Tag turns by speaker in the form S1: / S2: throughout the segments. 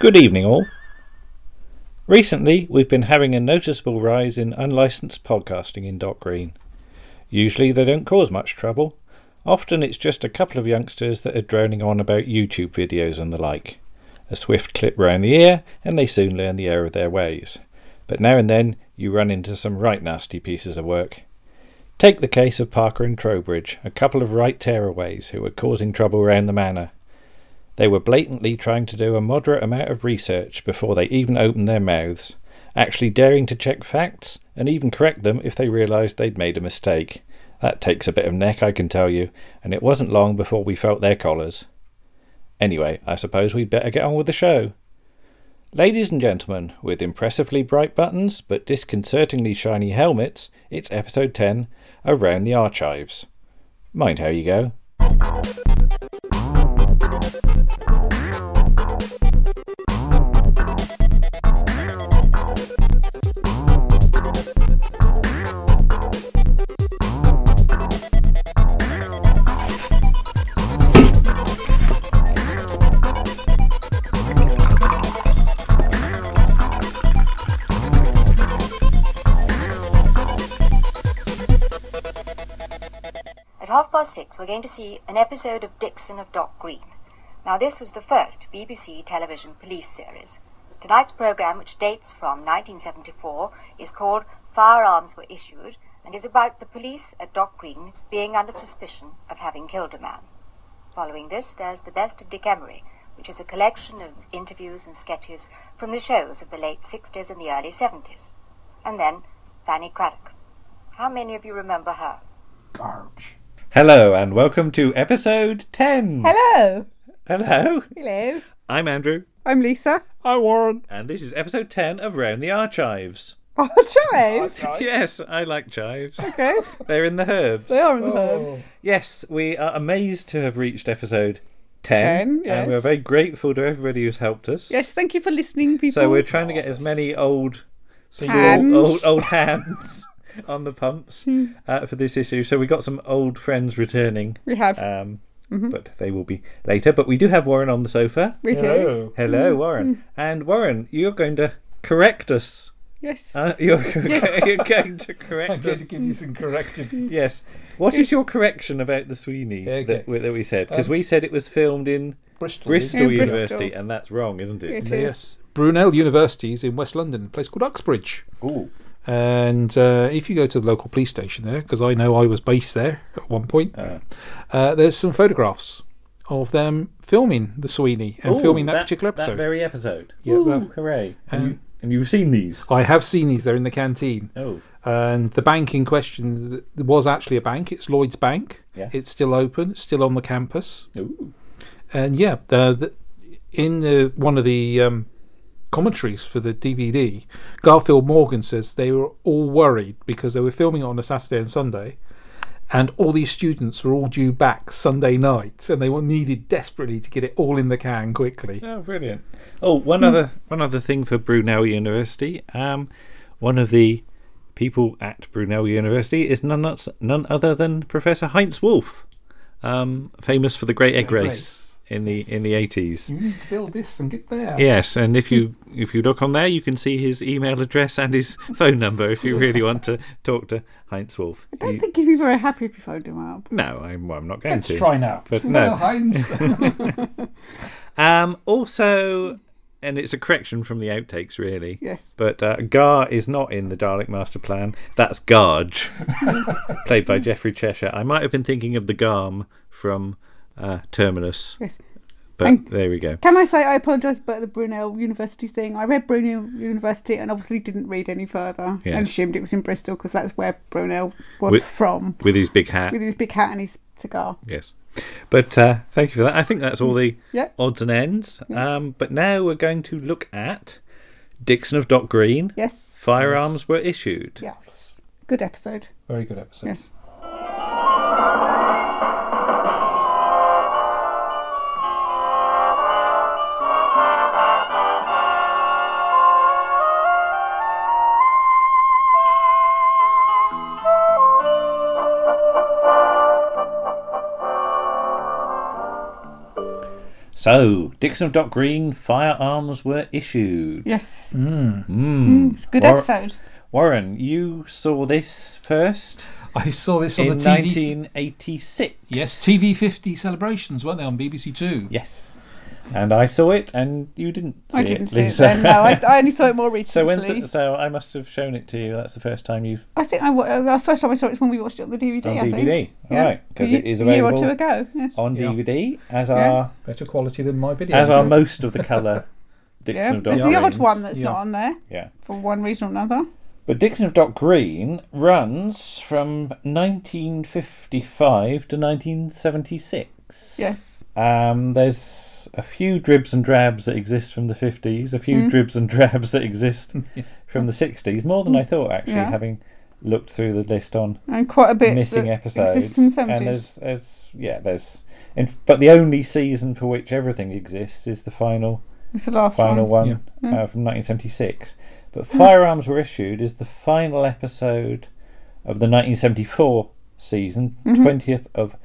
S1: Good evening, all. Recently, we've been having a noticeable rise in unlicensed podcasting in Dock Green. Usually, they don't cause much trouble. Often, it's just a couple of youngsters that are droning on about YouTube videos and the like. A swift clip round the ear, and they soon learn the error of their ways. But now and then, you run into some right nasty pieces of work. Take the case of Parker and Trowbridge, a couple of right tearaways who were causing trouble round the manor. They were blatantly trying to do a moderate amount of research before they even opened their mouths, actually daring to check facts and even correct them if they realised they'd made a mistake. That takes a bit of neck, I can tell you, and it wasn't long before we felt their collars. Anyway, I suppose we'd better get on with the show. Ladies and gentlemen, with impressively bright buttons but disconcertingly shiny helmets, it's episode 10 Around the Archives. Mind how you go.
S2: At half past six, we're going to see an episode of Dixon of Dock Green. Now, this was the first BBC television police series. Tonight's programme, which dates from 1974, is called Firearms Were Issued and is about the police at Dock Green being under suspicion of having killed a man. Following this, there's The Best of Dick Emery, which is a collection of interviews and sketches from the shows of the late 60s and the early 70s. And then Fanny Craddock. How many of you remember her?
S3: Ouch.
S1: Hello, and welcome to episode 10.
S4: Hello.
S1: Hello.
S4: Hello.
S1: I'm Andrew.
S4: I'm Lisa.
S1: Hi, Warren. And this is episode 10 of Round the Archives.
S4: Oh, Chive.
S1: Yes, I like chives.
S4: Okay.
S1: They're in the herbs.
S4: They are in the
S1: Oh.
S4: herbs.
S1: Yes, we are amazed to have reached episode 10.
S4: 10,
S1: And we're
S4: yes.
S1: very grateful to everybody who's helped us.
S4: Yes, thank you for listening, people.
S1: So we're trying to get as many old school,
S4: Hands. Hmm.
S1: old, old hands on the pumps uh, for this issue. So we got some old friends returning.
S4: We have.
S1: Um,
S4: Mm-hmm.
S1: But they will be later. But we do have Warren on the sofa.
S4: we do.
S3: Hello.
S1: Hello, Warren. And Warren, you're going to correct us.
S4: Yes.
S1: Uh, you're, you're going to correct
S3: I'm going to
S1: us.
S3: give you some corrective.
S1: Yes. What is your correction about the Sweeney
S3: Okay.
S1: that, we, that we said? Because
S3: Um,
S1: we said it was filmed in
S3: Bristol.
S1: Bristol
S4: In Bristol.
S1: University, and that's wrong, isn't it?
S4: It
S3: Yes.
S4: is.
S5: Brunel University's in West London, a place called Uxbridge.
S3: Ooh.
S5: And uh, if you go to the local police station there, because I know I was based there at one point, uh. there's some photographs of them filming the Sweeney and
S1: Ooh,
S5: filming that, particular episode.
S1: That very episode.
S5: Yeah,
S1: Ooh,
S5: well,
S1: hooray. And,
S5: um,
S1: you, and you've seen these?
S5: I have seen these. They're in the canteen,
S1: Oh,
S5: and the bank in question th- was actually a bank. It's Lloyd's Bank.
S1: Yes.
S5: It's still open. It's still on the campus.
S1: Ooh.
S5: And yeah, the, the, in the, one of the um, commentaries for the DVD, Garfield Morgan says they were all worried because they were filming it on a Saturday and Sunday, and all these students were all due back Sunday night, and they were needed desperately to get it all in the can quickly.
S1: Oh, brilliant! Oh, one other one other thing for Brunel University. Um, one of the people at Brunel University is none oth- none other than Professor Heinz Wolf, um, famous for the Great Egg
S5: Great
S1: Race in the in the eighties.
S5: You need to build this and get there.
S1: Yes, and if you if you look on there, you can see his email address and his phone number if you really want to talk to Heinz Wolf.
S4: I don't
S1: You-
S4: think you'd be very happy if you phoned him up.
S1: no, I'm, I'm not going
S3: Let's
S1: to.
S3: try now.
S1: But
S5: Well,
S1: no.
S5: Heinz.
S1: Um, also, and it's a correction from the outtakes, really.
S4: Yes.
S1: But uh, Gar is not in the Dalek Master Plan. That's Garge, played by Geoffrey Cheshire. I might have been thinking of the Garm from uh, Terminus,
S4: Yes.
S1: but
S4: And-
S1: there we go.
S4: Can I say I apologise about the Brunel University thing? I read Brunel University and obviously didn't read any further
S1: Yes.
S4: and assumed it was in Bristol because that's where Brunel was
S1: With-
S4: from
S1: With his big hat.
S4: with his big hat and his cigar.
S1: Yes. But uh, thank you for that. I think that's all the
S4: Yeah.
S1: odds and ends. Um, but now we're going to look at Dixon of Dock Green.
S4: Yes.
S1: Firearms were issued.
S4: Yes. Good episode.
S3: Very good episode.
S4: Yes.
S1: So, Dixon of Dock Green, firearms were issued.
S4: Yes.
S1: Mm.
S4: It's a good
S1: Or-
S4: episode.
S1: Warren, you saw this first
S5: I saw this on
S1: in
S5: the TV.
S1: 1986.
S5: Yes, TV 50 celebrations, weren't they, on BBC Two?
S1: Yes. And I saw it, and you didn't see
S4: I didn't
S1: it,
S4: see it
S1: Lisa.
S4: then. No, I, I only saw it more
S1: so,
S4: recently.
S1: when's the, so I must have shown it to you. That's the first time you've
S4: I think I wa- uh, the first time I saw it was when we watched it on the DVD.
S1: done
S4: I think.
S1: DVD.
S4: Yeah.
S1: All right, because
S4: A
S1: it is
S4: ye- year
S1: available
S4: or two ago. Yeah.
S1: on
S5: Yeah.
S1: DVD, as
S4: Yeah.
S1: are
S5: Better quality than my video.
S1: as are most of the colour Dixon
S4: Yeah.
S1: of Dock
S4: There's the
S1: Green.
S4: odd one that's
S5: Yeah.
S4: not on there
S1: Yeah.
S4: for one reason or another.
S1: But Dixon of Dock Green runs from 1955 to 1976.
S4: Yes.
S1: Um, there's a few dribs and drabs that exist from the 50s, a few
S4: Mm.
S1: dribs and drabs that exist from the 60s, more than I thought actually,
S4: Hmm. Yeah.
S1: having looked through the list on
S4: And quite a bit.
S1: missing
S4: that
S1: episodes.
S4: exists in the 70s.
S1: And there's, there's, yeah, there's, in, but the only season for which everything exists is the final
S4: It's the last
S1: final
S4: one. Hmm.
S1: one,
S5: Yeah.
S1: Uh, from 1976. But Firearms Were Issued is the final episode of the 1974 season,
S4: Mhm.
S1: 20th of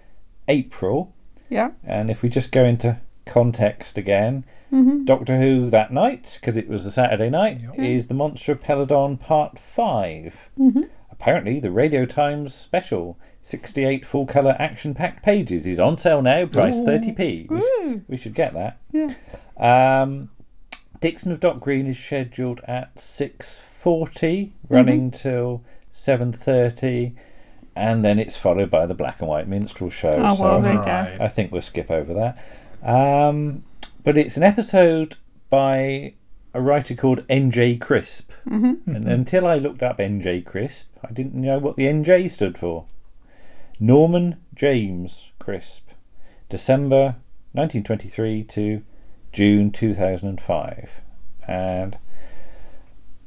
S1: April.
S4: Yeah.
S1: And if we just go into context again,
S4: hmm
S1: Doctor Who that night, because it was a Saturday night,
S5: Yep.
S1: is The Monster of Peladon Part 5.
S4: hmm
S1: Apparently, the Radio Times special, 68 full colour action packed pages, is on sale now, price
S5: Ooh.
S1: 30p. We
S4: Ooh.
S1: we should get that.
S4: Yeah.
S1: Um, Dixon of Dock Green is scheduled at six forty,
S4: Mm-hmm.
S1: running till seven thirty, and then it's followed by the Black and White Minstrel Show.
S4: Oh,
S1: so
S4: well,
S1: I
S4: there you
S1: think-
S4: go.
S1: I think we'll skip over that. Um, but it's an episode by a writer called N.J. Crisp,
S4: hmm
S1: and until I looked up N.J. Crisp, I didn't know what the N.J. stood for. Norman James Crisp, December 1923 to June 2005. And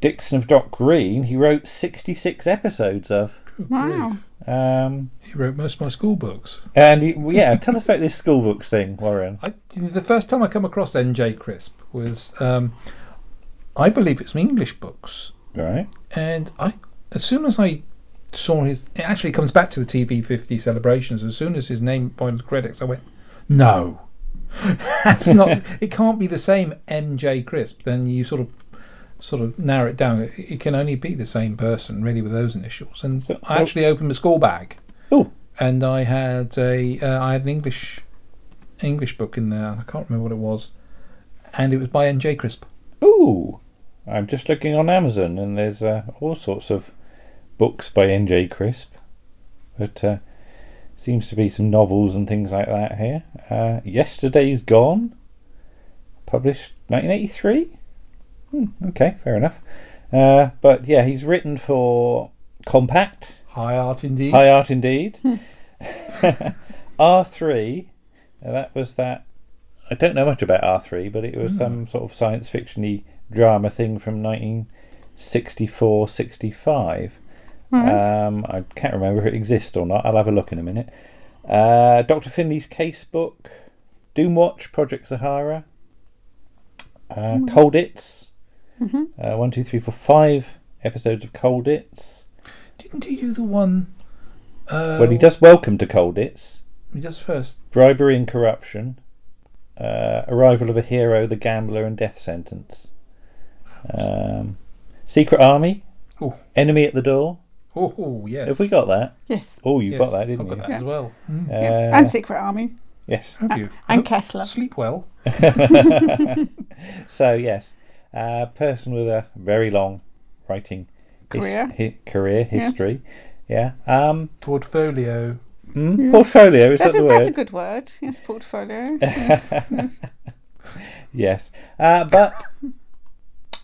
S1: Dixon of Dock Green, he wrote 66 episodes of.
S4: Wow.
S1: Um,
S5: He wrote most of my school books.
S1: and he- yeah, tell us about this school books thing, Warren.
S5: I, the first time I come across N.J. Crisp was, um, I believe it's in English books,
S1: Right?
S5: and I as soon as I saw his, it actually comes back to the TV 50 celebrations. As soon as his name pointed credits, I went, no, that's not. it can't be the same N.J. Crisp. Then you sort of sort of narrow it down. It, it can only be the same person, really, with those initials. And
S1: So-
S5: I
S1: so-
S5: actually opened my school bag.
S1: Oh.
S5: and I had a uh, I had an English English book in there. I can't remember what it was, and it was by N.J. Crisp.
S1: Ooh, I'm just looking on Amazon, and there's uh, all sorts of books by N.J. Crisp, but uh, seems to be some novels and things like that here. Uh, Yesterday's Gone, published 1983. Hmm, okay, fair enough. Uh, but yeah, he's written for Compact,
S5: High art indeed.
S1: High Art Indeed, R3. uh, That was that. I don't know much about R3, but it was some sort of science fiction y drama thing from 1964 65. Um, I can't remember if it exists or not. I'll have a look in a minute. Uh, Dr. Finley's Case Book, Doomwatch, Project Sahara, uh, Colditz,
S4: hmm
S1: uh, one, two, three, four, five episodes of Colditz.
S5: Didn't he do the one? Uh,
S1: well, he does Welcome to Colditz.
S5: He does first.
S1: bribery and corruption, uh, arrival of a hero, the gambler, and death sentence. Um, Secret Army,
S5: Oh.
S1: enemy at the door.
S5: Oh, oh, yes.
S1: Have we got that?
S4: Yes.
S1: Oh, you
S5: Yes,
S1: got that, didn't
S5: I've got
S1: you?
S5: that as well. Mm.
S4: Yeah.
S1: Uh, Oh,
S4: and Secret Army.
S1: yes.
S5: Have you?
S4: And
S5: Look,
S4: Kessler.
S5: Sleep well.
S1: so yes, a person with a very long writing his-
S4: Career.
S1: hi- career
S4: Yes.
S1: history. Yeah. Um,
S5: Portfolio.
S1: hmm,
S4: Yes.
S1: Portfolio is
S4: That's,
S1: that
S4: a,
S1: the
S4: that's a
S1: word?
S4: good word. Yes, portfolio. Yes, yes.
S1: Yes. Uh, but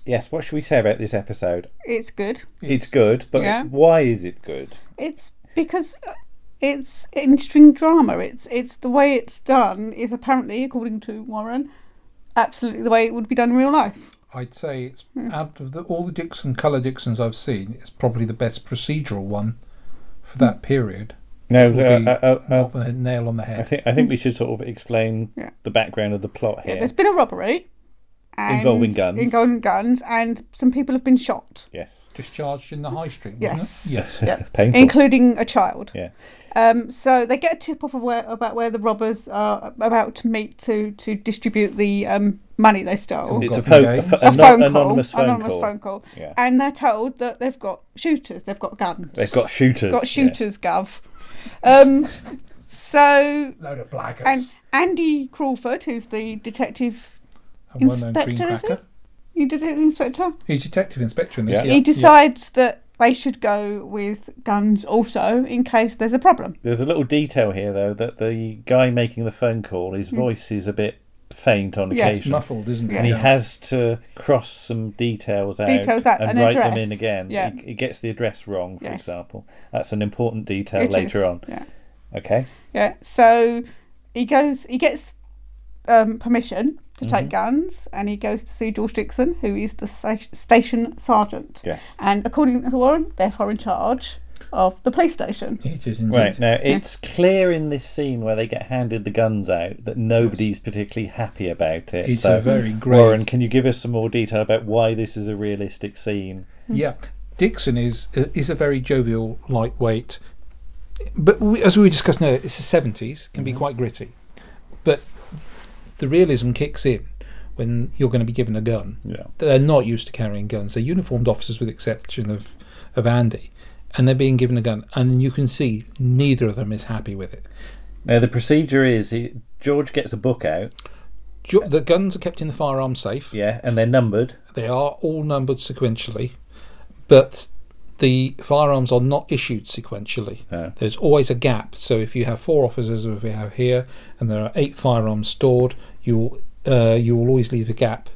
S1: yes, what should we say about this episode?
S4: It's good.
S1: It's good, but
S4: Yeah.
S1: why is it good?
S4: It's because uh, it's interesting drama. It's it's the way it's done is apparently, according to Warren, absolutely the way it would be done in real life.
S5: I'd say it's
S4: Hmm.
S5: out of the, all the Dixon color Dixons I've seen, it's probably the best procedural one for
S4: Hmm.
S5: that period.
S1: No,
S5: Would
S1: uh,
S5: be
S1: uh, uh, uh,
S5: Not the nail on the
S1: I
S5: head.
S1: think I think we should sort of explain
S4: Yeah.
S1: the background of the plot
S4: Yeah,
S1: here.
S4: there's been a robbery. And
S1: Involving guns.
S4: Involving guns, and some people have been shot,
S1: yes,
S5: Discharged in the high street. wasn't
S4: Yes.
S5: It? Yes.
S4: Yep.
S1: painful.
S4: including a child.
S1: Yeah.
S4: Um, so they get a tip off of where, about where the robbers are about to meet to to distribute the um, money they stole.
S6: Cool.
S1: It's a,
S6: Forgotten
S1: phone, a,
S6: games.
S1: pho-
S4: A
S1: ano-
S4: phone call,
S1: anonymous phone call.
S4: phone call,
S1: Yeah.
S4: and they're told that they've got shooters, they've got guns,
S1: They've got shooters.
S4: got shooters, Gov. Um, so
S6: Load of blackguards.
S4: and Andy Crawford, who's the detective,
S6: a well-known
S4: Inspector, is
S6: greencracker.
S4: you detective inspector,
S5: He's detective inspector in this.
S1: Yeah.
S4: he decides that they should go with guns also in case there's a problem.
S1: There's a little detail here, though, that the guy making the phone call, his voice is a bit faint on
S4: Hmm. Yes.
S5: It's
S1: occasion.
S5: muffled, isn't
S1: and he
S5: it?
S1: has to cross some details out,
S4: Details out,
S1: and
S4: an
S1: write them
S4: address.
S1: in again.
S4: Yeah.
S1: He, he gets the address wrong, for
S4: Yes.
S1: example. That's an important detail
S4: It
S1: Uh, later
S4: is,
S1: on.
S4: Yeah,
S1: Okay.
S4: yeah. So he goes, he gets um, permission to
S1: Mm-hmm.
S4: take guns, and he goes to see George Dixon, who is the sa- station sergeant.
S1: Yes.
S4: And according to Warren, therefore in charge of the police station.
S5: He is indeed.
S1: Right now, it's clear in this scene where they get handed the guns out that nobody's particularly happy about it.
S5: It's
S1: so,
S5: a very grey.
S1: Warren, can you give us some more detail about why this is a realistic scene?
S5: Yeah, Dixon is uh, is a very jovial, lightweight, but we, as we were discussing earlier, it's the seventies can be quite gritty, but the realism kicks in when you're going to be given a gun.
S1: Yeah.
S5: They're not used to carrying guns. They're uniformed officers, with exception of of Andy, and they're being given a gun, and you can see neither of them is happy with it.
S1: Now, the procedure is he, George gets a book out,
S5: Ju- The guns are kept in the firearm safe.
S1: yeah, and they're numbered.
S5: They are all numbered sequentially, but the firearms are not issued sequentially.
S1: No.
S5: There's always a gap. So if you have four officers, as we have here, and there are eight firearms stored, you'll uh, you will always leave a gap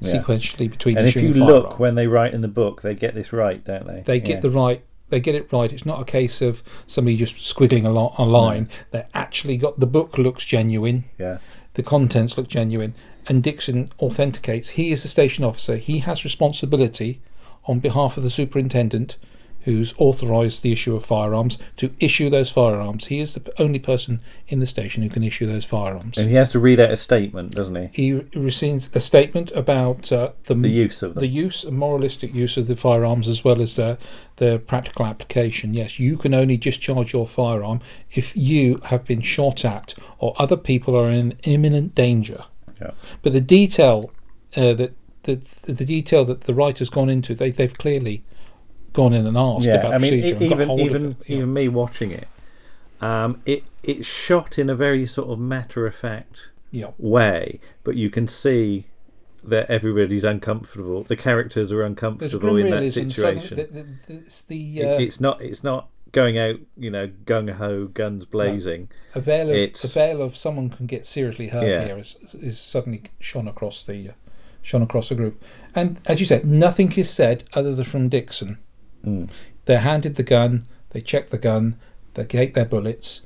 S1: Yeah.
S5: sequentially between
S1: And if
S5: issuing
S1: you
S5: and firearm.
S1: look when they write in the book, they get this right, don't they?
S5: they get the right. They get it right. It's not a case of somebody just squiggling a, lo- a line. They actually got the book looks genuine
S1: the yeah.
S5: the contents look genuine and Dixon authenticates he is the station officer he has responsibility on behalf of the superintendent who's authorised the issue of firearms to issue those firearms he is the p- only person in the station who can issue those firearms
S1: And he has to read out a statement, doesn't he?
S5: he re- receives a statement about uh, the,
S1: The use of them.
S5: the use and moralistic use of the firearms as well as their their practical application. Yes, you can only discharge your firearm if you have been shot at or other people are in imminent danger.
S1: Yeah.
S5: But the detail uh, that the, the detail that the writer's gone into, they they've clearly gone in and asked
S1: yeah,
S5: about
S1: I mean,
S5: procedure
S1: e-
S5: and got
S1: even
S5: hold
S1: even
S5: of it. Yeah.
S1: even me watching it, um, it it's shot in a very sort of matter of fact
S5: yeah.
S1: way, but you can see that everybody's uncomfortable. The characters are
S5: There's a
S1: uncomfortable
S5: grim
S1: in that
S5: realism. suddenly-
S1: situation.
S5: the- the- the- It's the
S1: It-
S5: uh,
S1: it's not it's not going out, you know, gung ho, guns blazing.
S5: A veil of
S1: It's-
S5: a veil of someone can get seriously hurt
S1: Yeah.
S5: here is is suddenly shone across the uh, shone across the group, and as you said, nothing is said other than from Dixon.
S1: Mm.
S5: They're handed the gun, they check the gun, they take their bullets,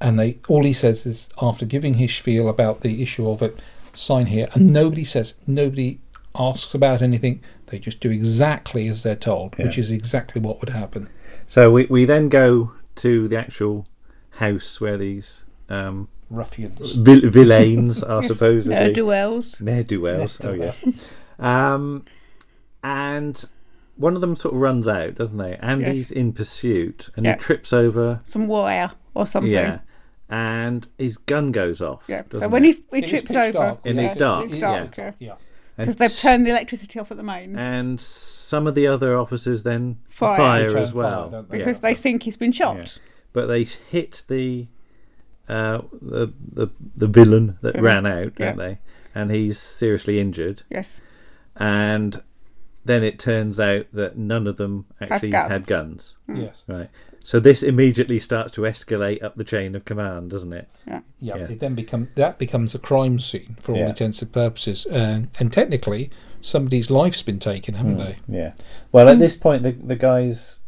S5: and they all he says is after giving his spiel about the issue of it, sign here, and nobody says nobody asks about anything. They just do exactly as they're told,
S1: Yeah.
S5: which is exactly what would happen.
S1: So we we then go to the actual house where these um,
S5: Ruffians.
S1: vil- villains are supposedly
S4: duels.
S1: ne'er do wells. Oh
S5: Ne'er-do-wells.
S1: yes. Um, and one of them sort of runs out, doesn't they? Andy's in pursuit, and
S4: Yeah.
S1: he trips over.
S4: Some wire or something.
S1: Yeah, and his gun goes off.
S4: Yeah. So
S1: doesn't
S4: when
S1: it?
S4: he, he
S5: It is
S4: trips
S5: pitch
S4: over,
S5: dark.
S1: And
S4: yeah,
S1: it's dark,
S4: It's dark, yeah.
S5: Yeah.
S1: And
S4: Because they've turned the electricity off at the mains
S1: and some of the other officers then
S4: Fire.
S1: fire,
S5: They turn
S1: as well
S5: fire, don't they?
S1: Yeah.
S4: because they think he's been shot.
S1: but they hit the uh, the, the the villain that
S4: Yeah.
S1: ran out,
S4: Yeah.
S1: don't they? And he's seriously injured.
S4: Yes.
S1: And then it turns out that none of them actually had
S4: guns.
S1: guns.
S4: Hmm.
S5: Yes.
S1: Right. So this immediately starts to escalate up the chain of command, doesn't it?
S5: Yeah,
S1: Yeah.
S5: it then become that becomes a crime scene for all
S1: Yeah.
S5: intents and purposes, and and technically somebody's life's been taken, haven't they?
S1: Yeah. Well, at this point, the the guy's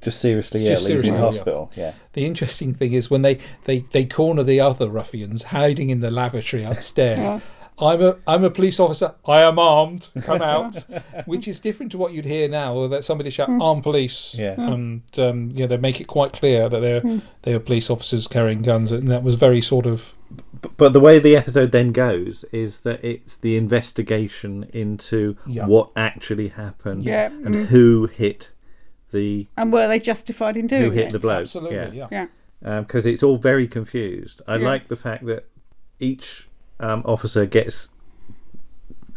S1: just seriously
S5: Just ill. He's in seriously ill, yeah. hospital.
S1: Yeah.
S5: The interesting thing is when they they they corner the other ruffians hiding in the lavatory upstairs.
S4: Yeah.
S5: I'm a I'm a police officer. I am armed. Come out, which is different to what you'd hear now, or that somebody shout
S4: Hmm.
S5: "armed police."
S1: Yeah.
S5: and um, yeah, they make it quite clear that they're
S4: Hmm.
S5: they are police officers carrying guns, and that was very sort of
S1: B- But the way the episode then goes is that it's the investigation into
S5: Yeah.
S1: what actually happened
S4: Yeah.
S1: and who hit the
S4: And were they justified in doing
S1: who hit
S4: it?
S1: the bloke.
S7: Absolutely, yeah.
S4: Yeah.
S1: because it's all very confused. I
S4: Yeah.
S1: like the fact that each um, officer gets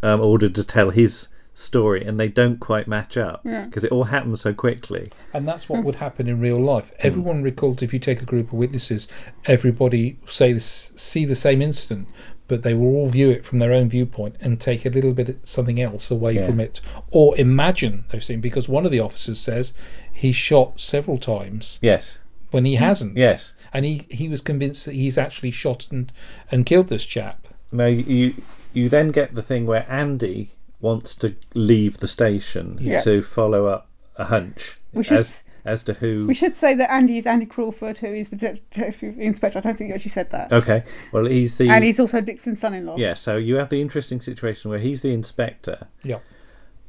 S1: um, ordered to tell his story, and they don't quite match up
S4: Yeah.
S1: because it all happens so quickly.
S5: And that's
S1: Hmm.
S5: what would happen in real life. Everyone recalls if you take a group of witnesses, everybody say this, see the same incident, but they will all view it from their own viewpoint and take a little bit of something else away
S1: Yeah.
S5: from it, or imagine those things. Because one of the officers says he shot several times
S1: Yes,
S5: when he hasn't.
S1: Hmm. yes.
S5: and he, he was convinced that he's actually shot and, and killed this chap.
S1: Now you you then get the thing where Andy wants to leave the station
S4: Yeah.
S1: to follow up a hunch
S4: We should
S1: as as to who.
S4: We should say that Andy is Andy Crawford, who is the detective inspector. I don't think you actually said that.
S1: Okay, well he's the
S4: And he's also Dixon's son-in-law.
S1: Oh, yeah. So you have the interesting situation where he's the inspector,
S5: Yeah.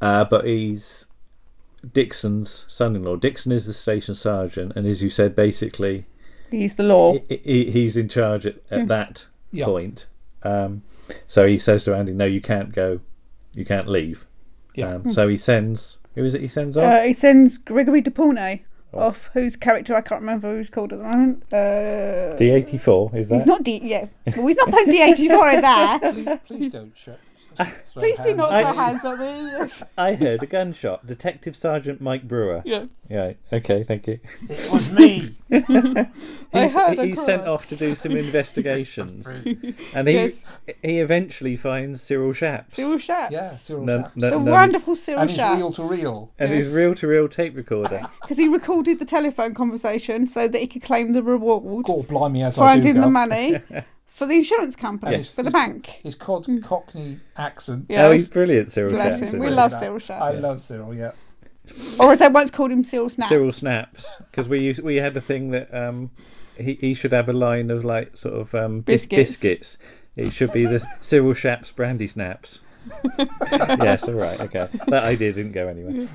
S1: Uh, but he's Dixon's son in law. Dixon is the station sergeant, and as you said, basically,
S4: He's the law.
S1: he, he- he's in charge at,
S4: Hmm.
S1: at that
S5: Yeah.
S1: point. Um, so he says to Andy, No, you can't go, you can't leave.
S5: Yeah.
S1: Um, so he sends, who is it he sends off?
S4: Hmm. Uh, he sends Gregory
S1: Oh.
S4: DePaune off, whose character I can't remember who's called at the moment. Uh,
S1: D84, is
S4: he's
S1: that?
S4: not D. Yeah, well, he's not playing D eighty four in there.
S5: Please, please don't show.
S4: Please do not
S1: I-
S4: throw hands at me. Yes.
S1: I heard a gunshot. Detective Sergeant Mike Brewer.
S4: Yeah.
S1: Yeah, okay, thank you.
S7: It was me.
S4: I
S1: He's,
S4: heard a
S1: he's sent
S4: cry.
S1: off to do some investigations, and he
S4: Yes.
S1: he eventually finds Cyril Shaps.
S4: Cyril Shaps.
S5: Yeah, Cyril
S1: No-
S5: Shap.
S1: no-
S4: The
S1: no-
S4: wonderful Cyril
S5: and it's
S4: Shaps.
S5: real to real.
S1: and his
S4: Yes.
S1: reel to reel tape recorder.
S4: Because he recorded the telephone conversation so that he could claim the reward,
S5: God blimey, as I do.
S4: finding the
S5: Gav.
S4: money for the insurance company,
S5: Yes.
S4: for the bank.
S5: His cod Cockney accent.
S4: Mm. Yeah.
S1: Oh, he's brilliant, Cyril
S4: Bless
S1: Shaps.
S4: him.
S1: isn't
S4: We
S1: he?
S4: love Cyril Shaps.
S5: I love Cyril. Yeah.
S4: Or as I once called him, Cyril Snap.
S1: Cyril Snaps because we used, we had a thing that um, he he should have a line of like sort of um, bis-
S4: Biscuits.
S1: biscuits. It should be the Cyril Shaps brandy snaps. yes, all right, okay. That idea didn't go anywhere.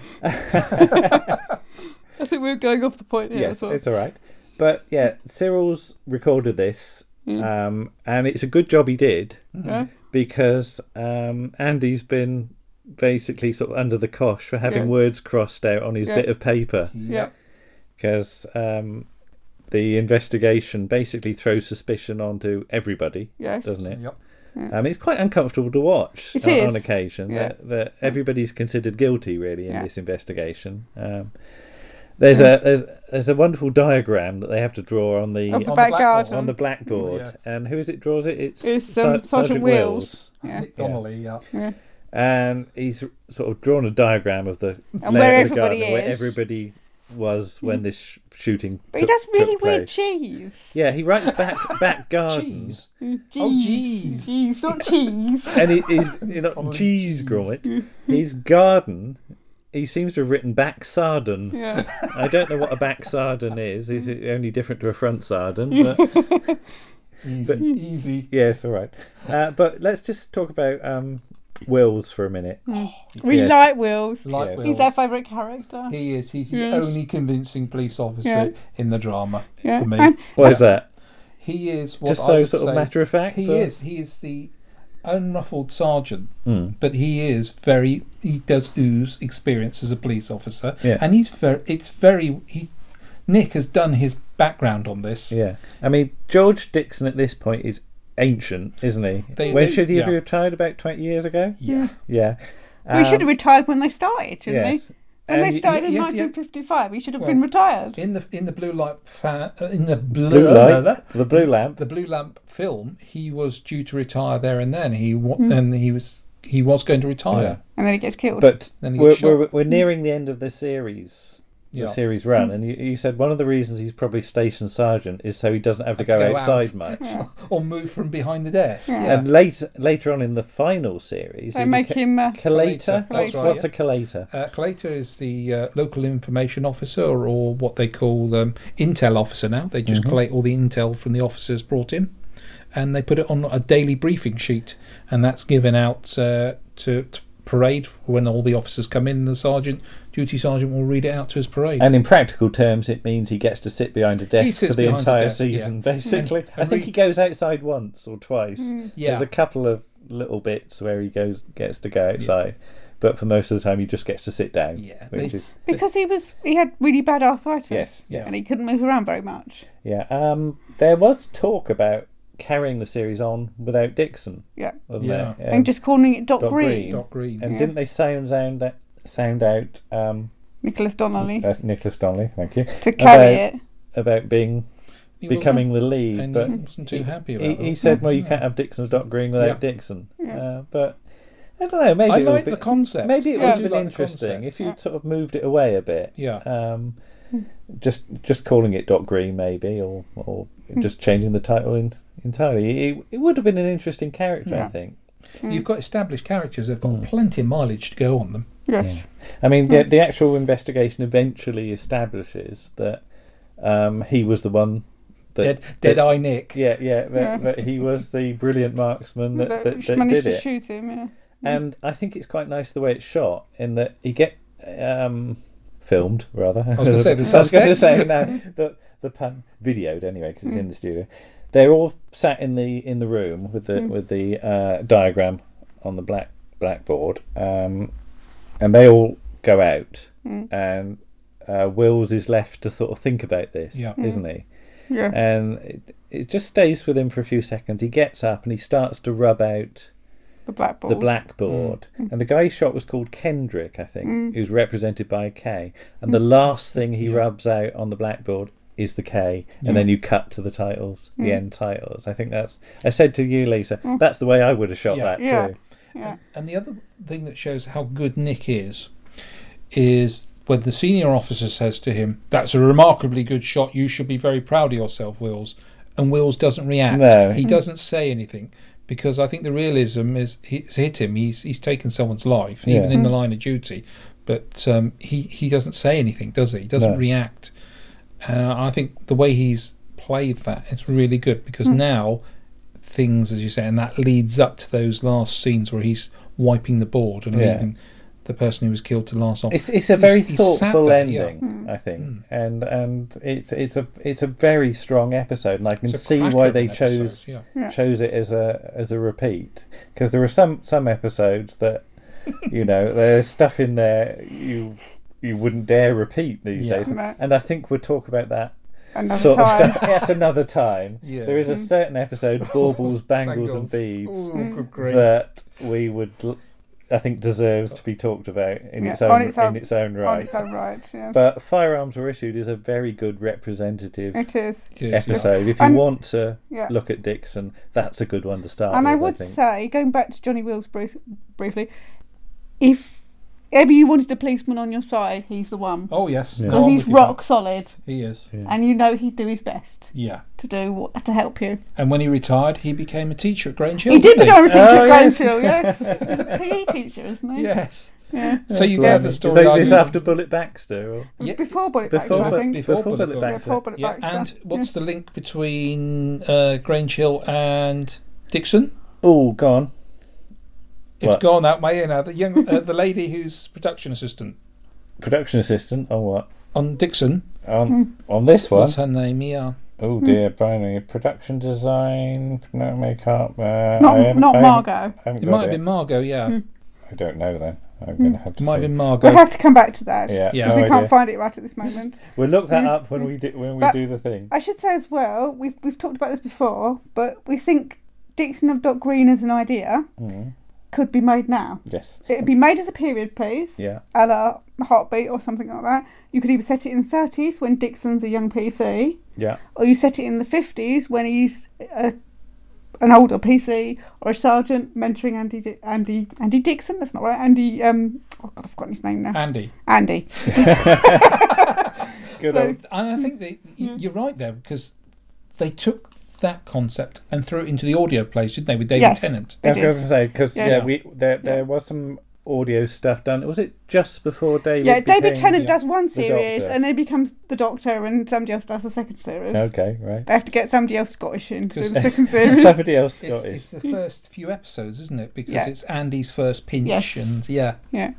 S4: I think we were going off the point here.
S1: yes,
S4: so-
S1: it's all right. But yeah, Cyril's recorded this, um, and it's a good job he did
S4: Yeah.
S1: because um, Andy's been basically sort of under the cosh for having
S4: Yeah.
S1: words crossed out on his
S4: Yeah.
S1: bit of paper.
S4: Yeah.
S1: because um, the investigation basically throws suspicion onto everybody,
S4: Yes.
S1: doesn't it?
S5: Yep.
S1: Um, it's quite uncomfortable to watch
S4: It
S1: on,
S4: is.
S1: on occasion
S4: Yeah.
S1: that, that everybody's considered guilty really in
S4: Yeah.
S1: this investigation. Um, there's a there's there's a wonderful diagram that they have to draw on the
S4: Of the
S5: on the
S4: back
S5: blackboard,
S4: garden.
S1: on the blackboard,
S5: Yes.
S1: and who is it draws it? It's,
S4: It's,
S1: Ser-
S4: um, Sergeant Wills. Yeah.
S5: Nick Donnelly. Yeah.
S1: and he's sort of drawn a diagram of the layout
S4: And where
S1: of the garden,
S4: everybody
S1: and where
S4: is. Mm.
S1: everybody was when this sh- shooting.
S4: But he
S1: took-
S4: does really
S1: took
S4: weird
S1: place.
S4: cheese.
S1: Yeah, he writes back back gardens,
S5: Cheese.
S4: Mm,
S5: Oh,
S4: Cheese. Cheese, not cheese.
S1: and it is you know
S5: Probably
S1: cheese
S5: cheese.
S1: grommet. His garden, he seems to have written back sarden.
S4: Yeah.
S1: I don't know what a back sarden is. Is it only different to a front sarden? But
S5: Easy.
S1: But-
S5: easy.
S1: yes, all right. Uh, but let's just talk about um, Wills for a minute.
S4: We
S1: Yes.
S4: like Wills.
S5: Like
S1: Yeah.
S5: Wills.
S4: He's our favourite character.
S5: He is. He's the
S4: Yes.
S5: only convincing police officer
S4: Yeah.
S5: in the drama
S4: Yeah.
S5: for me.
S4: And-
S1: What is
S5: Yeah.
S1: that?
S5: He is what
S1: Just
S5: I
S1: so
S5: would
S1: sort of
S5: say-
S1: matter of fact.
S5: He
S1: or-
S5: is. He is the unruffled sergeant,
S1: Mm.
S5: but he is very. He does ooze experience as a police officer,
S1: Yeah.
S5: and he's very. It's very. He, Nick has done his background on this.
S1: Yeah, I mean George Dixon at this point is ancient, isn't he?
S5: They-
S1: when
S5: they-
S1: should he have
S5: yeah.
S1: retired? About twenty years ago.
S5: Yeah.
S1: Yeah.
S4: we should have retired when they started, shouldn't
S1: Um, Yes.
S5: eh?
S4: we? When
S1: And
S4: they
S1: y-
S4: started in
S5: yes, yeah.
S4: 1955, we should have
S5: Well,
S4: been retired.
S5: In the in the blue light fa- uh, in the blue,
S1: Blue light, the blue lamp.
S5: the blue lamp film, he was due to retire there and then. He wa- and he was he was going to retire.
S4: And then he gets killed.
S1: But
S5: Then he
S1: we're,
S5: gets
S1: we're, we're nearing the end of the series,
S5: Yeah. Hmm.
S1: the series run, and you, you said one of the reasons he's probably station sergeant is so he doesn't have to go,
S5: go
S1: outside
S5: out.
S1: much.
S5: or move from behind the desk.
S4: Yeah.
S1: And later, later on in the final series,
S4: they
S1: he
S4: make
S1: beca-
S4: him. Uh,
S1: collator.
S5: Collator.
S1: What's,
S5: That's right,
S1: what's
S5: yeah.
S1: a collator?
S5: Uh, Collator is the uh, local information officer, or what they call um, intel officer now. They
S1: Mm-hmm.
S5: just collate all the intel from the officers brought in, and they put it on a daily briefing sheet, and that's given out uh, to, to parade when all the officers come in. The sergeant, duty sergeant, will read it out to his parade.
S1: And in practical terms, it means he gets to sit behind a desk
S5: sits
S1: for the
S5: behind a
S1: entire
S5: desk, yeah. Hmm.
S1: season, basically. I
S5: And
S1: think
S5: re-
S1: he goes outside once or twice.
S4: Hmm.
S5: yeah,
S1: There's a couple of little bits where he goes gets to go outside, but for most of the time, he just gets to sit down.
S5: Yeah,
S1: which
S5: they-
S1: is
S4: Because he was he had really bad arthritis.
S1: Yes, yes.
S4: And he couldn't move around very much.
S1: yeah. Um, there was talk about carrying the series on without Dixon,
S4: Yeah.
S1: wasn't
S5: Yeah.
S1: there? Um,
S4: and just calling it Doc,
S1: Doc
S4: Green.
S1: Green.
S5: Doc Green.
S1: and
S4: yeah.
S1: didn't they sound sound that sound out um,
S4: Nicholas Donnelly
S1: uh, Nicholas Donnelly? Thank you
S4: to carry
S1: about,
S4: it.
S1: about being
S5: He wasn't-
S1: becoming the lead,
S5: and
S1: but
S5: he wasn't too happy about
S1: he,
S5: that.
S1: he said, "Well, you
S4: Mm-hmm.
S1: can't have Dixon as Doc Green without
S5: Yeah.
S1: Dixon." Uh, but I don't know. Maybe
S5: I
S1: it would
S5: like
S1: be-
S5: the concept.
S1: Maybe it
S5: I
S1: would have
S5: do
S1: been
S5: like the
S1: interesting
S5: concept.
S1: if you sort of moved it away a bit.
S5: Yeah.
S1: Um, just just calling it Doc Green, maybe, or or just changing the title in, entirely. It, it would have been an interesting character, I
S4: Yeah.
S1: think.
S5: You've got established characters that've got
S1: Mm.
S5: plenty of mileage to go on them.
S4: Yes.
S1: I mean, the, the actual investigation eventually establishes that um, he was the one that
S5: Dead,
S1: that-
S5: Dead Eye Nick.
S1: Yeah, yeah, that, that he was the brilliant marksman that,
S4: But
S1: that,
S4: she
S1: that did
S4: managed to
S1: it.
S4: shoot him. Yeah.
S5: Mm.
S1: and I think it's quite nice the way it's shot in that you get um, filmed rather. I was
S5: gonna say the
S1: I was going to
S5: suspect. Mm.
S1: say no, the the pun videoed anyway because it's in the studio. They're all sat in the in the room with the
S5: Mm.
S1: with the uh, diagram on the black blackboard, um, and they all go out,
S5: Mm.
S1: and uh, Wills is left to sort of think about this,
S5: Yeah.
S1: isn't he?
S4: Yeah.
S1: And it, it just stays with him for a few seconds. He gets up and he starts to rub out
S4: the blackboard. Hmm.
S1: the blackboard. And the guy he shot was called Kendrick, I think, who's represented by a K. And
S4: Hmm.
S1: the last thing he rubs out on the blackboard is the K.
S4: Hmm.
S1: And then you cut to the titles, the end titles. I think that's. I said to you, Lisa, that's the way I would have shot
S5: Yeah.
S1: that
S4: Hmm. Yeah. Oh,
S1: too.
S5: And the other thing that shows how good Nick is is when the senior officer says to him, "That's a remarkably good shot. You should be very proud of yourself, Wills." And Wills doesn't react.
S1: No.
S5: He doesn't say anything because I think the realism is it's hit him. He's he's taken someone's life,
S1: Yeah.
S5: even in the line of duty. But um, he he doesn't say anything, does he? He doesn't
S1: No.
S5: react. Uh, I think the way he's played that is really good because now things, as you say, and that leads up to those last scenes where he's wiping the board and
S1: Yeah.
S5: leaving the person who was killed to last off.
S1: It's, it's a
S5: He's-
S1: very
S5: he's sat
S1: thoughtful
S5: there, yeah. Hmm.
S1: ending,
S4: Hmm.
S1: I think, and and it's it's a it's a very strong episode, and I can
S5: It's a
S1: see
S5: cracker
S1: why
S5: of an
S1: they
S5: episode,
S1: chose
S5: yeah.
S1: chose it as a as a repeat because there are some some episodes that you know there's stuff in there you you wouldn't dare repeat these
S5: Yeah.
S1: days
S4: Right.
S1: and i think we'll talk about that
S4: Another
S1: sort
S4: time. Mm-hmm.
S1: of stuff at another time
S5: Yeah.
S1: there is a certain episode baubles bangles and beads
S5: Bangles. Ooh, good grief.
S1: that we would l- i think deserves to be talked about in
S4: Yeah,
S1: its own
S4: on its
S1: in
S4: own-
S1: its own
S4: On
S1: right
S4: its own right. Yes.
S1: but firearms were issued is a very good representative
S4: it is.
S5: It is, yeah.
S1: episode if you
S4: And-
S1: want to
S4: Yeah.
S1: look at dixon that's a good one to start
S4: and I
S1: with,
S4: would
S1: think.
S4: say, going back to Johnny Wills brief, briefly, if ever you wanted a policeman on your side, he's the one.
S5: Oh yes,
S1: Yeah.
S5: Go
S4: Because
S5: on
S4: he's
S5: with your-
S4: rock solid,
S5: He is.
S4: and you know he'd do his best
S5: Yeah.
S4: to do what, to help you.
S5: And when he retired, he became a teacher at Grange Hill.
S4: He did
S5: didn't
S4: become a teacher
S1: Oh,
S4: at
S1: yes.
S4: Grange Hill, yes. He's a PE teacher, isn't he?
S5: Yes.
S4: Yeah.
S5: So you
S1: Blimey.
S5: get the
S1: Is
S5: story.
S1: that this
S5: line-
S1: after Bullet Baxter? Or?
S5: Yeah.
S4: Before Bullet
S1: Before,
S4: Baxter, I
S1: Bu-
S4: think.
S1: before,
S5: Before
S1: Bullet
S5: Bullet
S4: Yeah,
S1: Baxter.
S4: before Bullet
S5: Yeah.
S4: Baxter.
S5: And what's the link between uh, Grange Hill and Dixon?
S1: Oh, gone.
S5: It's
S1: What?
S5: gone that way. You know, the young, uh, the lady who's production assistant
S1: Production assistant on what?
S5: on Dixon.
S4: Hmm.
S1: On on this one.
S5: What's her name? Yeah.
S1: Oh dear, Bonnie. Production design, no makeup. Uh, I
S4: Not,
S1: haven't-
S4: not
S1: I haven't-
S4: Margot.
S1: I haven't
S5: It
S1: got
S5: might have
S1: it.
S5: been Margot. Yeah.
S1: I don't know then. I'm going to have to.
S5: It might have
S1: see.
S5: been
S4: Hmm. We'll
S5: Margot.
S4: have to come back to that.
S1: Yeah,
S5: Yeah.
S1: no
S4: We can't
S1: idea.
S4: find it right at this moment.
S1: We'll look that up when we do when we
S4: Hmm. But-
S1: do the thing.
S4: I should say as well, we've, we've talked about this before, but we think Dixon of Doc Green as an idea could be made now.
S1: Hmm. Yes.
S4: It'd be made as a period piece,
S1: Yeah.
S4: a la Heartbeat or something like that. You could either set it in the 30s when Dixon's a young PC,
S1: Yeah.
S4: or you set it in the 50s when he's a, an older PC or a sergeant mentoring Andy Di- Andy Andy Dixon. That's not right. Andy. Um, oh God, I've forgotten his name now.
S5: Andy.
S4: Andy.
S1: Good
S4: So-
S1: old.
S5: And I think they, y you're right there because they took that concept and threw it into the audio plays, didn't they, with David
S4: Yes.
S5: Tennant?
S4: they
S1: I was
S4: did.
S1: going to say because
S4: Yes.
S1: yeah, we there there was some audio stuff done. Was it just before David?
S4: Yeah, David
S1: became-
S4: Tennant
S5: yeah,
S4: does one series
S1: Doctor.
S4: and then he becomes the Doctor, and somebody else does the second series.
S1: Okay, right.
S4: They have to get somebody else Scottish in to do the
S5: Just-
S4: second series.
S1: Somebody else
S5: It's,
S1: Scottish.
S5: it's the first few episodes, isn't it? Because
S4: Yeah.
S5: it's Andy's first pinch,
S4: Yes.
S5: and yeah,
S4: yeah,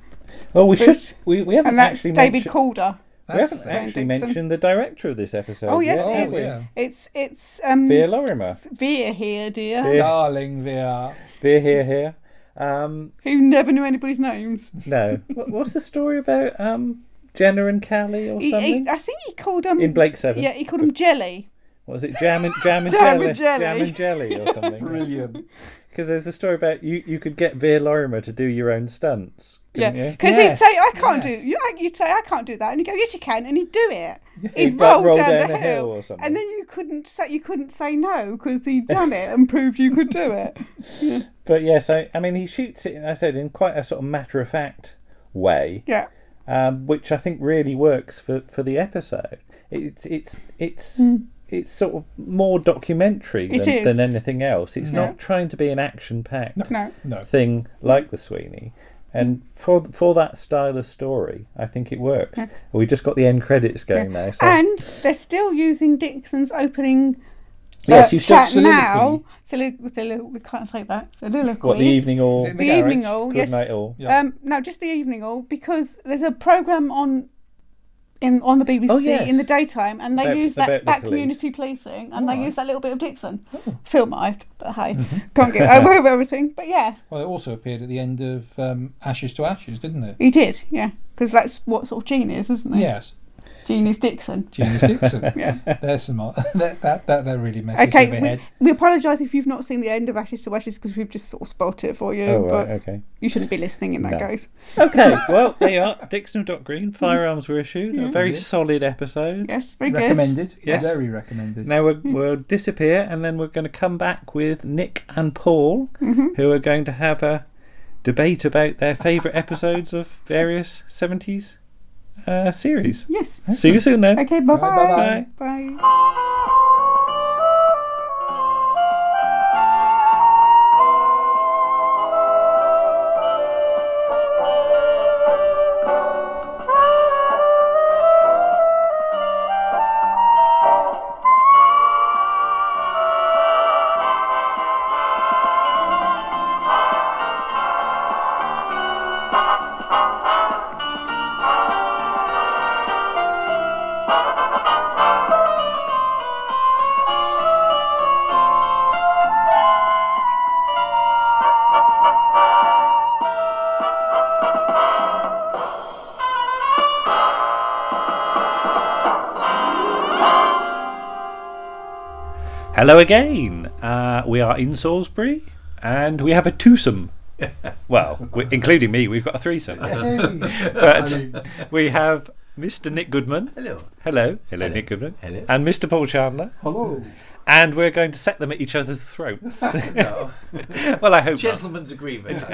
S1: Oh, we
S4: Which-
S1: should. We, we haven't
S4: and that's
S1: actually
S4: David
S1: mentioned.
S4: Calder.
S1: we
S5: that's
S1: haven't
S5: the-
S1: actually
S4: Dixon.
S1: mentioned the director of this episode.
S4: Oh yes,
S1: yet,
S5: Oh,
S4: it
S1: have
S4: is.
S1: we?
S5: yeah.
S4: it's it's um
S1: Via Lorimer.
S4: Via here, dear.
S1: Via,
S5: darling. They are.
S1: Via here, here. Um,
S4: Who never knew anybody's names.
S1: no, what, what's the story about um, Jenna and Callie or
S4: He- he-
S1: something?
S4: I think he called him.
S1: In Blake Seven,
S4: Yeah, he called him Jelly.
S1: What was it jam and jam and
S4: Jam
S1: jelly,
S4: and jelly.
S1: jam and jelly or something?
S8: Brilliant.
S1: Because there's the story about you, you could get Veer Lorimer to do your own stunts.
S4: Yeah,
S1: couldn't you?
S4: because
S8: Yes,
S4: he'd say, "I can't
S8: yes.
S4: do." You, you'd say, "I can't do that," and he'd go, "Yes, you can," and he'd do it.
S1: He'd
S4: He'd
S1: bu-
S4: roll,
S1: roll
S4: down,
S1: down
S4: the
S1: a
S4: hill,
S1: hill or something.
S4: and then you couldn't say you couldn't say no because he'd done it and proved you could do it.
S1: But yes, I, I mean he shoots it. I said in quite a sort of matter of fact way,
S4: Yeah,
S1: um, which I think really works for, for the episode. It's it's it's it's sort of more documentary
S4: Hmm. It
S1: than,
S4: is.
S1: than anything else. It's
S4: Yeah.
S1: not trying to be an action packed
S4: no,
S8: No.
S1: thing like the Sweeney. And for for that style of story, I think it works. We just got the end credits going now. So
S4: and they're still using Dixon's opening.
S1: yes,
S4: uh,
S1: you should.
S4: chat
S8: soliloquy.
S4: now. Solilo- solilo- we can't say that. Soliloquy.
S1: What the evening all?
S8: Is it in
S4: The
S8: garage?
S4: evening all.
S1: Good
S4: Oh, Yes,
S1: night all.
S8: Yeah.
S4: Um, no, just the evening all because there's a program on in on the BBC
S1: Oh, yes.
S4: in the daytime, and they
S1: About-
S4: use
S1: about
S4: that
S1: the
S4: back
S1: police. Oh.
S4: community policing, and they
S8: Alright.
S4: use that little bit of Dixon filmised. But hey,
S1: Mm-hmm.
S4: can't get away with everything. But yeah,
S5: Well, it also appeared at the end of um, Ashes to Ashes, didn't it?
S4: he did. Yeah, because that's what sort of Gene is, isn't it?
S5: Yes,
S4: Gene is Dixon.
S5: James Dixon.
S4: Yeah.
S5: There's some that that that, that really messes okay,
S4: Okay,
S5: with
S4: we,
S5: head.
S4: we apologise if you've not seen the end of Ashes to Ashes because we've just sort of spoiled it for you,
S1: Oh
S4: but
S1: right, okay.
S4: you shouldn't be listening in that
S1: No.
S4: case.
S1: Okay, well there you are. Dixon of Dot Green. Firearms were issued. A very solid episode.
S4: Yes, very good.
S5: Recommended.
S1: Yes.
S5: Very recommended.
S1: Now we're, we'll disappear, and then we're going to come back with Nick and Paul, who are going to have a debate about their favourite episodes of various seventies uh, series.
S4: Yes.
S1: See you soon then.
S4: Mm. Okay, bye-bye.
S5: bye-bye.
S4: Bye.
S9: Hello again. Uh, we are in Salisbury and we have a twosome. well, we, including me, we've got a threesome. but we have Mr. Nick Goodman.
S10: Hello.
S9: Hello. Hello, Nick Goodman.
S10: Hello.
S9: And Mr. Paul Chandler.
S8: Hello.
S9: And we're going to set them at each other's throats.
S10: No.
S9: well, I hope not.
S10: Gentleman's agreement.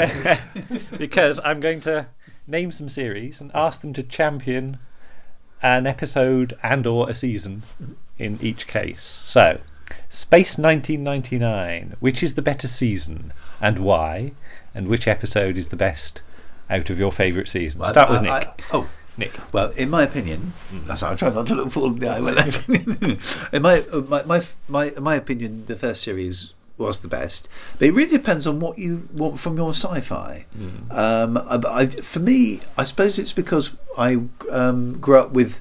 S9: because I'm going to name some series and ask them to champion an episode and or a season in each case. So, Space 1999, which is the better season and why? And which episode is the best out of your favourite season?
S10: Well,
S9: Start with
S10: I-
S9: Nick.
S10: I- oh,
S9: Nick.
S10: Well, in my opinion, that's I'm trying not to look forward. Yeah, well, in my, my my my my opinion, the first series was the best, but it really depends on what you want from your sci-fi. Um, I, I- for me, I suppose it's because I um, grew up with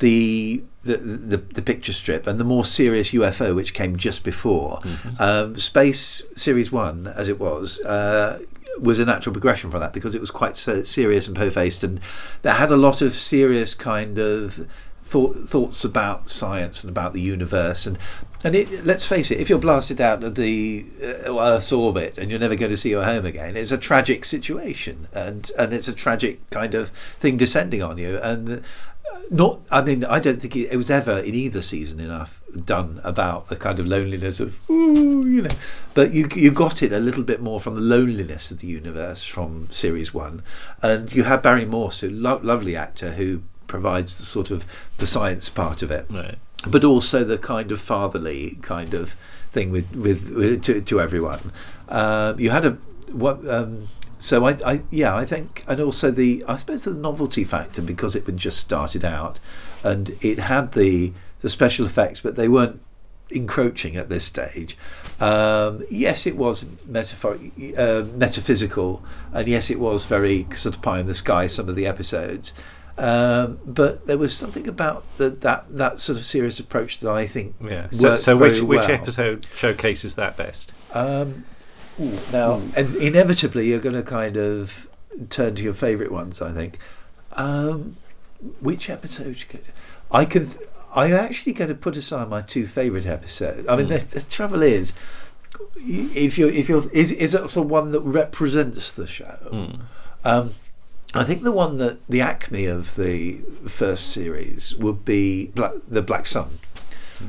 S10: the. The, the, the picture strip and the more serious UFO, which came just before um, Space Series One, as it was, uh, was a natural progression from that because it was quite se- serious and po-faced and that had a lot of serious kind of thought, thoughts about science and about the universe and and it, let's face it, if you're blasted out of the uh, Earth's orbit and you're never going to see your home again, it's a tragic situation, and and it's a tragic kind of thing descending on you. And uh, not I mean I don't think it, it was ever in either season enough done about the kind of loneliness of ooh you know but you you got it a little bit more from the loneliness of the universe from series 1 and you have Barry Morse who lo- lovely actor who provides the sort of the science part of it
S9: Right.
S10: but also the kind of fatherly kind of thing with with, with to, to everyone. Um, you had a what? Um, so I, I yeah I think and also the I suppose the novelty factor because it had just started out and it had the the special effects but they weren't encroaching at this stage. Um, yes, it was metaphor- uh, metaphysical, and yes, it was very sort of pie in the sky. Some of the episodes, um, but there was something about the, that that sort of serious approach that I think
S9: Yeah. So,
S10: worked
S9: so which
S10: very
S9: which
S10: well.
S9: episode showcases that best?
S10: Um, Now, and inevitably, you're going to kind of turn to your favourite ones. I think. Um, which episode? should go to? I can. I'm actually going to put aside my two favourite episodes. I mean, the, the trouble is, y- if you're if you're is is it the one that represents the show?
S1: Hmm.
S11: Hmm.
S10: Um, I think the one that the acme of the first series would be Black, the Black Sun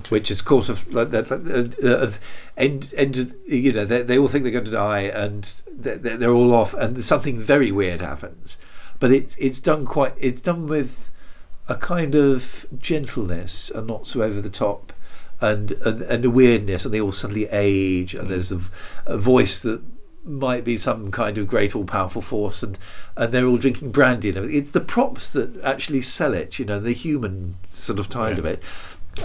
S10: which is of course of like, that- that- uh, uh, and and you know they, they all think they're going to die and they're, they're they're all off and something very weird happens but it's it's done quite it's done with a kind of gentleness and not so over the top and and, and a weirdness and they all suddenly age and there's a, v- a voice that might be some kind of great all powerful force and and they're all drinking brandy and everything. it's the props that actually sell it you know the human sort of tide of it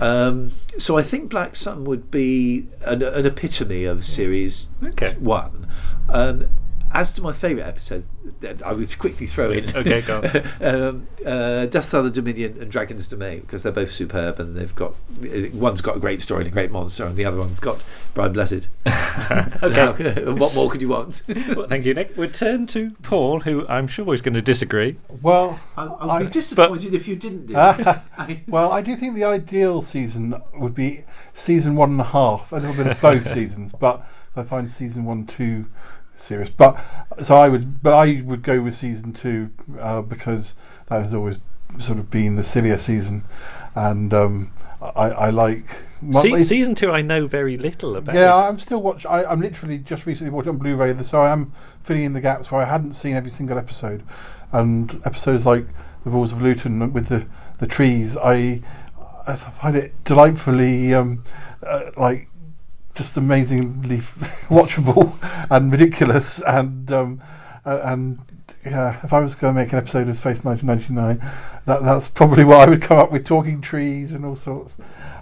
S10: um, so I think Black Sun would be an, an epitome of series
S5: Okay.
S10: one. Um, as to my favourite episodes, th- I would quickly throw in
S5: Okay, go on.
S10: um, uh, Death of the Dominion and Dragon's Domain because they're both superb and they've got uh, one's got a great story and a great monster and the other one's got Brian Blessed. okay, what more could you want?
S11: Well, thank you, Nick. We'll turn to Paul, who I'm sure is going to disagree.
S12: Well,
S10: I,
S12: I- Ah.
S10: I'd be disappointed if you didn't do that. I,
S12: well, I do think the ideal season would be season one and a half, a little bit of both seasons, but I find season one too serious. But so I would, but I would go with season two uh, because that has always sort of been the sillier season, and um, I, I like. well,
S11: Se-
S12: it's-
S11: season two, I know very little about.
S12: yeah, I'm still watching. I'm literally just recently watching on Blu-ray, so I am filling in the gaps where I hadn't seen every single episode, and episodes like the Rules of Luton with the the trees. I I f- find it delightfully um, uh, like just amazingly watchable and ridiculous and um, a- and. Yeah, if I was going to make an episode of Space 1999, that that's probably what I would come up with, talking trees and all sorts.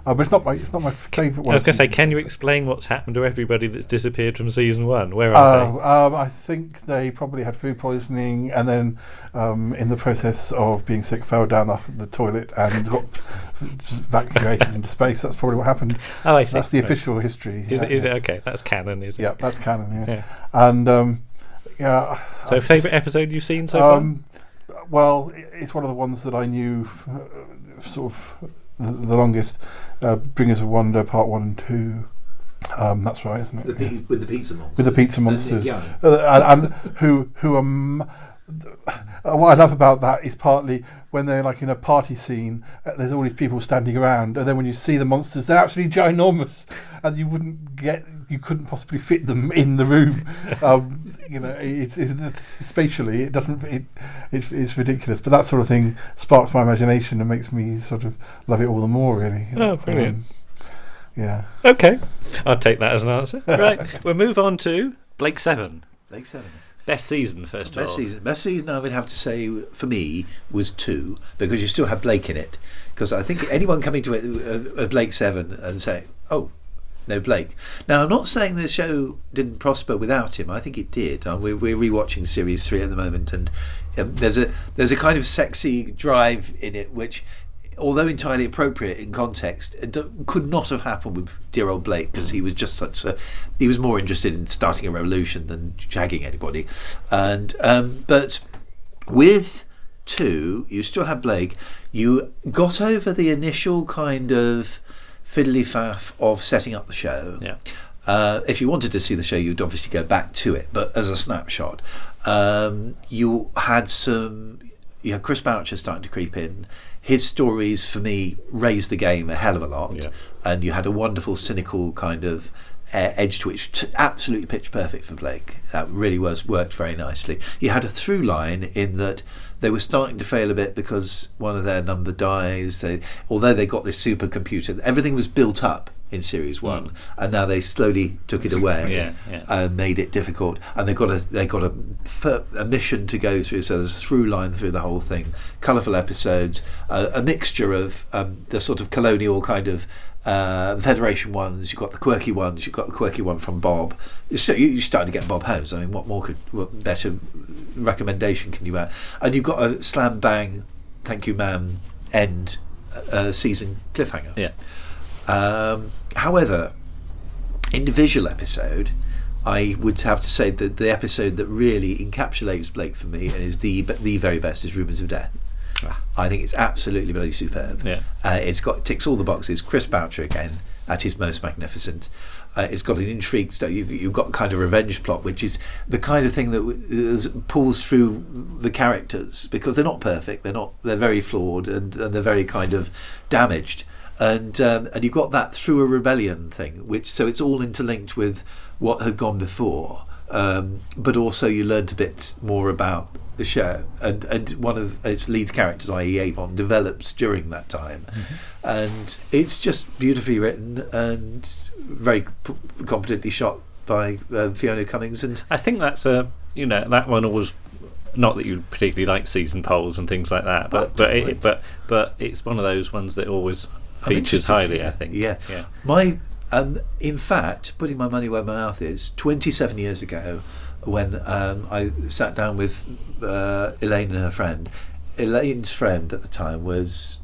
S12: Uh, but it's not my it's not my favourite
S11: I
S12: one.
S11: was going to say,
S12: Season
S11: can you explain what's happened to everybody that's disappeared from season one? Where are
S12: Oh, um, I think they probably had food poisoning, and then um, in the process of being sick, fell down the, the toilet and got just evacuated into space. That's probably what happened.
S11: they? Oh, I see.
S12: That's the
S11: Right.
S12: official history.
S11: Is
S12: yeah,
S11: it, is it-
S12: yes.
S11: okay, that's canon, is it?
S12: Yeah, that's canon. Yeah,
S11: Yeah.
S12: and um, yeah.
S11: So,
S12: I've
S11: favourite episode you've seen so
S12: um, well, i- it's one of the ones that I knew, uh, sort of, the, the longest. Uh, Bringers of Wonder, Part One and Two. Um, that's right, isn't it?
S10: the
S12: Yes.
S10: pe- with the pizza monsters.
S12: with the pizza
S10: They're
S12: monsters,
S10: young.
S12: Uh, and, and who who um, uh, what I love about that is partly when they're like in a party scene, uh, there's all these people standing around, and then when you see the monsters, they're absolutely ginormous, and you wouldn't get, you couldn't possibly fit them in the room. Um, you know, it, it, it, spatially, it doesn't, it, it, it's ridiculous. But that sort of thing sparks my imagination and makes me sort of love it all the more, really.
S11: Oh, brilliant.
S12: Um, yeah.
S11: far? Okay, I'll take that as an answer. Right, we'll move on to Blake Seven.
S10: Lake Seven.
S11: Best season, first of all.
S10: Best season, best season, I would have to say for me was two because you still have Blake in it. Because I think anyone coming to a, a, a Blake seven and say, "Oh, no Blake." Now I'm not saying the show didn't prosper without him. I think it did. Uh, we're, we're rewatching series three at the moment, and um, there's a there's a kind of sexy drive in it which. Although entirely appropriate in context, it do- could not have happened with dear old Blake because he was just such a. He was more interested in starting a revolution than shagging anybody, and um, but with two, you still have Blake. You got over the initial kind of fiddly faff of setting up the show.
S11: Yeah.
S10: Uh, if you wanted to see the show, you'd obviously go back to it. But as a snapshot, um, you had some. You had Chris Boucher starting to creep in. His stories, for me, raised the game a hell of a lot.
S11: Yeah.
S10: And you had a wonderful, cynical kind of uh, edge to it, which t- absolutely pitch perfect for Blake. That really was worked very nicely. You had a through line in that they were starting to fail a bit because one of their number dies. They, although they got this supercomputer, everything was built up in series one, and now they slowly took it away
S11: Yeah, yeah.
S10: and made it difficult. And they got a they got a, fir- a mission to go through. So there's a through line through the whole thing. Colourful episodes, uh, a mixture of um, the sort of colonial kind of. Uh, Federation ones, you've got the quirky ones, you've got the quirky one from Bob. So you, you started to get Bob House. I mean, what more could, what better recommendation can you have? And you've got a slam bang, thank you, ma'am, end uh, season cliffhanger.
S11: Yeah.
S10: Um, however, individual episode, I would have to say that the episode that really encapsulates Blake for me and is the the very best is Rumours of Death. I think it's absolutely bloody superb.
S1: Yeah.
S10: Uh, it's got ticks all the boxes. Chris Boucher again at his most magnificent. Uh, it's got an intrigue. St- you, you've got kind of revenge plot, which is the kind of thing that w- is, pulls through the characters because they're not perfect. They're not. They're very flawed and, and they're very kind of damaged. And um, and you've got that through a rebellion thing, which so it's all interlinked with what had gone before. Um, but also you learned a bit more about the show, and and one of its lead characters, i.e., Avon, develops during that time, and it's just beautifully written and very p- competently shot by uh, Fiona Cummings. And
S1: I think that's a you know that one always not that you particularly like season polls and things like that, but
S10: But
S1: but it,
S10: right.
S1: but but it's one of those ones that always
S10: I'm
S1: features
S10: interested to
S1: highly.
S10: hear.
S1: I think.
S10: Yeah.
S1: Yeah.
S10: My, um, in fact, putting my money where my mouth is, 27 years ago, when um, I sat down with uh, Elaine and her friend, Elaine's friend at the time was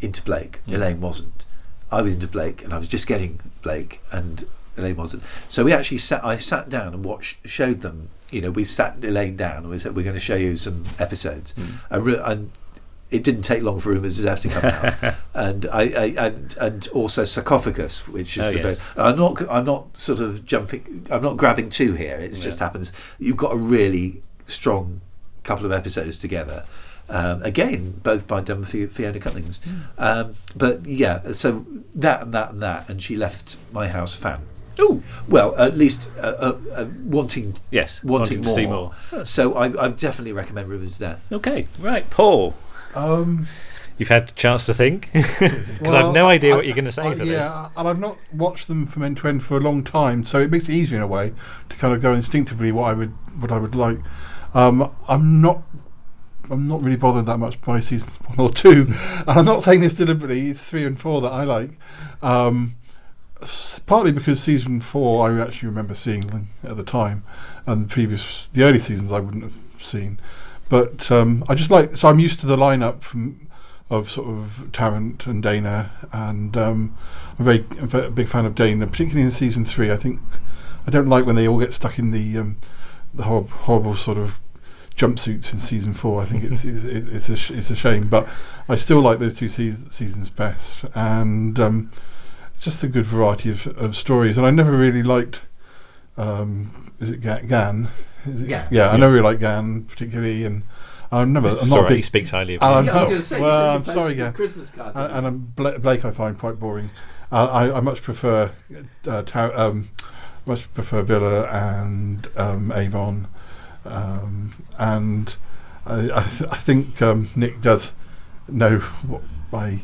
S10: into Blake. Elaine wasn't. I was into Blake, and I was just getting Blake, and Elaine wasn't. So we actually sat. I sat down and watched, showed them. You know, we sat Elaine down and we said, "We're going to show you some episodes,"
S1: Hmm.
S10: and, re- and it didn't take long for rumours to have to come out, and I, I and, and also sarcophagus, which is
S1: Oh,
S10: the
S1: yes.
S10: bo- I'm not I'm not sort of jumping. I'm not grabbing two here. It just happens. You've got a really strong couple of episodes together. Um, again, both by Dun Fi- Fiona Cummings.
S1: Hmm.
S10: Um, but yeah, so that and that and that, and she left my house a fan.
S1: Ooh.
S10: Well, at least uh, uh, uh, wanting
S1: Yes.
S10: wanting,
S1: to see
S10: more.
S1: more.
S10: So I, I definitely recommend Rivers to Death.
S1: Okay. Right, Paul.
S12: Um,
S11: You've had a chance to think because
S12: well,
S11: I've no idea
S12: I-
S11: what you're going to say
S12: I-
S11: for this.
S12: Yeah, and I've not watched them from end to end for a long time, so it makes it easier in a way to kind of go instinctively what I would what I would like. Um, I'm not. I'm not really bothered that much by seasons one or two, and I'm not saying this deliberately. It's three and four that I like, um, s- partly because season four I actually remember seeing at the time, and the previous the early seasons I wouldn't have seen, but um, I just like so I'm used to the lineup from of sort of Tarrant and Dana, and um, I'm very, I'm a very big fan of Dana, particularly in season three. I think I don't like when they all get stuck in the um, the horrible, horrible sort of jumpsuits in season four. I think it's it's, it's a sh- it's a shame, but I still like those two seas seasons best, and um, it's just a good variety of, of stories. And I never really liked um, is it Ga- Gan? Is it,
S10: Gan,
S12: Yeah, I never really liked Gan particularly, and I'm never I'm not a
S11: Sorry, he
S12: big
S11: speaks highly of
S12: and
S11: me.
S12: I'm,
S10: Yeah, I was
S12: not-
S10: gonna say, you said
S12: well,
S10: you
S12: I'm
S10: posted
S12: sorry,
S10: the
S12: yeah.
S10: Christmas cards,
S12: Uh, And,
S10: haven't
S12: and I'm Bla- Blake, I find quite boring. Uh, I, I much prefer, uh, Tar- um, much prefer Villa and um, Avon, um, and I, I, th- I think um, Nick does know what I. I,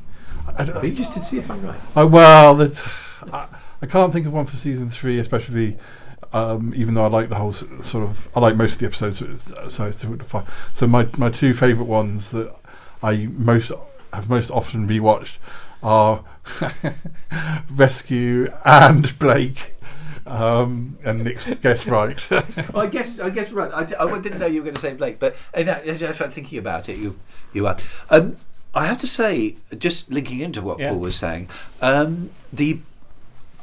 S10: I'm
S12: don't,
S10: interested to see if I'm right.
S12: I Uh, well, that I, I can't think of one for season three, especially. Um, even though I like the whole s- sort of, I like most of the episodes. So it's, so, it's difficult to find. so my my two favourite ones that I most have most often rewatched are Rescue and Blake, um, and Nick's guess right.
S10: Well, I guess I guess right. I, d- I didn't know you were going to say Blake, but in fact, as I was thinking about it, you you are. Um, I have to say, just linking into what
S1: Yeah.
S10: Paul was saying, um, the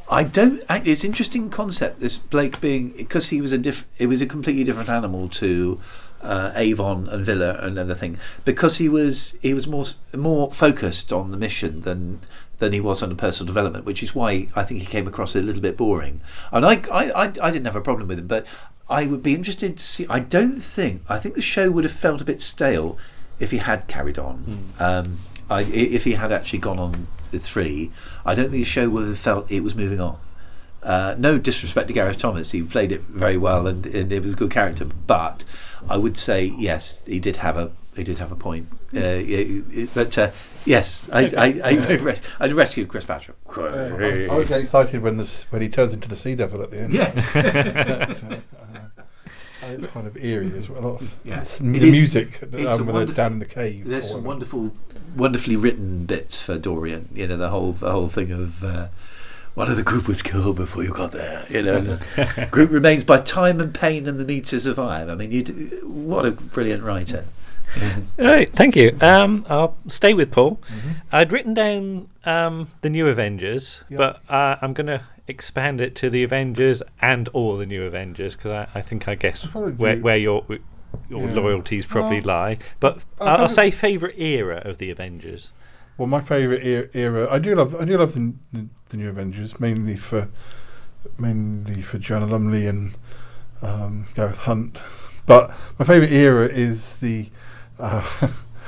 S10: I don't. act- It's interesting concept. This Blake being because he was a diff. It was a completely different animal to uh, Avon and Villa and everything because he was he was more s- more focused on the mission than than he was on the personal development, which is why I think he came across a little bit boring. And I I, I, I didn't have a problem with him, but I would be interested to see. I don't think I think the show would have felt a bit stale if he had carried on. Um, I, i- if he had actually gone on the three, I don't think the show would have felt it was moving on. Uh, no disrespect to Gareth Thomas, he played it very well and, and it was a good character. But I would say yes, he did have a he did have a point. Uh, y- y- but uh, yes, I I, I, res- I rescued Chris Patrick.
S12: I was excited when this when he turns into the sea devil at the end.
S10: Yes,
S12: But, uh, it's kind of eerie as well.
S10: yes,
S12: The
S10: It is-
S12: music um,
S10: it's a
S12: when they're
S10: wonderful-
S12: down in the cave. or
S10: There's some
S12: whatever.
S10: wonderful, wonderfully written bits for Dorian. You know the whole the whole thing of uh, one of the group was killed before you got there. You know, and group remains by time and pain and the meters of iron. I mean, you d- what a brilliant writer.
S12: Mm-hmm.
S11: Right, thank you. Um, I'll stay with Paul. I'd written down um, the new Avengers, but uh, I'm going to expand it to the Avengers and all the new Avengers because I, I think I guess
S12: Apology.
S11: where, where your your
S12: Yeah.
S11: loyalties probably
S12: Well,
S11: lie. But
S12: I
S11: I'll, I'll
S12: haven't-
S11: say favorite era of the Avengers.
S12: Well, my favourite era, era, I do love, I do love the, the, the new Avengers mainly for, mainly for Joanna Lumley and um, Gareth Hunt, but my favourite era is the, uh,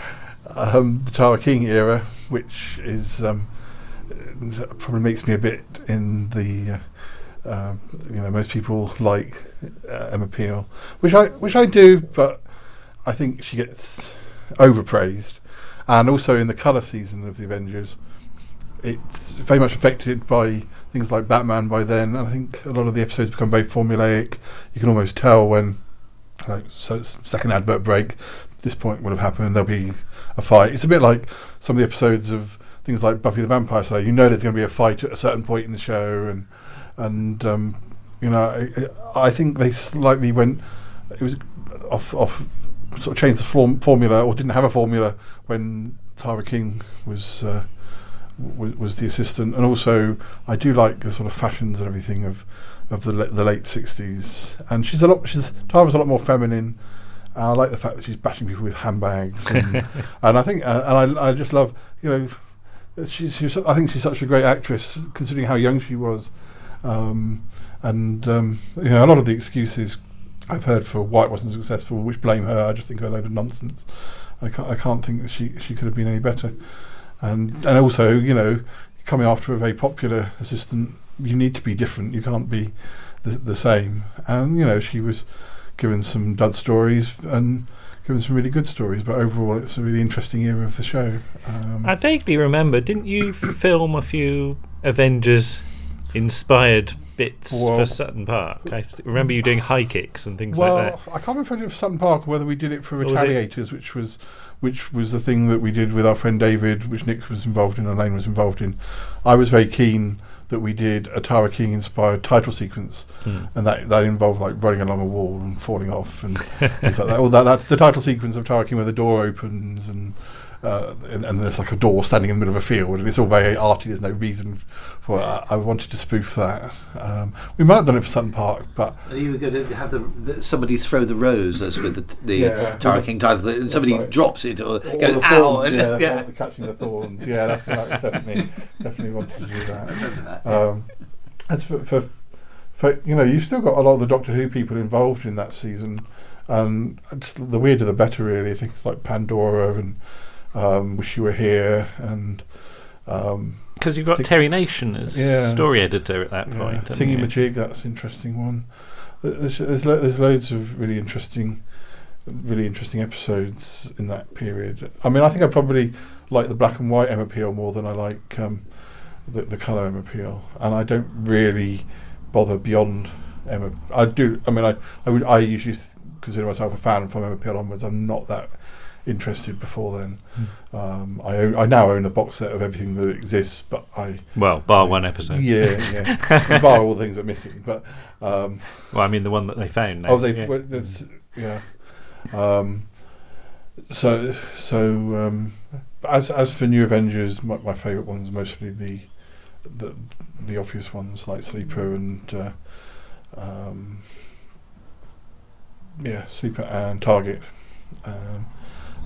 S12: um, the Tower King era, which is um, uh, probably makes me a bit in the, uh, um you know, most people like uh, Emma Peel, which I which I do, but I think she gets overpraised and also in the colour season of the Avengers, it's very much affected by things like Batman by then. And I think a lot of the episodes become very formulaic. You can almost tell when, like, so s- second advert break, this point will have happened. There'll be a fight. It's a bit like some of the episodes of things like Buffy the Vampire Slayer. You know, there's going to be a fight at a certain point in the show, and and um, you know, I- I, I think they slightly went. It was off off sort of changed the form, formula or didn't have a formula when Tyra King was uh, was, was the assistant, and also I do like the sort of fashions and everything of of the la- the late sixties. And she's a lot she's Tyra's a lot more feminine. And I like the fact that she's bashing people with handbags, and, and I think uh, and I, I just love you know she's, she's I think she's such a great actress considering how young she was, um, and um, you know a lot of the excuses I've heard for why it wasn't successful, which blame her. I just think her a load of nonsense. I can't, I can't think that she, she could have been any better. And and also, you know, coming after a very popular assistant, you need to be different. You can't be the, the same. And you know, she was given some dud stories and given some really good stories. But overall, it's a really interesting era of the show. Um,
S11: I vaguely remember, didn't you film a few Avengers inspired bits for
S12: Well- uh,
S11: Sutton Park? I s- remember you doing high kicks and things
S12: well,
S11: like that.
S12: I can't remember if I did it for Sutton Park or whether we did it for
S11: Or was it-
S12: Retaliators, which was which was the thing that we did with our friend David, which Nick was involved in and Lane was involved in. I was very keen that we did a Tara King inspired title sequence,
S11: Hmm.
S12: and that that involved like running along a wall and falling off and things like that. Well, that, that's the title sequence of Tara King where the door opens and. Uh, and, and there's like a door standing in the middle of a field, and it's all very arty. There's no reason for it. I, I wanted to spoof that. Um, we might have done it for Sutton Park, but
S10: And you were going to have the, the somebody throw the rose as with the, the
S12: Yeah.
S10: Tara King titles, and somebody
S12: right.
S10: drops it or
S12: Or
S10: goes
S12: the
S10: ow,
S12: thorn,
S10: and, yeah,
S12: yeah, the thorn- the catching the thorns. Yeah, that's, that's definitely definitely wanted to do that. Um, as for, for for you know, you've still got a lot of the Doctor Who people involved in that season, and just the weirder the better, really. Things like Pandora and um, Wish You Were Here, and um,
S11: Because you've got
S12: think-
S11: Terry Nation as
S12: Yeah.
S11: story editor at that
S12: yeah,
S11: point. haven't
S12: Singing
S11: you?
S12: Majig, that's an interesting one. Th- There's there's, lo- there's loads of really interesting, really interesting episodes in that period. I mean, I think I probably like the black and white Emma Peel more than I like um, the, the colour Emma Peel, and I don't really bother beyond Emma. I do. I mean, I I, would, I usually th- consider myself a fan from Emma Peel onwards. I'm not that interested before then. Um, I own, I now own a box set of everything that exists, but I
S11: Well, bar one episode.
S12: yeah, yeah. And bar all the things that are missing, but um,
S11: Well, I mean the one that they found. Now.
S12: oh, they
S11: yeah.
S12: well, there's yeah. Um, so so um, as as for New Avengers, my, my favourite ones are mostly the the the obvious ones like Sleeper and uh, um, yeah, Sleeper and Target. Um,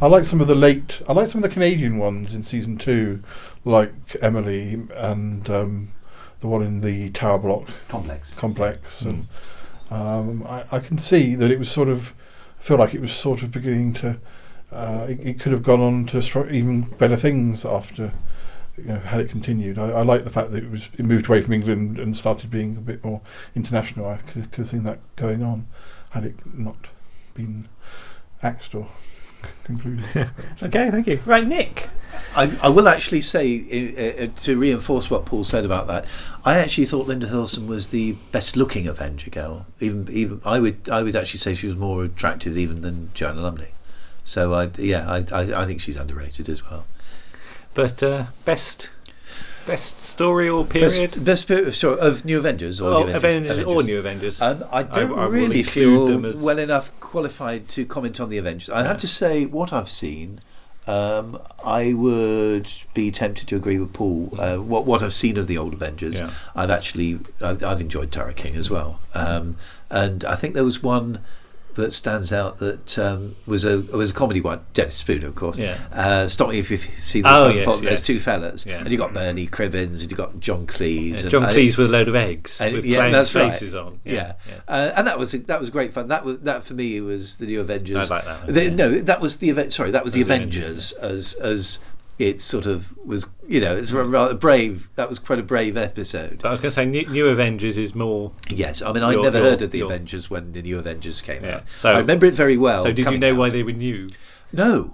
S12: I like some of the late. I like some of the Canadian ones in season two, like Emily and um, the one in the tower block
S10: complex.
S12: complex and
S11: Mm.
S12: um, I, I can see that it was sort of I feel like it was sort of beginning to uh, it, it could have gone on to stro- even better things after you know had it continued I, I like the fact that it was it moved away from England and started being a bit more international I could, could have seen that going on had it not been axed or c- concluded
S11: Okay, thank you. Right, Nick.
S10: I, I will actually say uh, uh, to reinforce what Paul said about that. I actually thought Linda Hilson was the best looking Avenger girl. Even even I would I would actually say she was more attractive even than Joanna Lumley. So I yeah I I, I think she's underrated as well.
S11: But uh, best best story or period?
S10: Best best period sorry, of New Avengers or
S11: oh,
S10: New
S11: Avengers, or New Avengers.
S10: Um, I don't
S11: I will
S10: really
S11: include
S10: feel
S11: them as-
S10: well enough qualified to comment on the Avengers. I have to say, what I've seen, um, I would be tempted to agree with Paul. Uh, what what I've seen of the old Avengers,
S1: Yeah.
S10: I've actually I've, I've enjoyed Tara King as well, um, and I think there was one that stands out that um, was a was a comedy one, Dennis Spoon, of course.
S1: Yeah.
S10: Uh, stop me if you see this.
S1: Oh,
S10: one,
S1: yes,
S10: folk-
S1: yeah.
S10: There's two fellas,
S1: Yeah.
S10: and you got Bernie Cribbins, and you got John Cleese. and
S1: John
S10: I-
S1: Cleese with a load of eggs
S10: and-
S1: with
S10: yeah,
S1: clown
S10: that's right.
S1: faces on.
S10: yeah, Uh, and that was that was great fun. That was that for me was the new Avengers.
S1: I like that one,
S10: The-
S1: yeah.
S10: No, that was the event. Sorry, that was the
S1: That was the
S10: Avengers as as it sort of was. You know, it's ra- rather brave. That was quite a brave episode.
S1: But I was going to say, New, New Avengers is more.
S10: Yes, I mean, I
S1: Your-
S10: never
S1: your-
S10: heard of the
S1: your-
S10: Avengers when the new Avengers came
S1: Yeah.
S10: out.
S1: So-
S10: I remember it very well.
S1: so did you
S10: Oh, coming
S1: know
S10: out.
S1: why they were new?
S10: No,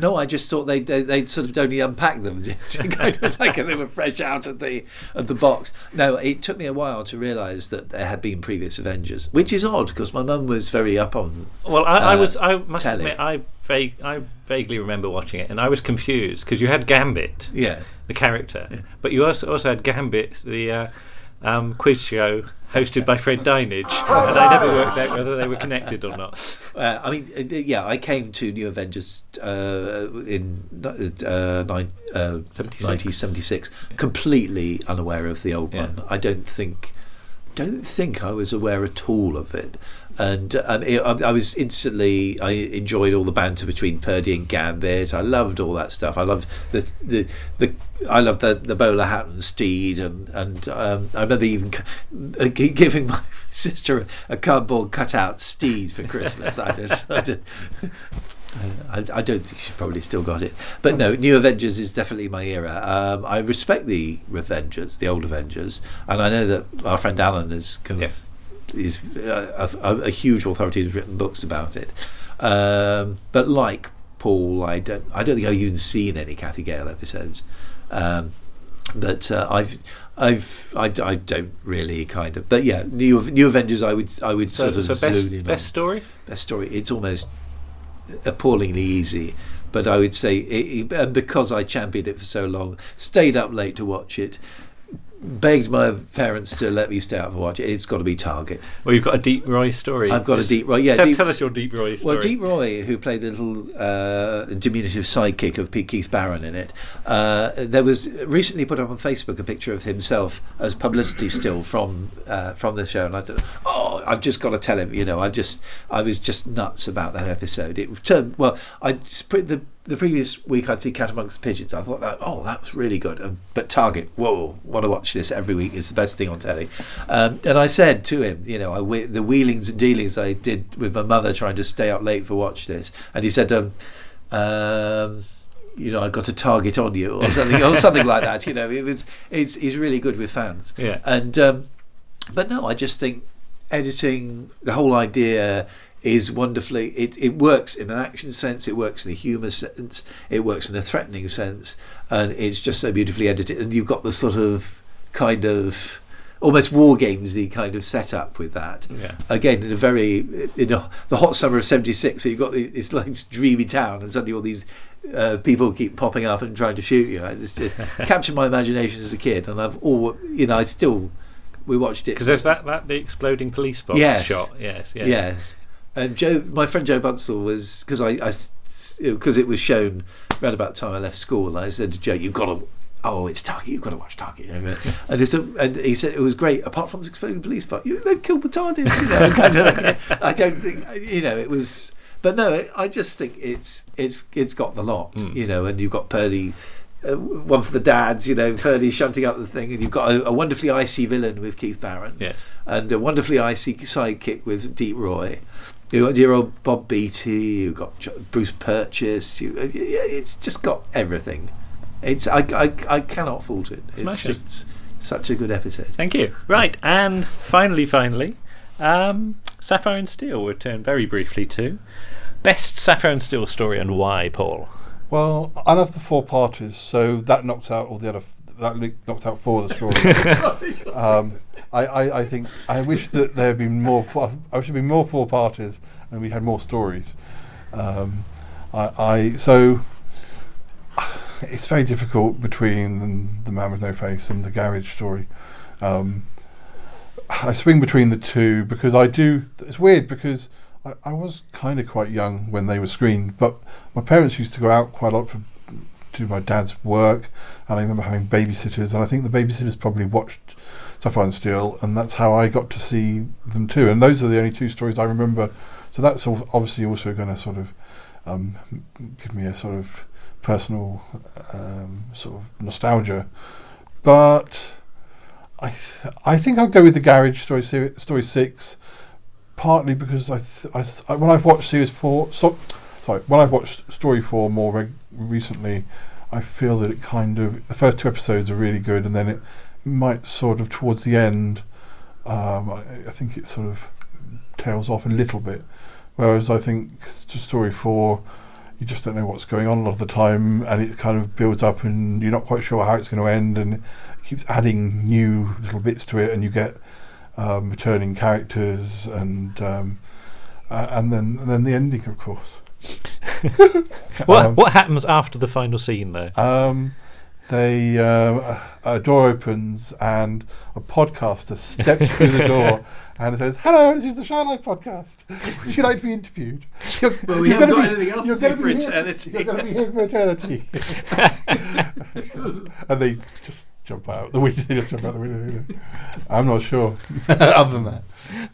S10: no. I just thought they they they'd sort of only unpack them, just kind of like they were fresh out of the of the box. No, it took me a while to realise that there had been previous Avengers, which is odd because my mum was very up on.
S1: Well, I, I
S10: uh,
S1: was. I must
S10: telly.
S1: admit, I vague, I vaguely remember watching it, and I was confused because you had Gambit,
S10: Yeah,
S1: the character, but you also also had Gambit, the uh, um, quiz show hosted by Fred Dinage, and I never worked out whether they were connected or not.
S10: uh, I mean, uh, yeah, I came to New Avengers uh, in uh, nine, uh,
S1: 76.
S10: 1976, completely unaware of the old
S1: Yeah.
S10: one. I don't think, don't think I was aware at all of it. And um, it, I, I was instantly, I enjoyed all the banter between Purdy and Gambit. I loved all that stuff. I loved the the, the I loved the the bowler hat and steed, and and um, I remember even c- uh, g- giving my sister a cardboard cutout steed for Christmas. I just. I just I, I don't think she's probably still got it, but
S1: Uh-huh.
S10: no, New Avengers is definitely my era. Um, I respect the Avengers, the old Avengers, and I know that our friend Alan is con-
S1: Yes.
S10: is uh, a, a, a huge authority has written books about it. Um, but like Paul, I don't I don't think I've even seen any Kathy Gale episodes. Um, but uh, I've I've I, d- I don't really kind of but yeah new new Avengers I would I would
S1: So,
S10: sort of
S1: so
S10: zone in
S1: best,
S10: on.
S1: best story.
S10: best story it's almost appallingly easy but I would say it, it- and because I championed it for so long stayed up late to watch it begged my parents to let me stay up and watch it it's got to be Target
S1: Well, you've got a Deep Roy story.
S10: I've got a
S1: Just
S10: deep Roy. Yeah,
S1: tell,
S10: deep,
S1: tell us your Deep Roy story.
S10: well, Deep Roy, who played the little uh, diminutive sidekick of Pete Keith Barron in it, uh, there was recently put up on Facebook a picture of himself as publicity still from uh, from the show, and I thought, oh, I've just got to tell him. You know, I just I was just nuts about that episode. It turned well. I just put the the previous week I'd see Cat Amongst Pigeons. I thought that oh that was really good. Um, but Target, whoa, want to watch this every week. It's the best thing on telly. Um, and I said to him, you know, I whe- the wheelings and dealings I did with my mother trying to stay up late for watch this. And he said, um, um, you know, I got a target on you or something or something like that. You know, it was it's he's really good with fans.
S1: Yeah.
S10: And um, but no, I just think editing the whole idea is wonderfully it, it works in an action sense it works in a humor sense it works in a threatening sense and it's just so beautifully edited and you've got the sort of kind of almost war gamesy kind of setup with that
S1: Yeah.
S10: again in a very in a, the hot summer of 76 so you've got the- this like dreamy town and suddenly all these uh, people keep popping up and trying to shoot you it's just captured my imagination as a kid and i've all you know i still we watched it
S1: Because there's that, that the exploding police box
S10: Yes.
S1: shot. Yes, yes.
S10: Yes. Um, Joe, my friend Joe Bunsell was because I because it was shown around about the time I left school. I said to Joe, "You've got to." Oh, it's Target. You've got to watch Target. And, I said- and he said it was great, apart from the exploding police part. You, they killed the TARDIS. You know, kind of like, I don't think you know it was, but no, I just think it's it's it's got the lot. You know, and you've got Purdy uh, one for the dads, you know, Purdy shunting up the thing, and you've got a, a wonderfully icy villain with Keith Barron,
S1: Yes.
S10: and a wonderfully icy sidekick with Deep Roy. You got your old Bob Beatty, you got Ch- Bruce Purchase. You, yeah, it's just got everything. It's I, I, I cannot fault it. It's
S1: Smashing.
S10: just such a good episode.
S1: Thank you. Right, and finally, finally, um, Sapphire and Steel return very briefly to best Sapphire and Steel story and why, Paul.
S12: Well, I love the four parties, so that knocked out all the other. That li- knocked out four of the stories. um, I, I, I think I wish that there had been more. fo- I wish there had been more four parties, and we had more stories. Um, I, I so it's very difficult between the man with no face and the garage story. Um, I swing between the two because I do. It's weird because I, I was kind of quite young when they were screened, but my parents used to go out quite a lot for to my dad's work, and I remember having babysitters, and I think the babysitters probably watched Sapphire and Steel, and that's how I got to see them too. And those are the only two stories I remember. So that's al- obviously also going to sort of um, give me a sort of personal um, sort of nostalgia, but. I th- I think I'll go with the Garage story seri- story six, partly because I, th- I, s- I- when I've watched series four so, sorry when I've watched story four more reg- recently, I feel that it kind of the first two episodes are really good, and then it might sort of towards the end, um, I, I think it sort of tails off a little bit, whereas I think s- to story four. You just don't know what's going on a lot of the time, and it kind of builds up, and you're not quite sure how it's going to end, and keeps adding new little bits to it, and you get um, returning characters, and um, uh, and then and then the ending, of course.
S1: What,
S12: Um,
S1: what happens after the final scene, though?
S12: Um, they um, a, a door opens, and a podcaster steps through the door. And says, "Hello, this is the Shy Life podcast. Would you like to be interviewed? You're,
S10: Well, we
S12: you're
S10: haven't
S12: gonna
S10: got anything else to
S12: you're
S10: do
S12: gonna
S10: for
S12: be here-
S10: eternity."
S12: You're going to be here for eternity." and they just jump out the window. They just jump out the window. you know. I'm not sure. Other than that,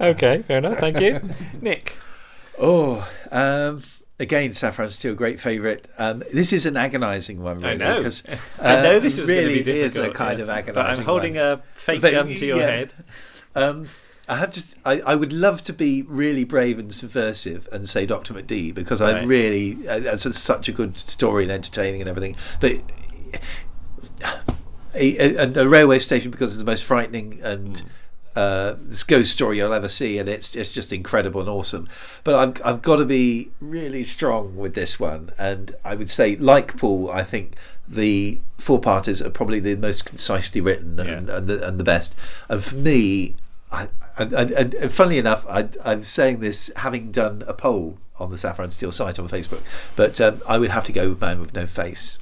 S1: Okay, fair enough. Thank you, Nick.
S10: Oh, um, again, Saffron's still a great favourite. Um, this is an agonising one, really.
S1: know.
S10: 'cause,
S1: I
S10: uh,
S1: know this was
S10: really
S1: going to be
S10: is
S1: difficult.
S10: a kind
S1: yes,
S10: of
S1: But I'm
S10: agonising
S1: holding
S10: one.
S1: a fake
S10: But,
S1: gun to your
S10: yeah.
S1: head.
S10: Um, I have just, I, I would love to be really brave and subversive and say Doctor McD because I
S1: Right.
S10: really, uh, that's just such a good story and entertaining and everything. But a, a, a railway station because it's the most frightening and uh, this ghost story you'll ever see, and it's it's just incredible and awesome. But I've I've got to be really strong with this one, and I would say, like Paul, I think the four parties are probably the most concisely written and, and, the, and the best. And for me, I, I, I, and- and funnily enough, I, I'm saying this having done a poll on the Saffron Steel site on Facebook, but um, I would have to go with Man with No Face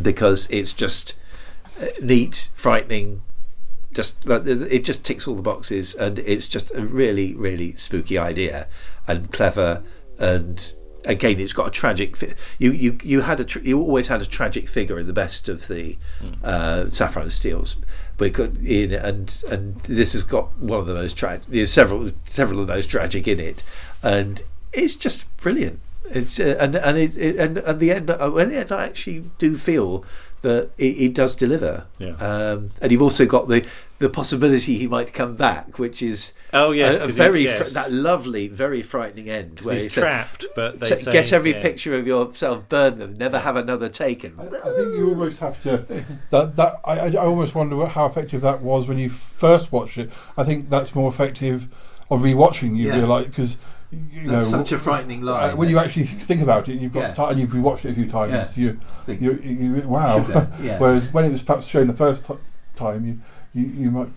S10: because it's just uh, neat, frightening. Just like, it it just ticks all the boxes, and it's just a really, really spooky idea, and clever, and again, it's got a tragic. Fi- you you you had a tr- you always had a tragic figure in the best of the uh, Saffron Steels, but got in and and this has got one of the most tragic. There's several several of the most tragic in it, and it's just brilliant. It's uh, and and it's, it, and at the end, uh, at the end, I actually do feel that it, it does deliver.
S1: Yeah.
S10: Um, and you've also got the the possibility he might come back, which is
S1: Oh, yes,
S10: a, a
S1: 'cause he-
S10: very
S1: yes.
S10: fr- that lovely, very frightening end where
S1: He's
S10: he said,
S1: trapped, but they
S10: "Ta-
S1: say,
S10: get every
S1: yeah.
S10: picture of yourself, burn them, never have another taken.
S12: I think you almost have to. That that I, I I almost wonder what- how effective that was when you first watched it. I think that's more effective on rewatching. You
S10: Yeah.
S12: realise because you know
S10: That's such a frightening
S12: uh,
S10: line.
S12: when you
S10: That's-
S12: actually think about it, you've got
S10: Yeah.
S12: ti- and you've rewatched it a few times. You,
S10: Think-
S12: you, you, wow.
S10: Sugar, yes.
S12: Whereas when it was perhaps shown the first t- time, you, you, you might.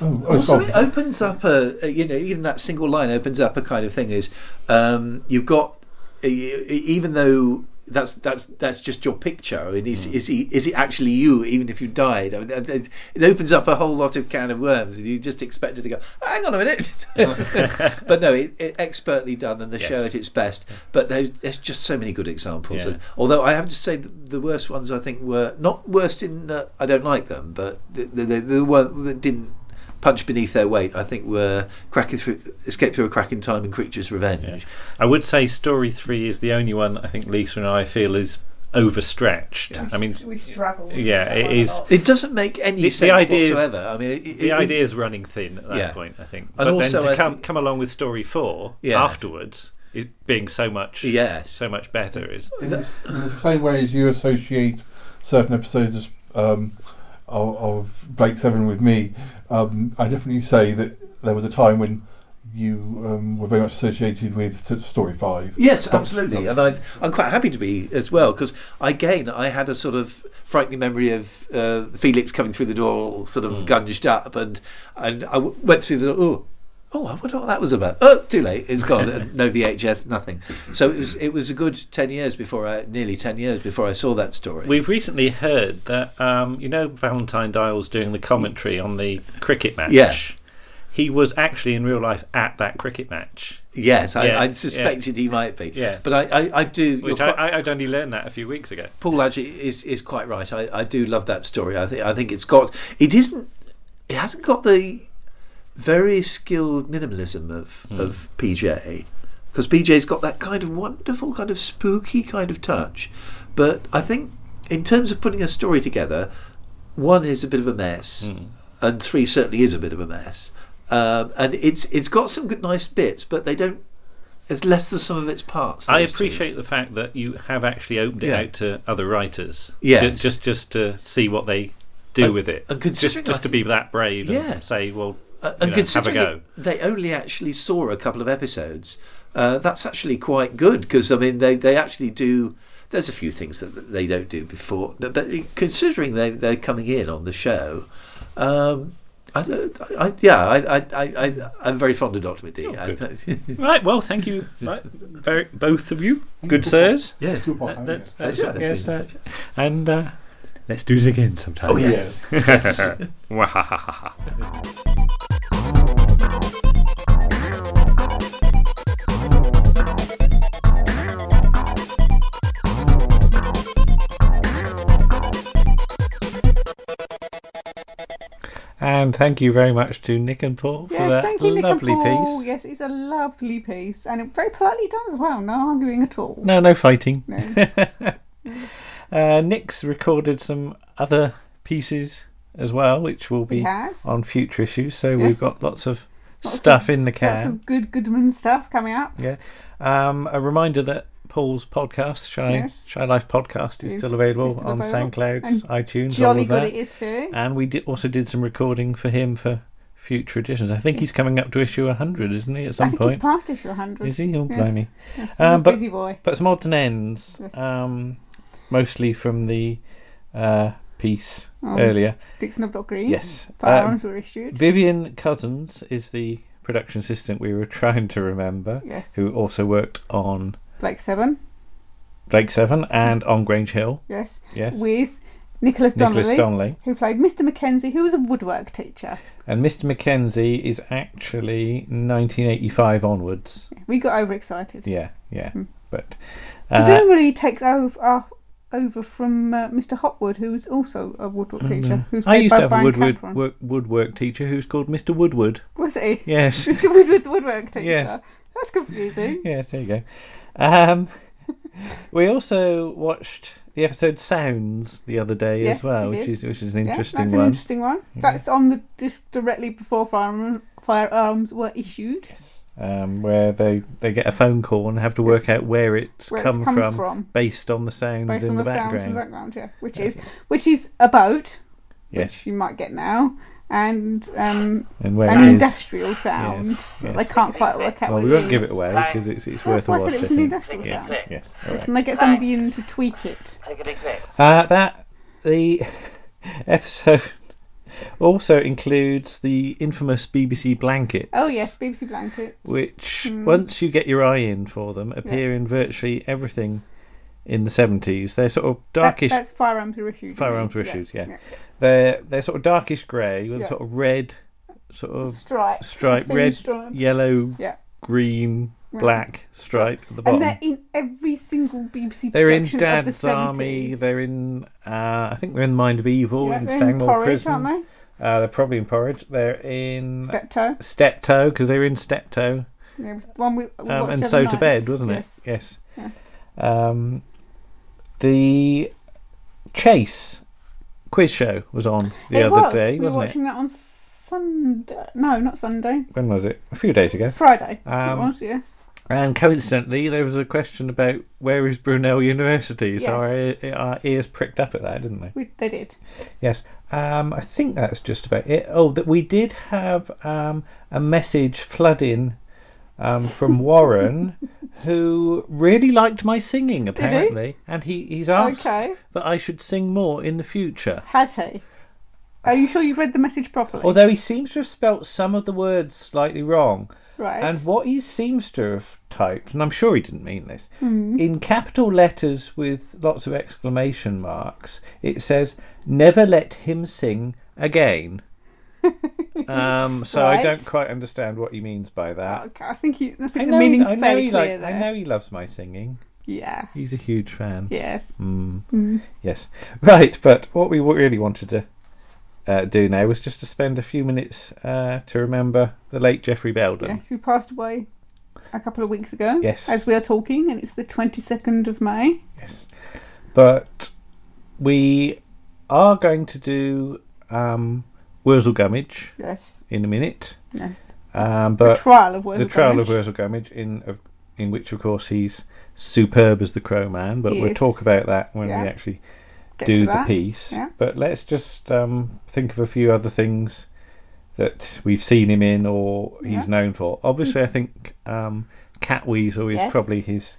S12: Oh, oh, it's
S10: also,
S12: gone.
S10: it opens up a a- you know even that single line opens up a kind of thing is um, you've got e- e- even though that's that's that's just your picture. I mean,
S12: Mm.
S10: is is, he, is it actually you? Even if you died, I mean, it- it it opens up a whole lot of can of worms, and you just expect it to go. Hang on a minute, but no, it, it expertly done, and the show at its best. But there's, there's just so many good examples.
S1: Yeah.
S10: Although I have to say, the, the worst ones I think were not worst in that I don't like them, but the the, the, the one that didn't punch beneath their weight, I think, were cracking through, escape through a crack in time and creatures' revenge.
S1: I would say story three is the only one that I think Lisa and I feel is overstretched. I mean,
S4: We struggled.
S1: yeah, it is.
S10: It doesn't make any
S1: It's the
S10: sense
S1: ideas-
S10: whatsoever. I mean, it, it,
S1: The
S10: it-
S1: idea is running thin at that
S10: Yeah.
S1: point, I think. But
S10: And also,
S1: then to
S10: I
S1: come,
S10: think-
S1: come along with story four
S10: Yeah.
S1: afterwards, it being so much,
S10: Yes.
S1: so much better is.
S12: in, this, in the same way as you associate certain episodes of, um, of, of Blake Seven with me, um, I definitely say that there was a time when you um, were very much associated with sort of Story Five.
S10: Yes,
S12: But-
S10: absolutely, and I, I'm quite happy to be as well because again, I had a sort of frightening memory of uh, Felix coming through the door, all sort
S1: Hmm.
S10: of gunged up, and and I w- went through the door. Oh, oh, I wonder what that was about. Oh, too late, it's gone. and no VHS, nothing. So it was it was a good ten years before I nearly ten years before I saw that story.
S1: We've recently heard that um, you know Valentine Dial's doing the commentary on the cricket match.
S10: Yeah.
S1: he was actually in real life at that cricket match.
S10: Yes, I,
S1: Yeah,
S10: I
S1: yeah.
S10: suspected he might be.
S1: Yeah.
S10: But I, I, I do. you're
S1: Which
S10: quite-
S1: I, I, I'd only learned that a few weeks ago.
S10: Paul actually is is quite right. I, I do love that story. I think I think it's got it isn't it hasn't got the very skilled minimalism of
S1: Hmm.
S10: of PJ because PJ's got that kind of wonderful kind of spooky kind of touch. But I think in terms of putting a story together, one is a bit of a mess,
S1: Hmm.
S10: and three certainly is a bit of a mess. Um, and it's it's got some good nice bits, but they don't. It's less than some of its parts.
S1: I
S10: those two.
S1: appreciate the fact that you have actually opened it
S10: Yeah.
S1: out to other writers. Ju-
S10: Yes.
S1: Just, just to see what they do
S10: And-
S1: with it.
S10: and
S1: just,
S10: considering I
S1: just to
S10: think-
S1: be that brave
S10: Yeah.
S1: and say, well,
S10: Uh,
S1: you
S10: and
S1: know, have a
S10: considering
S1: go.
S10: that they only actually saw a couple of episodes, uh, that's actually quite good because I mean they, they actually do. There's a few things that that they don't do before, but, but considering they they're coming in on the show, um, I, I, I yeah I, I I I I'm very fond of Doctor McD.
S1: Oh,
S10: I-
S1: Right, well, thank you, right, very, both of you. Good sirs.
S10: yeah.
S12: Good Oh, one, haven't
S1: That's-
S10: Pleasure,
S1: that's-
S10: it's been
S1: yes,
S10: a
S1: that- and uh, let's do it again sometime.
S10: Oh yes.
S1: Wahahaha. And thank you very much to Nick and Paul for
S4: Yes,
S1: that
S4: thank you, Nick and
S1: lovely
S4: Paul.
S1: piece.
S4: Yes, it's a lovely piece and it very politely done as well. No arguing at all.
S1: No, no fighting.
S4: No.
S1: Uh, Nick's recorded some other pieces as well, which will
S4: He
S1: be
S4: has.
S1: on future issues. So
S4: Yes.
S1: we've got lots of
S4: Lots
S1: stuff in the
S4: Lots
S1: can.
S4: of good Goodman stuff coming up.
S1: Um, a reminder that Paul's podcast, Shy
S4: Yes.
S1: Shy Life Podcast, is
S4: Is-
S1: still available
S4: is still
S1: on
S4: available.
S1: SoundCloud,
S4: And
S1: iTunes, all
S4: Jolly
S1: of
S4: good
S1: that.
S4: it is too.
S1: And we did, also did some recording for him for future editions. I think he's
S4: Yes.
S1: coming up to issue 100, isn't he, at
S4: I
S1: some
S4: think
S1: point?
S4: he's past issue 100.
S1: Is he? Oh,
S4: Yes.
S1: blimey.
S4: Yes,
S1: Um,
S4: he's a
S1: but-
S4: busy boy.
S1: But some odds and ends,
S4: Yes.
S1: um, mostly from the uh, piece
S4: Um,
S1: earlier.
S4: Dixon of Dot Green.
S1: Yes. Um,
S4: Firearms were issued.
S1: Vivian Cousins is the production assistant we were trying to remember,
S4: Yes.
S1: who also worked on
S4: Blake Seven.
S1: Blake Seven and on Grange Hill.
S4: Yes.
S1: Yes,
S4: With Nicholas Donnelly,
S1: Nicholas Donnelly
S4: who played Mr. Mackenzie, who was a woodwork teacher.
S1: and Mr. Mackenzie is actually 1985 onwards.
S4: We got overexcited.
S1: Yeah, yeah,
S4: Hmm.
S1: but uh,
S4: Presumably he takes over uh, over from uh, Mr. Hotwood, who was also a woodwork teacher. Who's
S1: Mm-hmm. mm, I
S4: played
S1: used
S4: by
S1: to have a
S4: Brian
S1: woodwood,
S4: Capron.
S1: work, woodwork teacher who's called Mr. Woodward.
S4: Was he?
S1: Yes,
S4: Mr. Woodward, the woodwork teacher.
S1: Yes.
S4: That's confusing.
S1: yes, there you go. Um, we also watched the episode Sounds the other day as
S4: Yes, we
S1: well, which
S4: did.
S1: is which is an
S4: Yeah,
S1: interesting
S4: that's
S1: one.
S4: an interesting one.
S1: Yeah.
S4: That's on the just directly before firearm, firearms were issued.
S1: um, where they, they get a phone call and have to work
S4: Yes.
S1: out where it's
S4: Where
S1: come
S4: it's come
S1: from,
S4: from,
S1: based on the sounds
S4: based
S1: in
S4: on
S1: the,
S4: the, sounds in the
S1: background.
S4: background, yeah. Which
S1: That's
S4: is which is a boat,
S1: Yes,
S4: which you might get now, and um,
S1: and where
S4: an
S1: it is.
S4: industrial sound.
S1: Yes,
S4: that
S1: yes.
S4: They can't quite work out.
S1: Well,
S4: what
S1: we
S4: it
S1: won't give
S4: is.
S1: it away because it's, it's worth a
S4: That's why I
S1: watch.
S4: said
S1: I
S4: it was an
S1: think.
S4: industrial
S1: Yes,
S4: sound.
S1: yes, all right.
S4: And they get somebody in to tweak it.
S1: Uh, that the episode also includes the infamous BBC blankets.
S4: Oh yes, BBC blankets.
S1: which
S4: Mm.
S1: once you get your eye in for them, appear in virtually everything in the seventies. They're sort of
S4: That-
S1: darkish
S4: that's firearms were issued. you mean?
S1: Firearms were
S4: Yeah,
S1: issued, yeah.
S4: yeah.
S1: They're they're sort of darkish grey with
S4: Yeah.
S1: sort of red, sort of
S4: Stripe.
S1: stripe,
S4: thin
S1: red,
S4: stripe.
S1: yellow,
S4: Yeah.
S1: green,
S4: Right.
S1: black stripe at the
S4: And
S1: bottom.
S4: they're in every single BBC
S1: They're in
S4: production of the
S1: Dad's Army.
S4: 70s.
S1: They're in, uh, I think they're in Mind of Evil
S4: yeah,
S1: in
S4: they're
S1: Stanmore
S4: porridge,
S1: Prison.
S4: aren't
S1: Uh, they're probably in Porridge. They're in
S4: they? Steptoe.
S1: Steptoe because they're in Steptoe
S4: Yeah, one we, we
S1: um,
S4: watched
S1: and
S4: the
S1: So
S4: other
S1: to Bed,
S4: night.
S1: wasn't
S4: Yes,
S1: it? Yes.
S4: yes.
S1: Um, the Chase quiz show was on the
S4: it
S1: other
S4: was.
S1: day,
S4: we
S1: wasn't
S4: were
S1: it?
S4: watching that on Sunday. No, not Sunday.
S1: When was it? A few days ago.
S4: Friday.
S1: Um,
S4: it was, yes.
S1: And coincidentally, there was a question about where is Brunel University. So
S4: Yes.
S1: our, our ears pricked up at that, didn't they?
S4: We, they did.
S1: Yes. Um, I think that's just about it. Oh, that we did have um, a message flood in um, from Warren, who really liked my singing
S4: he?
S1: apparently, and he, he's asked
S4: Okay.
S1: that I should sing more in the future.
S4: Has he? Are you sure you've read the message properly?
S1: Although he seems to have spelt some of the words slightly wrong.
S4: right.
S1: And what he seems to have typed, and I'm sure he didn't mean this,
S4: Hmm.
S1: in capital letters with lots of exclamation marks, it says, Never let him sing again. Um, so I
S4: Right.
S1: don't quite understand what he means by that.
S4: Okay, I think, you, I
S1: I
S4: think
S1: know,
S4: the meaning's
S1: I know
S4: fairly
S1: he
S4: clear
S1: like-
S4: there.
S1: I know he loves my singing.
S4: Yeah.
S1: He's a huge fan.
S4: Yes.
S1: Mm,
S4: Mm.
S1: yes. Right, but what we wa- really wanted to uh, do now was just to spend a few minutes uh, to remember the late Geoffrey Belden.
S4: Yes, who passed away a couple of weeks ago.
S1: Yes.
S4: As we are talking, and it's the 22nd of May.
S1: Yes. But we are going to do um, Wurzel Gummidge
S4: Yes.
S1: in a minute.
S4: Yes.
S1: Um,
S4: The
S1: but
S4: trial of Wurzel
S1: the trial of
S4: Gummidge.
S1: Wurzel Gummidge, in of- in which, of course, he's superb as the Crow Man. But we'll
S4: Yes.
S1: talk about that when
S4: Yeah.
S1: we actually
S4: Get to
S1: do the
S4: that.
S1: piece.
S4: yeah.
S1: But let's just um, think of a few other things that we've seen him in or he's
S4: Yeah.
S1: known for. Obviously, I think um, Cat Weasel is
S4: Yes.
S1: probably his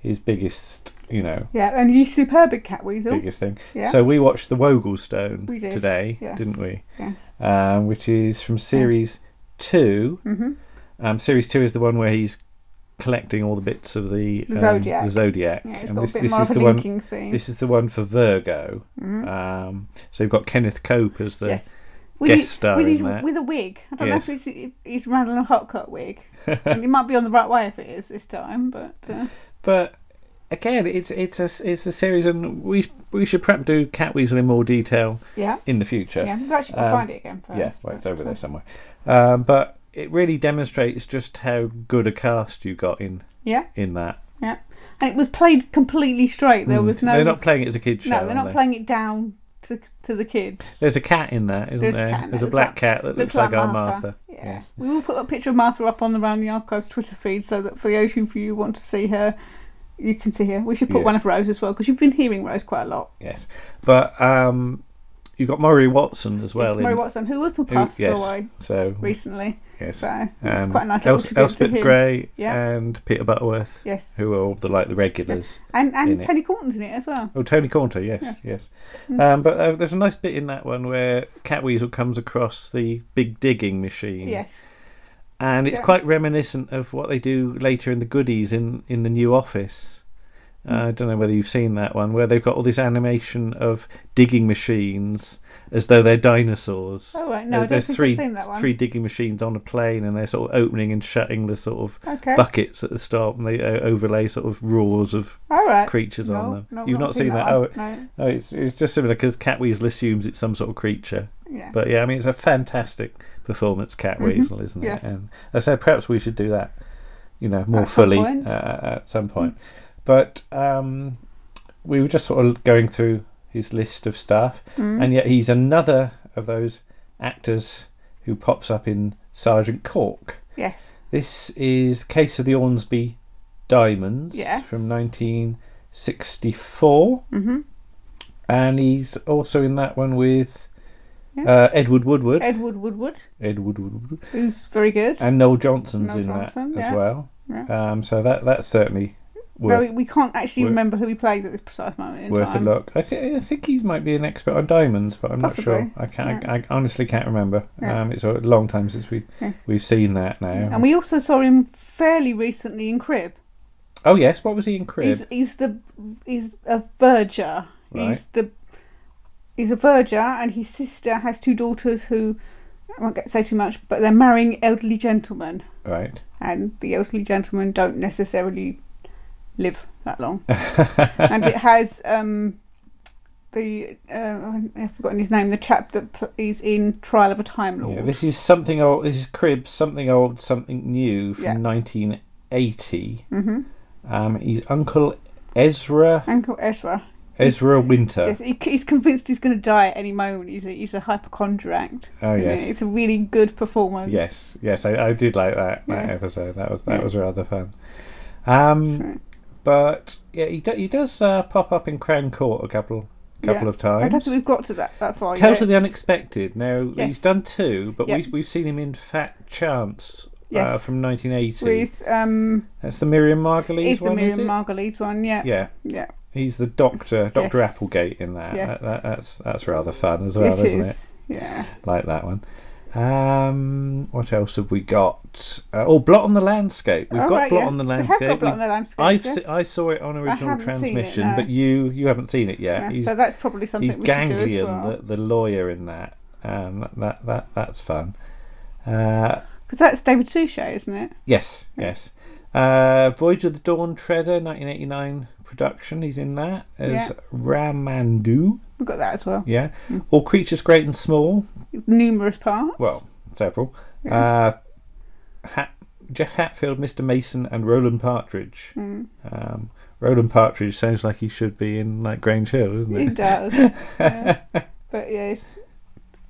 S1: his biggest, you know,
S4: Yeah, and you superb at Cat Weasel.
S1: biggest thing.
S4: Yeah.
S1: So we watched the Wogelstone
S4: We did,
S1: today,
S4: yes.
S1: didn't we?
S4: Yes.
S1: Um, which is from series two.
S4: hmm
S1: Um, series two is the one where he's collecting all the bits of the,
S4: The
S1: um,
S4: Zodiac.
S1: The zodiac.
S4: Yeah, it's
S1: and
S4: got
S1: this,
S4: a bit
S1: this
S4: more
S1: is
S4: of a
S1: the one.
S4: linking theme.
S1: This is the one for Virgo.
S4: Mhm.
S1: Um, so you've got Kenneth Cope as the
S4: yes.
S1: guest
S4: his-
S1: star
S4: with,
S1: in
S4: his,
S1: that.
S4: with a wig. I don't
S1: Yes.
S4: know if he's, he's running a hot cut wig. and it might be on the right way if it is this time, but uh,
S1: but again, it's it's a it's a series, and we we should perhaps do Catweasel in more detail
S4: yeah.
S1: in the future.
S4: Yeah, we've actually got to
S1: Um,
S4: find it again first.
S1: Yeah, well, it's
S4: but,
S1: over
S4: uh,
S1: there somewhere. Um, but it really demonstrates just how good a cast you got in
S4: Yeah,
S1: in that. Mm.
S4: and it was played completely straight. There was no.
S1: They're not playing it as a kids show.
S4: no, they're
S1: are
S4: not
S1: they?
S4: playing it down to to the kids.
S1: There's a cat in that, isn't
S4: There's a
S1: there?
S4: cat in
S1: There's a
S4: that looks
S1: black
S4: like-
S1: cat that looks, like, our Martha.
S4: Yeah.
S1: Yes.
S4: We will put a picture of Martha up on the Round the Archives Twitter feed so that for those of you who want to see her, you can see her. We should put
S1: Yeah.
S4: one of Rose as well because you've been hearing Rose quite a lot.
S1: Yes. But um, you've got Maury Watson as well.
S4: it's Murray
S1: in-
S4: Watson, who also
S1: who-
S4: passed
S1: yes.
S4: away
S1: So,
S4: recently.
S1: yes.
S4: So it's
S1: Um,
S4: quite a nice little
S1: Els-
S4: tribute
S1: Elspeth
S4: to him.
S1: Gray
S4: Yeah.
S1: and Peter Butterworth,
S4: Yes.
S1: who are all the, like the regulars.
S4: and
S1: in
S4: and
S1: it.
S4: Tony Corton's in it as well.
S1: Oh, Tony Cornter, yes, yes.
S4: Yes. Mm-hmm.
S1: Um, but uh, there's a nice bit in that one where Catweasel comes across the big digging machine.
S4: Yes.
S1: and it's
S4: Yeah.
S1: quite reminiscent of what they do later in the goodies in in the new office.
S4: Mm.
S1: Uh, I don't know whether you've seen that one where they've got all this animation of digging machines as though they're dinosaurs.
S4: Oh right, no,
S1: Uh,
S4: I don't
S1: there's
S4: think
S1: three
S4: I've seen that one.
S1: three digging machines on a plane, and they're sort of opening and shutting the sort of
S4: okay.
S1: buckets at the start, and they uh, overlay sort of roars of
S4: All right.
S1: creatures on them.
S4: Uh, no,
S1: You've
S4: not, seen, that?
S1: Oh,
S4: one. no.
S1: no, it's it's just similar because Catweasel assumes it's some sort of creature.
S4: Yeah.
S1: But yeah, I mean, it's a fantastic performance, Cat
S4: Mhm.
S1: Weasel, isn't it?
S4: Yes.
S1: And I said perhaps we should do that, you know, more
S4: At some
S1: fully
S4: point. Mm-hmm.
S1: uh, at some point. But um, we were just sort of going through his list of stuff,
S4: Mm.
S1: and yet he's another of those actors who pops up in Sergeant Cork.
S4: yes.
S1: This is Case of the Ormsby Diamonds
S4: Yes.
S1: from 1964
S4: hmm
S1: and he's also in that one with
S4: Yeah.
S1: uh, Edward Woodward.
S4: Edward Woodward,
S1: Edward Woodward
S4: who's very good.
S1: and Noel Johnson's
S4: Noel
S1: in
S4: Johnson,
S1: that as
S4: yeah.
S1: well.
S4: Yeah.
S1: Um, so that that's certainly
S4: Well, we,
S1: worth
S4: we can't actually
S1: worth-
S4: remember who he plays at this precise moment in
S1: worth
S4: time.
S1: a look. I, th- I think he might be an expert on diamonds, but I'm not sure.
S4: Possibly,
S1: I can't. I, I honestly can't remember.
S4: Yeah.
S1: Um, it's a long time since we
S4: Yes.
S1: we've seen that now.
S4: Mm-hmm. And we also saw him fairly recently in Crib.
S1: oh yes, what was he in Crib?
S4: He's, he's the he's a verger.
S1: Right.
S4: He's the he's a verger, and his sister has two daughters who I won't get say too much, but they're marrying elderly gentlemen,
S1: Right.
S4: and the elderly gentlemen don't necessarily live that long. and it has um, the uh, I've forgotten his name, the chap that pl- is in Trial of a Time Lord.
S1: Yeah, this is something old. This is Crib, something old, something new from
S4: Yeah.
S1: 1980.
S4: hmm
S1: Um, he's Uncle Ezra.
S4: Uncle Ezra.
S1: Ezra Winter.
S4: Yes, he, he's convinced he's going to die at any moment. He's a, he's a hypochondriac.
S1: oh
S4: Yeah,
S1: yes,
S4: It's a really good performance.
S1: yes, yes. I, I did like that that
S4: Yeah.
S1: episode. That was that
S4: Yeah.
S1: was rather fun. Um,
S4: So,
S1: but yeah, he do, he does uh, pop up in Crown Court a couple couple
S4: yeah.
S1: of times.
S4: I don't think we've got to that, that far
S1: Tales of
S4: yet.
S1: the Unexpected. Now he's
S4: Yes.
S1: done two, but
S4: Yeah.
S1: we, we've seen him in Fat Chance. Uh,
S4: Yes.
S1: from 1980.
S4: With, um,
S1: That's the Miriam Margolyes
S4: is the
S1: one,
S4: Miriam
S1: is it?
S4: Margolyes one, yeah.
S1: yeah,
S4: Yeah,
S1: he's the Doctor, Doctor
S4: Yes.
S1: Applegate in that.
S4: Yeah.
S1: That, that. That's that's rather fun as well,
S4: it
S1: isn't it?
S4: is. Yeah.
S1: like that one. Um, what else have we got? Uh, oh, blot on the landscape. We've
S4: Oh,
S1: got
S4: right,
S1: blot
S4: yeah.
S1: on the
S4: We have
S1: landscape.
S4: got Blot
S1: We-
S4: on the Landscape,
S1: I've
S4: yes.
S1: se- I saw it on original
S4: haven't seen it,
S1: transmission,
S4: no.
S1: but you you haven't seen it yet.
S4: Yeah,
S1: He's,
S4: So that's probably something
S1: he's
S4: we should do as
S1: ganglion,
S4: well.
S1: the, the lawyer in that. Um, that, that that that's fun. Uh,
S4: Because that's David Suchet, isn't it?
S1: Yes, yes. Uh, Voyage of the Dawn Treader, 1989 production. He's in that as
S4: Yeah.
S1: Ramandu.
S4: We've got that as well.
S1: Yeah. All creatures great and small.
S4: Numerous parts.
S1: Well, several.
S4: Yes.
S1: Uh, Hat- Jeff Hatfield, Mr. Mason, and Roland Partridge.
S4: Mm.
S1: Um, Roland Partridge sounds like he should be in like Grange Hill, doesn't
S4: It
S1: it?
S4: does. yeah. But yeah, it's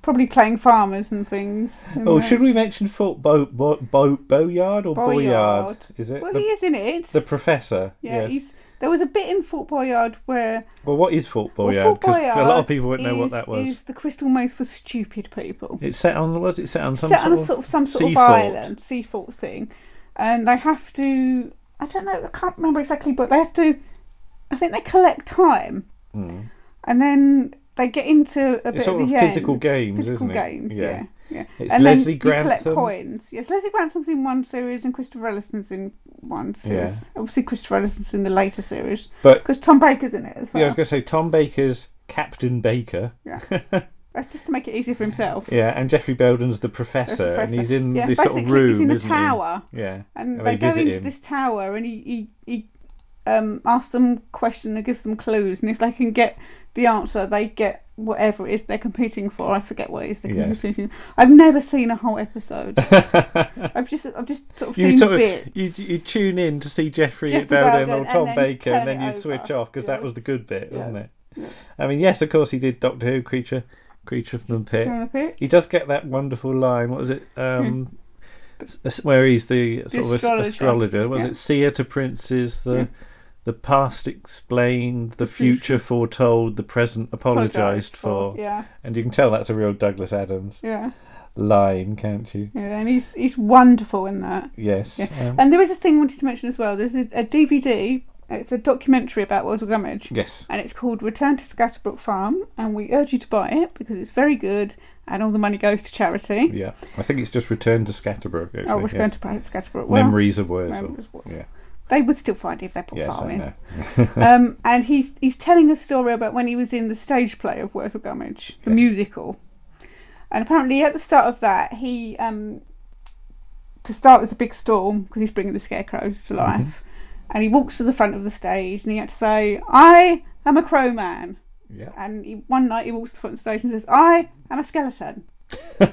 S4: probably playing farmers and things. and
S1: Oh, should we
S4: that's-
S1: mention Fort Bo- Bo- Bo- Boyard or Boyard?
S4: Boyard.
S1: Is it
S4: Well,
S1: the,
S4: he is in it.
S1: the professor?
S4: yeah,
S1: yes.
S4: he's. There was a bit in Fort Boyard where
S1: Well, what is Fort
S4: well,
S1: Boyard?
S4: Fort
S1: 'Cause
S4: Boyard
S1: a lot of people won't know
S4: is-
S1: what that was.
S4: Is the crystal maze for stupid people?
S1: It's set on was it set on some
S4: set
S1: sort
S4: on
S1: of
S4: sort of some sort
S1: sea
S4: of
S1: fort.
S4: island, sea fort thing, and they have to. I don't know. I can't remember exactly, but they have to. I think they collect time,
S1: Mm.
S4: and then they get into a bit
S1: sort
S4: of
S1: of
S4: the
S1: physical
S4: end.
S1: games,
S4: Physical
S1: isn't it?
S4: games,
S1: Yeah.
S4: yeah. yeah.
S1: It's
S4: and
S1: Leslie
S4: then you
S1: Grantham.
S4: collect coins. Yes, Leslie Grantham's in one series and Christopher Ellison's in one series. Obviously, Christopher Ellison's in the later series.
S1: But-
S4: Because Tom Baker's in it as well.
S1: Yeah, I was going to say Tom Baker's Captain Baker.
S4: That's just to make it easier for himself.
S1: Yeah, and Jeffrey Belden's the professor,
S4: The
S1: and he's in
S4: Yeah,
S1: this
S4: basically,
S1: sort of room,
S4: he's in a
S1: isn't
S4: tower.
S1: he? Yeah,
S4: And
S1: And they
S4: they, go
S1: visit
S4: into
S1: him.
S4: this tower, and he he, he um, asks them questions and gives them clues, and if they can get the answer, they get whatever it is they're competing for. I forget what it is they're
S1: Yes.
S4: competing. I've never seen a whole episode. I've just I've just sort of
S1: You
S4: seen
S1: sort of-
S4: bits.
S1: you you tune in to see Jeffrey,
S4: Jeffrey
S1: Belden,
S4: Belden
S1: or
S4: and
S1: Tom
S4: then
S1: Baker, and
S4: turn
S1: then
S4: it
S1: you
S4: over.
S1: switch off because that was the
S4: Yes.
S1: good bit,
S4: Yeah.
S1: wasn't it?
S4: Yeah.
S1: I mean, yes, of course he did Doctor Who, creature, creature from the pit.
S4: From the pit.
S1: He does get that wonderful line. What was it? Um, s- s- where he's the sort of
S4: Hmm. astrologer.
S1: as- astrologer. Was
S4: Yeah.
S1: it seer to princes? The
S4: Yeah.
S1: the past explained, the
S4: future.
S1: future foretold, the present apologized for.
S4: Yeah,
S1: And you can tell that's a real Douglas Adams
S4: yeah,
S1: line, can't you?
S4: yeah, and he's he's wonderful in that.
S1: Yes.
S4: Yeah.
S1: Um,
S4: And there is a thing I wanted to mention as well. There's a, a DVD. It's a documentary about Wurzel Gummidge.
S1: yes.
S4: and it's called Return to Scatterbrook Farm, and we urge you to buy it because it's very good, and all the money goes to charity.
S1: Yeah. I think it's just returned to Scatterbrook. Actually.
S4: oh, we're
S1: yes.
S4: going to buy it at Scatterbrook. Well,
S1: Memories of Wurzel.
S4: Memories of Wurzel.
S1: Yeah.
S4: They would still find it if they put
S1: Yes,
S4: farm
S1: I
S4: in.
S1: know.
S4: um, and he's he's telling a story about when he was in the stage play of Wurzel Gummidge, the
S1: Yes.
S4: musical. And apparently, at the start of that, he um, to start there's a big storm because he's bringing the scarecrows to
S1: Mm-hmm.
S4: life, and he walks to the front of the stage and he had to say, "I am a crow man."
S1: Yeah.
S4: And he, one night he walks to the front of the stage and says, "I am a skeleton."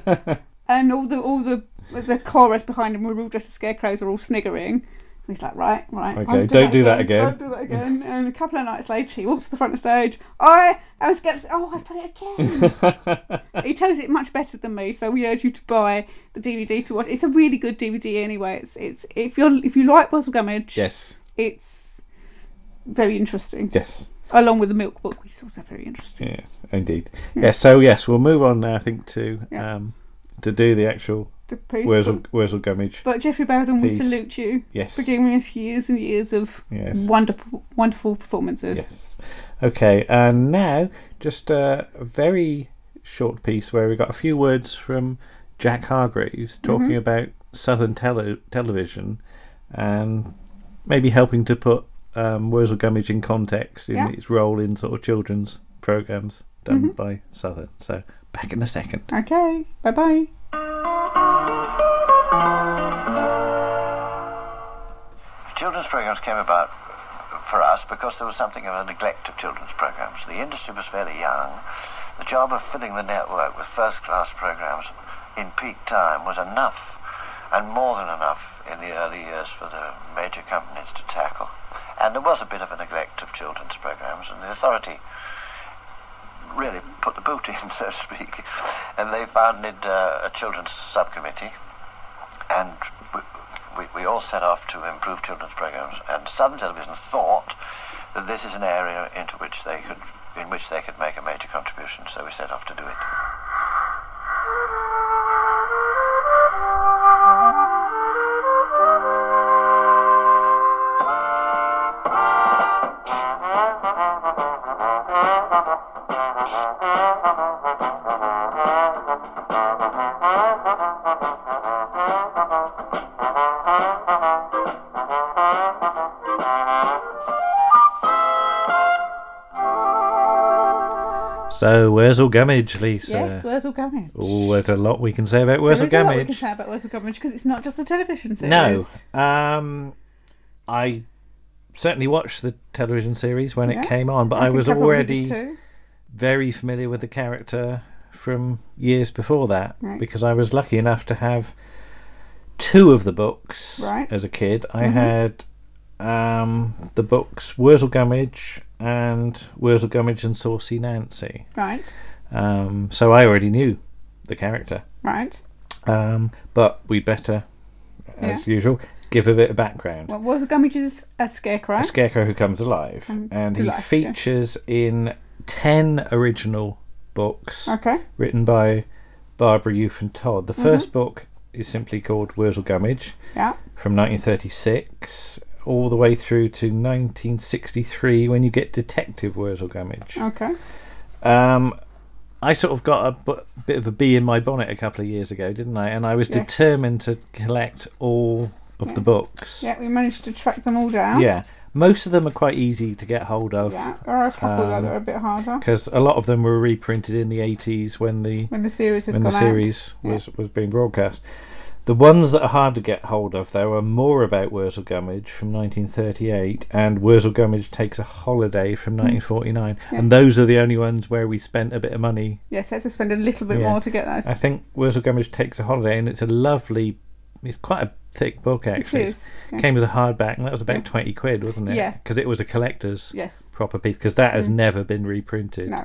S4: and all the all the the chorus behind him were all dressed as scarecrows are all sniggering. And he's like, right, right.
S1: Okay,
S4: I'll
S1: don't do that again.
S4: Don't do that again. And a couple of nights later, he walks to the front of the stage. I I was skeptical. Oh, I've done it again. he tells it much better than me, so we urge you to buy the DVD to watch. It's a really good DVD anyway. It's it's if you're if you like Wurzel Gummidge,
S1: Yes.
S4: it's very interesting.
S1: Yes.
S4: Along with the Milk Book, which is also very interesting.
S1: Yes. Indeed. Yes. so yes, we'll move on now. I think to
S4: Yeah.
S1: um, to do the actual
S4: The piece-
S1: Wurzel Wurzel Gummidge.
S4: But Jeffrey Bowden, we
S1: Peace.
S4: salute you
S1: Yes.
S4: for giving us years and years of
S1: Yes.
S4: wonderful, wonderful performances.
S1: Yes. Okay, and now just a very short piece where we got a few words from Jack Hargreaves
S4: Mm-hmm.
S1: talking about Southern tele- television and maybe helping to put um, Wurzel Gummidge in context in
S4: Yeah. Mm-hmm.
S1: its role in sort of children's programs done by Southern. So back in a second.
S4: Okay, bye bye.
S13: Children's programs came about for us because there was something of a neglect of children's programs. The industry was fairly young. The job of filling the network with first-class programs in peak time was enough, and more than enough in the early years for the major companies to tackle. And there was a bit of a neglect of children's programs, and the authority really put the boot in, so to speak, and they founded uh, a children's subcommittee and we, we, we all set off to improve children's programs. And Southern Television thought that this is an area into which they could, in which they could make a major contribution. So we set off to do it.
S1: So, Wurzel Gummidge, Lisa.
S4: Yes, Wurzel Gummidge.
S1: Oh, there's a lot we can say about Wurzel
S4: There is a lot we can
S1: Gummidge.
S4: say about Wurzel Gummidge because it's not just a television
S1: No.
S4: series.
S1: Um, I certainly watched the television series when
S4: Yeah.
S1: it came on, but I,
S4: think
S1: was
S4: probably did
S1: already
S4: too.
S1: very familiar with the character from years before that
S4: Right.
S1: because I was lucky enough to have two of the books
S4: Right.
S1: as a kid. I
S4: Mhm.
S1: had um, the books Wurzel Gummidge and Wurzel Gummidge and Saucy Nancy.
S4: Right,
S1: Um, so I already knew the character.
S4: right.
S1: Um, but we better, as usual, give a bit of background.
S4: Well, Wurzel Gummidge is a scarecrow.
S1: A scarecrow who comes alive,
S4: Comes
S1: and
S4: to
S1: he
S4: life, yes.
S1: features in ten original books
S4: okay,
S1: written by Barbara Eufin Todd. The 1st
S4: Mm-hmm.
S1: book is simply called Wurzel Gummidge
S4: yeah,
S1: from 1936 all the way through to 1963 when you get Detective Wurzel Gummidge.
S4: okay.
S1: Um, I sort of got a bu- bit of a bee in my bonnet a couple of years ago, didn't I? And I was
S4: Yes.
S1: determined to collect all of the books.
S4: Yeah, we managed to track them all down.
S1: Yeah. Most of them are quite easy to get hold of
S4: Yeah, there are a couple though
S1: Um,
S4: that are a bit harder
S1: because a lot of them were reprinted in the 80s when the
S4: when the series had
S1: when the
S4: gone
S1: series was, was being broadcast. The ones that are hard to get hold of, though, are more about Wurzel Gummidge from 1938 and Wurzel Gummidge Takes a Holiday from 1949.
S4: Hmm. Yeah.
S1: And those are the only ones where we spent a bit of money
S4: out. Yes, I had to spend a little bit
S1: Yeah.
S4: more to get those.
S1: I think Wurzel Gummidge takes a holiday, and it's a lovely. It's quite a thick book actually.
S4: It
S1: It
S4: is. yeah.
S1: came as a hardback, and that was about
S4: Yeah.
S1: twenty quid, wasn't it?
S4: Yeah.
S1: Because it was a collector's
S4: Yes.
S1: proper piece. Because that has
S4: Mm.
S1: never been reprinted.
S4: No.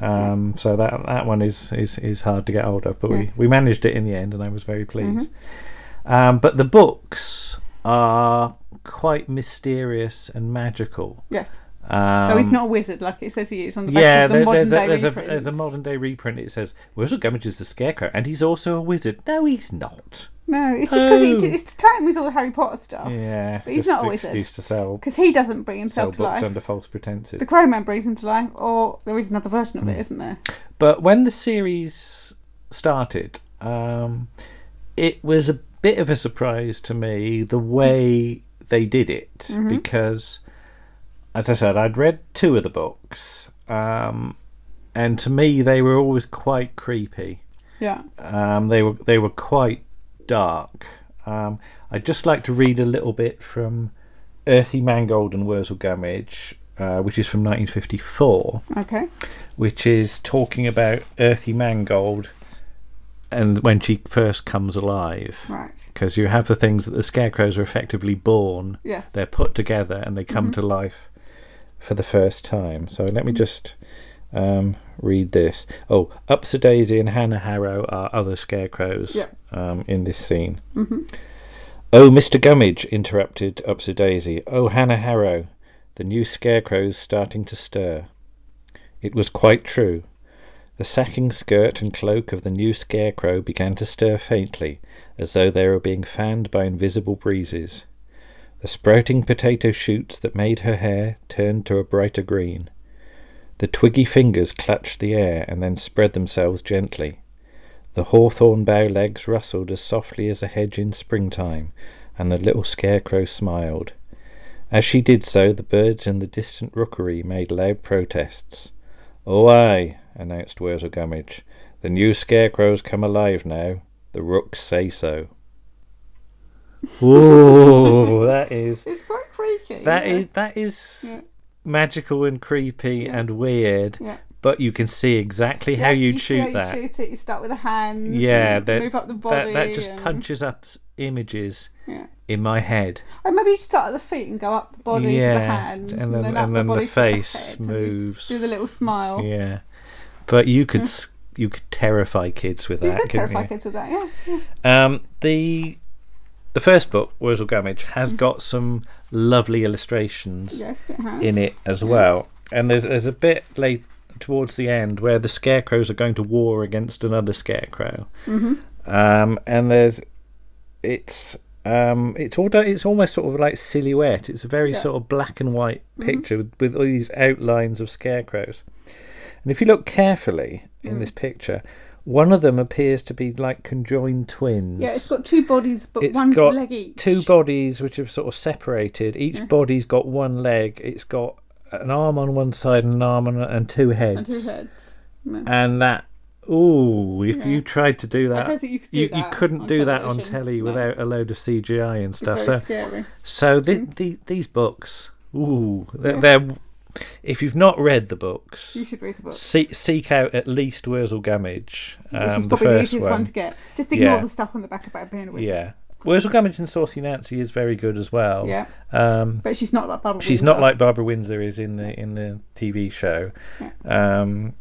S1: Um, so that that one is is, is hard to get hold of, but
S4: Yes. Mm-hmm.
S1: we, we managed it in the end, and I was very pleased. Um, but the books are quite mysterious and magical.
S4: Yes.
S1: Um,
S4: so he's not a wizard like it says he is on the back
S1: yeah,
S4: of the
S1: there-
S4: modern
S1: there's, a,
S4: day
S1: there's, a,
S4: reprints.
S1: there's a modern day reprint. It says Wurzel Gummidge is the scarecrow, and he's also a wizard. No, he's not.
S4: No, it's just because
S1: Oh.
S4: it's to tie in with all the Harry Potter stuff.
S1: yeah,
S4: but Oh, he's
S1: just
S4: not a
S1: an
S4: wizard.
S1: excuse to sell
S4: Because he doesn't bring
S1: sell
S4: himself
S1: books
S4: to life.
S1: under false pretenses.
S4: The Grey Man brings him to life, or there is another version
S1: Mm.
S4: of it, isn't there?
S1: But when the series started, um, it was a bit of a surprise to me the way they did it because, as I said, I'd read two of the books, um, and to me they were always quite creepy.
S4: Yeah.
S1: Um, they were they were quite dark. Um, I'd just like to read a little bit from Earthy Mangold and Wurzel Gummidge, uh, which is from 1954,
S4: Okay.
S1: which is talking about Earthy Mangold and when she first comes alive.
S4: Right.
S1: Because you have the things that the scarecrows are effectively born,
S4: Yes.
S1: they're put together and they come to life for the first time. So let me just um, read this. Oh, Upsidaisy and Hannah Harrow are other scarecrows
S4: Yeah.
S1: um, in this scene. Oh, Mr. Gummidge, interrupted Upsidaisy. Oh, Hannah Harrow, the new scarecrow's starting to stir. It was quite true. The sacking skirt and cloak of the new scarecrow began to stir faintly, as though they were being fanned by invisible breezes. The sprouting potato shoots that made her hair turned to a brighter green. The twiggy fingers clutched the air and then spread themselves gently. The hawthorn bough legs rustled as softly as a hedge in springtime, and the little scarecrow smiled. As she did so, the birds in the distant rookery made loud protests. Oh, aye, announced Wurzel Gummidge. The new scarecrow's come alive now. The rooks say so. Whoa, that is
S4: It's quite freaky.
S1: that
S4: isn't
S1: is that is
S4: Yeah.
S1: magical and creepy and weird.
S4: Yeah.
S1: But you can see exactly
S4: it?
S1: how
S4: Yeah,
S1: you
S4: see
S1: shoot
S4: how you
S1: that.
S4: shoot it. You start with the hands.
S1: yeah,
S4: and
S1: that,
S4: move up the
S1: that-
S4: body.
S1: that, just
S4: and-
S1: punches up s- images
S4: Yeah.
S1: in my head.
S4: Or maybe you start at the feet and go up the body to the hands,
S1: and then,
S4: up
S1: and then the,
S4: body to
S1: face
S4: head, and you
S1: moves.
S4: Do the little smile.
S1: Yeah, but you could s you could terrify kids with that.
S4: Hmm. You could
S1: couldn't
S4: terrify
S1: you?
S4: kids with that, yeah.
S1: Um, the the first book, Wurzel Gummidge, has
S4: Hmm.
S1: got some lovely illustrations
S4: Yes, it has.
S1: in it as well. And there's there's a bit late towards the end where the scarecrows are going to war against another scarecrow.
S4: Mm-hmm.
S1: Um, and there's it's um, it's all done, it's almost sort of like silhouette. It's a very
S4: Yeah. Mm-hmm.
S1: sort of black and white picture with, with all these outlines of scarecrows. And if you look carefully
S4: Mm.
S1: in this picture, one of them appears to be like conjoined twins.
S4: Yeah, it's got two bodies, but
S1: It's
S4: one
S1: got
S4: leg each.
S1: two bodies which have sort of separated. Each body's got one leg. It's got an arm on one side and an arm on, and two heads.
S4: And two heads. No.
S1: And that, ooh, if
S4: Yeah.
S1: you tried to do
S4: I
S1: that,
S4: don't think you could do
S1: you,
S4: that
S1: couldn't
S4: on
S1: do that on
S4: television.
S1: telly
S4: No.
S1: without a load of CGI and stuff.
S4: very
S1: so,
S4: scary.
S1: so thi-
S4: Hmm.
S1: thi- these books, ooh, they're, they're- if you've not read the books,
S4: You should read the books.
S1: se- seek out at least Wurzel Gummidge, um,
S4: Which is
S1: the
S4: probably the
S1: first
S4: easiest
S1: one.
S4: one. to get. Just ignore
S1: Yeah.
S4: the stuff on the back about being a wizard.
S1: Yeah. Wurzel Gummidge and Saucy Nancy is very good as well.
S4: Yeah.
S1: Um,
S4: But she's not like Barbara
S1: she's
S4: Windsor.
S1: not like Barbara Windsor is in the in the TV show. Um,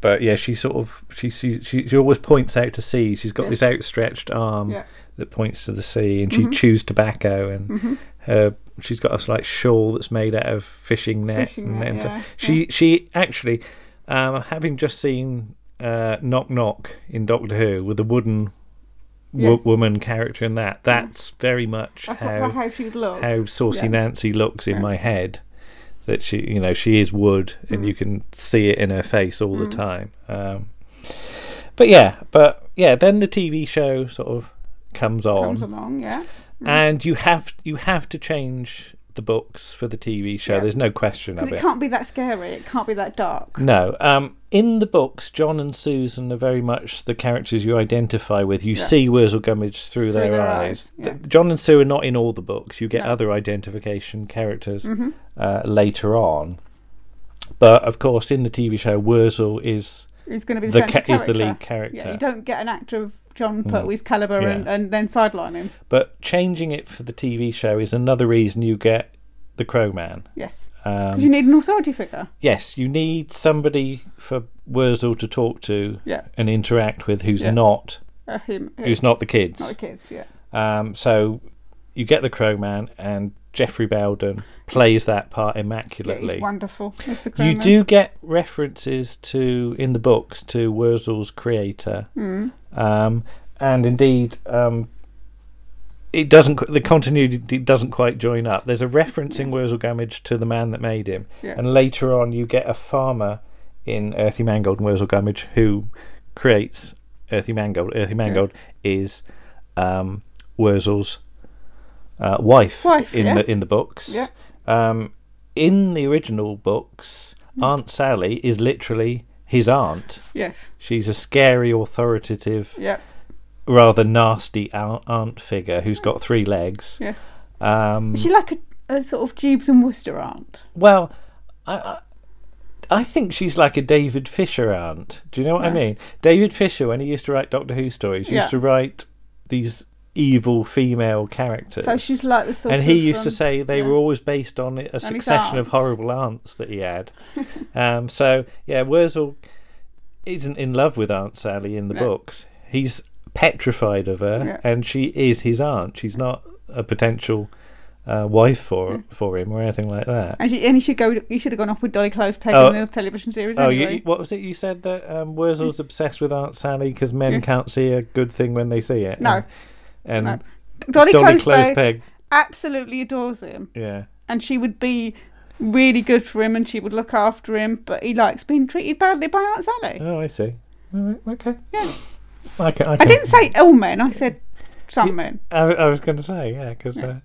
S1: but yeah, she sort of she, she she she always points out to sea. She's got this
S4: Yes.
S1: outstretched arm
S4: Yeah.
S1: that points to the sea, and she
S4: Mhm.
S1: chews tobacco, and
S4: Mhm.
S1: her she's got a like shawl that's made out of fishing net.
S4: Fishing
S1: and,
S4: net,
S1: and so-
S4: yeah,
S1: she she actually, um, having just seen uh, Knock Knock in Doctor Who with the wooden. wo-
S4: Yes. Mm-hmm.
S1: woman character in that that's very much
S4: That's
S1: how,
S4: how- how she would look.
S1: how saucy
S4: Yeah.
S1: nancy looks in
S4: Yeah.
S1: my head that she you know she is wood and
S4: Mm.
S1: you can see it in her face all
S4: Mm.
S1: the time um, but yeah but yeah then the tv show sort of comes on
S4: Comes along, yeah. Mm.
S1: and you have you have to change the books for the tv show
S4: Yeah.
S1: there's no question
S4: 'Cause
S1: of
S4: it can't be that scary. It can't be that dark.
S1: no. Um, in the books, John and Susan are very much the characters you identify with. You
S4: Yeah.
S1: see Wurzel Gummidge through, their,
S4: their
S1: eyes.
S4: eyes, yeah.
S1: Th- John and Sue are not in all the books. You get
S4: No.
S1: other identification characters
S4: Mhm.
S1: uh, later on. But of course, in the TV show, Wurzel is
S4: It's going to be the, central
S1: ca- is the
S4: character.
S1: lead character.
S4: Yeah, you don't get an actor of John
S1: Mm.
S4: Pertwee's caliber
S1: Yeah.
S4: and, and then sideline him.
S1: But changing it for the TV show is another reason you get the Crow Man.
S4: Yes, because
S1: Um,
S4: you need an authority figure.
S1: yes, you need somebody for Wurzel to talk to
S4: Yeah.
S1: and interact with who's
S4: Yeah.
S1: not
S4: Uh, him, uh,
S1: who's not the kids.
S4: Not the kids. Yeah,
S1: Um, so you get the Crow Man, and Jeffrey Belden plays that part
S4: yeah
S1: immaculately.
S4: he's wonderful. He's the
S1: you
S4: Croman.
S1: do get references to in the books to Wurzel's creator,
S4: Mm.
S1: um, and indeed. Um, it doesn't. qu- The continuity doesn't quite join up. There's a reference in Wurzel Gummidge to the man that made him,
S4: Yeah.
S1: and later on you get a farmer in Earthy Mangold and Wurzel Gummidge who creates Earthy Mangold. Earthy Mangold is um, Wurzel's uh, wife,
S4: Wife,
S1: in
S4: yeah.
S1: the in the books.
S4: Yeah.
S1: Um, in the original books,
S4: Hmm.
S1: Aunt Sally is literally his aunt.
S4: Yes.
S1: She's a scary, authoritative,
S4: Yeah.
S1: rather nasty au- aunt figure who's got three legs.
S4: Yes.
S1: Um,
S4: Is she like a, a sort of Jeeves and Worcester aunt?
S1: well, I, I I think she's like a David Fisher aunt. Do you know what I
S4: Yeah.
S1: mean? David Fisher, when he used to write Doctor Who stories, he
S4: Yeah.
S1: used to write these evil female characters.
S4: So she's like the sort
S1: and he
S4: of,
S1: used to
S4: um,
S1: say they
S4: yeah.
S1: were always based on a succession of
S4: aunts.
S1: horrible aunts that he had. um, so yeah, Wurzel isn't in love with Aunt Sally in the
S4: No.
S1: books. He's petrified of her,
S4: Yeah.
S1: and she is his aunt. She's not a potential uh, wife for for him or anything like that.
S4: And, she, and he should go. You should have gone off with Dolly Close Peg
S1: Oh.
S4: in the television series.
S1: Oh, you,
S4: anyway.
S1: you- what was it you said that um, Wurzel's obsessed with Aunt Sally because men
S4: Yeah.
S1: can't see a good thing when they see it?
S4: No.
S1: And,
S4: No.
S1: and
S4: Dolly,
S1: Dolly
S4: Close
S1: Close
S4: Closepeg
S1: Peg.
S4: absolutely adores him,
S1: Yeah.
S4: and she would be really good for him, and she would look after him. But he likes being treated badly by Aunt Sally.
S1: Oh, I see. All right, okay.
S4: Yeah.
S1: I, can, I,
S4: I
S1: can-
S4: didn't say all men. I said some men.
S1: I, I was going to say, yeah, because. Uh,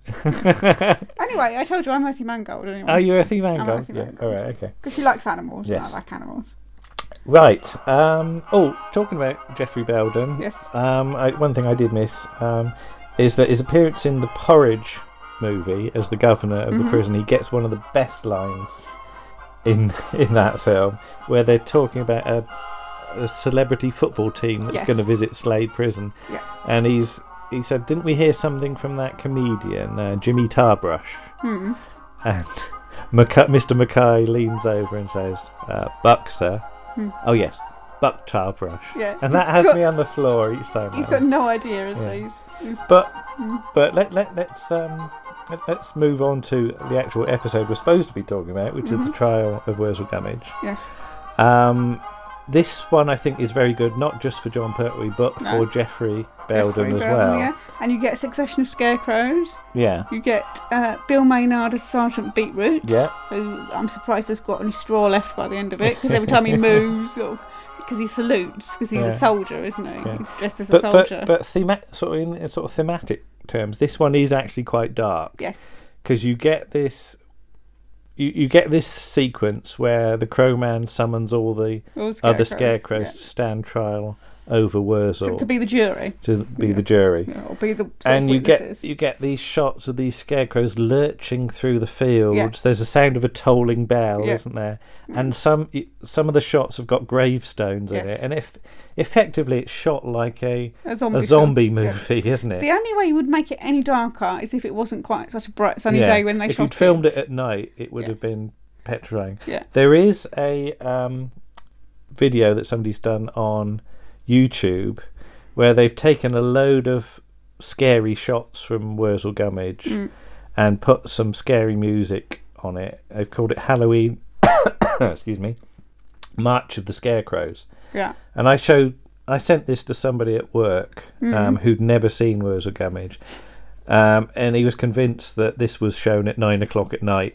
S4: Anyway, I told you I'm Earthy Mangold. Anyway.
S1: are you Earthy Oh, Mangold?
S4: I'm Earthy
S1: yeah.
S4: Mangold.
S1: All right, okay.
S4: Because she likes animals. and
S1: Yes.
S4: I like animals.
S1: Right. Um, oh, talking about Jeffrey Belden.
S4: Yes.
S1: Um, I, one thing I did miss um, is that his appearance in the Porridge movie as the governor of the
S4: Mhm.
S1: prison, he gets one of the best lines in in that film, where they're talking about a, a celebrity football team that's
S4: Yes.
S1: going to visit Slade Prison,
S4: Yeah.
S1: and he's he said, "Didn't we hear something from that comedian uh, Jimmy Tarbrush?"
S4: Hmm.
S1: And Maca- Mr. Mackay leans over and says, uh, Buck, sir.
S4: Hmm.
S1: Oh, yes, Buck Tarbrush.
S4: Yeah.
S1: And that
S4: He's
S1: has
S4: got-
S1: me on the floor each time.
S4: He's
S1: I-
S4: got no idea, is
S1: Yeah.
S4: he? He's, he's,
S1: But
S4: Mm.
S1: but let, let, let's, um, let, let's move on to the actual episode we're supposed to be talking about, which is the
S4: Mhm.
S1: trial of Wurzel Gummidge.
S4: yes.
S1: Um, this one, I think, is very good, not just for John Pertwee, but
S4: No.
S1: for Jeffrey
S4: Jeffrey
S1: Belden as
S4: Belden,
S1: well.
S4: yeah. And you get a succession of scarecrows.
S1: yeah.
S4: You get uh, Bill Maynard as Sergeant Beetroot.
S1: Yeah.
S4: Who I'm surprised has got any straw left by the end of it because every time he moves or. Because he salutes, because he's
S1: Yeah.
S4: a soldier, isn't he?
S1: Yeah.
S4: He's dressed as a
S1: But,
S4: soldier.
S1: but, but thema- sort of in sort of thematic terms, this one is actually quite dark.
S4: yes,
S1: because you get this you, you get this sequence where the Crowman summons all the
S4: All the
S1: other
S4: scarecrows,
S1: scarecrows to stand trial over Wurzel
S4: to, to be the jury.
S1: to be the jury.
S4: Yeah, or be the sort
S1: And
S4: of
S1: you
S4: witnesses.
S1: get you get these shots of these scarecrows lurching through the fields.
S4: Yeah.
S1: There's a sound of a tolling bell,
S4: Yeah. Mm.
S1: isn't there? And some some of the shots have got gravestones in
S4: Yes.
S1: it, and if effectively it's shot like a
S4: A zombie film. Yeah.
S1: movie, isn't it?
S4: The only way you would make it any darker is if it wasn't quite such a bright sunny
S1: Yeah.
S4: day when they
S1: if
S4: shot
S1: you'd filmed it
S4: it.
S1: at night, it would
S4: Yeah.
S1: have been petrifying.
S4: Yeah.
S1: There is a um, video that somebody's done on YouTube where they've taken a load of scary shots from Wurzel Gummidge
S4: Mm.
S1: and put some scary music on it. They've called it Halloween. excuse me. March of the Scarecrows.
S4: Yeah.
S1: And I showed, I sent this to somebody at work
S4: Mm-hmm.
S1: um, who'd never seen Wurzel Gummidge. Um, and he was convinced that this was shown at nine o'clock at night.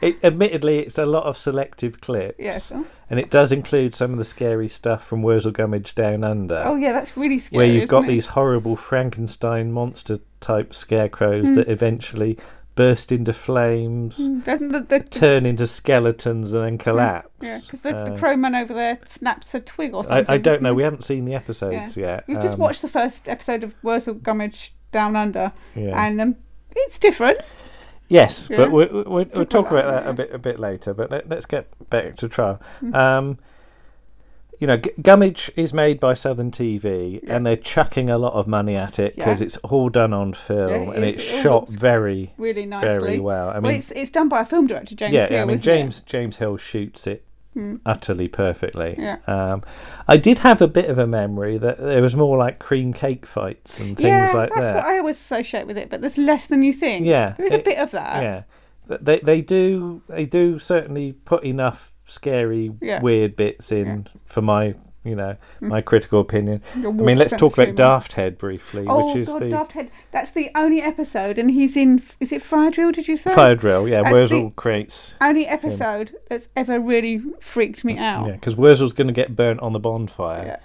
S1: it, admittedly, it's a lot of selective clips.
S4: Yes. Oh,
S1: And it does include some of the scary stuff from Wurzel Gummidge Down Under.
S4: oh, yeah, that's really scary.
S1: uh, where you've
S4: isn't
S1: got
S4: it?
S1: these horrible Frankenstein monster type scarecrows
S4: Hmm.
S1: that eventually burst into flames,
S4: Doesn't Mm, the, the,
S1: turn into skeletons, and then collapse.
S4: yeah, because the,
S1: Uh,
S4: the crowman over there snaps a twig or
S1: I,
S4: something.
S1: I don't
S4: doesn't
S1: know.
S4: he?
S1: We haven't seen the episodes yet.
S4: You've just
S1: Um,
S4: watched the first episode of Wurzel Gummidge Down Under,
S1: Yeah.
S4: and um, it's different.
S1: Yes,
S4: Yeah.
S1: but we we we'll, we'll talk
S4: about
S1: about that a bit a bit later. But let, us get back to trial.
S4: Mm-hmm.
S1: Um, you know, G- Gummidge is made by Southern TV, and they're chucking a lot of money at it because
S4: Yeah.
S1: it's all done on film
S4: Yeah, it
S1: and
S4: is.
S1: it's
S4: It all
S1: shot
S4: looks
S1: very
S4: Really nicely.
S1: very well. I mean,
S4: well, it's it's done by a film director, James
S1: yeah,
S4: Hill,
S1: I mean
S4: isn't it? Hmm.
S1: James James Hill shoots it utterly perfectly.
S4: Yeah.
S1: Um, I did have a bit of a memory that there was more like cream cake fights and things
S4: yeah,
S1: like
S4: that's
S1: that.
S4: what I always associate with it. But there's less than you think.
S1: Yeah,
S4: there is a
S1: it-
S4: bit of that.
S1: yeah Th- they they do they do certainly put enough scary
S4: Yeah. Mm.
S1: weird bits in for my you know my critical opinion
S4: Your
S1: i
S4: warped
S1: mean let's
S4: sense
S1: talk
S4: of
S1: about
S4: humour.
S1: daft head briefly
S4: Oh
S1: which is
S4: God,
S1: the
S4: Daft Head. That's the only episode, and he's in. Is it Fire Drill? Did you say?
S1: fire drill yeah
S4: That's
S1: wurzel
S4: the-
S1: creates
S4: Only episode that's ever really freaked me out.
S1: yeah because wurzel's going to get burnt on the bonfire
S4: Yeah.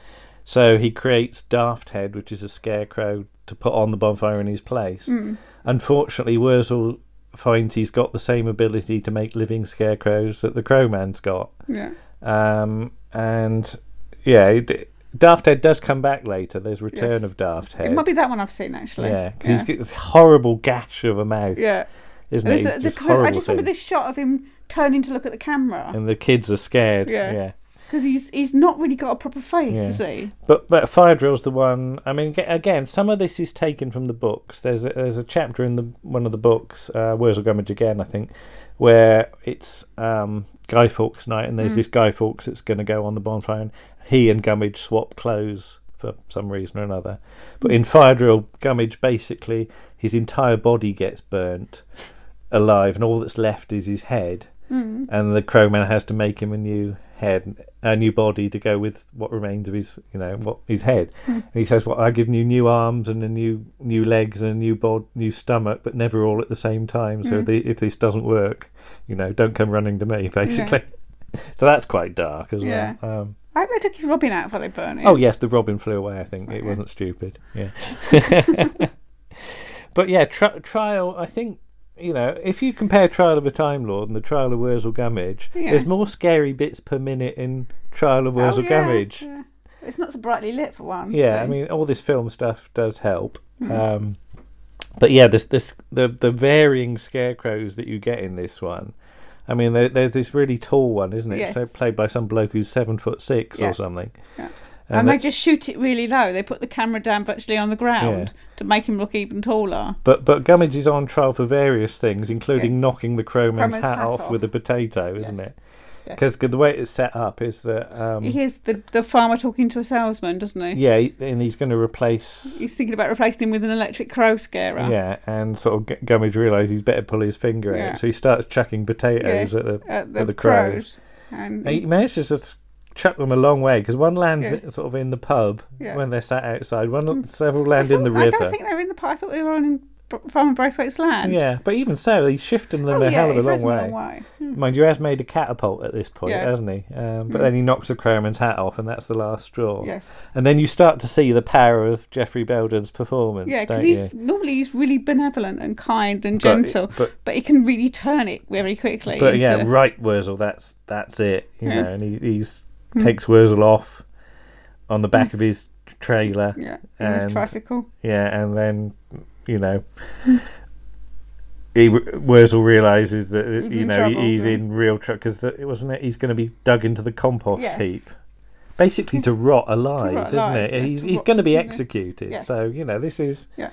S1: so he creates daft head which is a scarecrow to put on the bonfire in his place
S4: Mm.
S1: unfortunately wurzel finds he's got the same ability to make living scarecrows that the crowman's got
S4: Yeah.
S1: Um, and yeah, it, Daft Head does come back later. There's Return
S4: Yes.
S1: of Daft Head.
S4: It might be that one I've seen actually.
S1: yeah, because he's got this horrible gash of a mouth,
S4: Yeah.
S1: isn't
S4: And
S1: it?
S4: there's
S1: It's
S4: a-
S1: this
S4: because I
S1: horrible
S4: just
S1: thing.
S4: remember this shot of him turning to look at the camera
S1: And the kids are scared.
S4: Yeah.
S1: Yeah.
S4: because he's he's not really got a proper face,
S1: Yeah.
S4: is he?
S1: But but Fire Drill's the one. I mean, ge- again, some of this is taken from the books. There's a, there's a chapter in the one of the books, uh, Wurzel Gummidge again, I think, where it's um, Guy Fawkes night, and
S4: Mm.
S1: there's this Guy Fawkes that's going to go on the bonfire, and he and Gummidge swap clothes for some reason or another. But in Fire Drill, Gummidge basically his entire body gets burnt alive, and all that's left is his head. Mm. And the Crowman has to make him a new head, a new body to go with what remains of his, you know, what his head. And he says, "Well, I've given you new arms and a new new legs and a new bod, new stomach, but never all at the same time. So the, if this doesn't work, you know, don't come running to me." Basically, so that's quite dark as
S4: Yeah.
S1: well. Um,
S4: I hope they took his Robin out before they burn it.
S1: Oh yes, the robin flew away. I think it wasn't stupid. Yeah. but yeah, tri- trial. I think you know if you compare Trial of a Time Lord and the Trial of Wurzel Gummidge,
S4: Yeah.
S1: there's more scary bits per minute in Trial of Wurzel
S4: Oh, yeah,
S1: Gummidge.
S4: yeah. It's not so brightly lit for one.
S1: Yeah, I
S4: thing.
S1: mean all this film stuff does help.
S4: Mm-hmm.
S1: Um, but yeah, this this the the varying scarecrows that you get in this one. I mean, there, there's this really tall one, isn't it? So
S4: Yes.
S1: played by some bloke who's seven foot six
S4: Yeah.
S1: or something.
S4: and,
S1: and
S4: they
S1: that-
S4: just shoot it really low. They put the camera down virtually on the ground to make him look even taller.
S1: But but Gummidge is on trial for various things, including knocking the crowman's
S4: Crowman's
S1: hat,
S4: hat
S1: off,
S4: off.
S1: with a potato, isn't
S4: Yes.
S1: it? Because the way it's set up is that um,
S4: He hears the, the farmer talking to a salesman, doesn't he?
S1: yeah, he- and he's going to replace
S4: He's thinking about replacing him with an electric crow scarer.
S1: yeah, and sort of G- Gummidge realises he's better pull his finger
S4: Yeah.
S1: out, so he starts chucking potatoes
S4: Yeah,
S1: at the
S4: At the,
S1: at the
S4: crows.
S1: crows.
S4: And
S1: He manages to th- chuck them a long way because one lands
S4: Yeah.
S1: i- sort of in the pub
S4: Yeah.
S1: when they're sat outside. One several
S4: I
S1: land in
S4: thought-
S1: the
S4: I
S1: river.
S4: don't think they were in the pub. I thought they were on in B- Farmer Braithwaite's land.
S1: Yeah, but even so, he's shifting them
S4: Oh,
S1: a
S4: yeah,
S1: hell of
S4: he
S1: a long
S4: throws them a
S1: way.
S4: long way. Hmm.
S1: Mind you, has made a catapult at this point,
S4: Yeah.
S1: hasn't he? Um, but
S4: Hmm.
S1: then he knocks the crowman's hat off, and that's the last straw.
S4: Yes.
S1: And then you start to see the power of Jeffrey Belden's performance,
S4: Yeah, because
S1: don't
S4: he's
S1: you?
S4: normally he's really benevolent and kind and
S1: But-
S4: gentle, but,
S1: but-
S4: he can really turn it very quickly.
S1: But yeah,
S4: into-
S1: right, Wurzel, that's that's it. You
S4: Yeah.
S1: know, and he he's,
S4: Hmm.
S1: takes Wurzel off on the back of his trailer.
S4: Yeah, on his tricycle.
S1: Yeah, and then you know, he Wurzel realizes that
S4: He's
S1: you
S4: in
S1: know
S4: trouble,
S1: he's
S4: yeah.
S1: in real trouble because it wasn't it. He's going to be dug into the compost
S4: Yes.
S1: heap, basically to rot alive,
S4: alive,
S1: isn't it?
S4: yeah,
S1: he's
S4: to
S1: he's
S4: rot
S1: going to be
S4: in there.
S1: executed.
S4: Yes.
S1: So you know this is
S4: Yeah.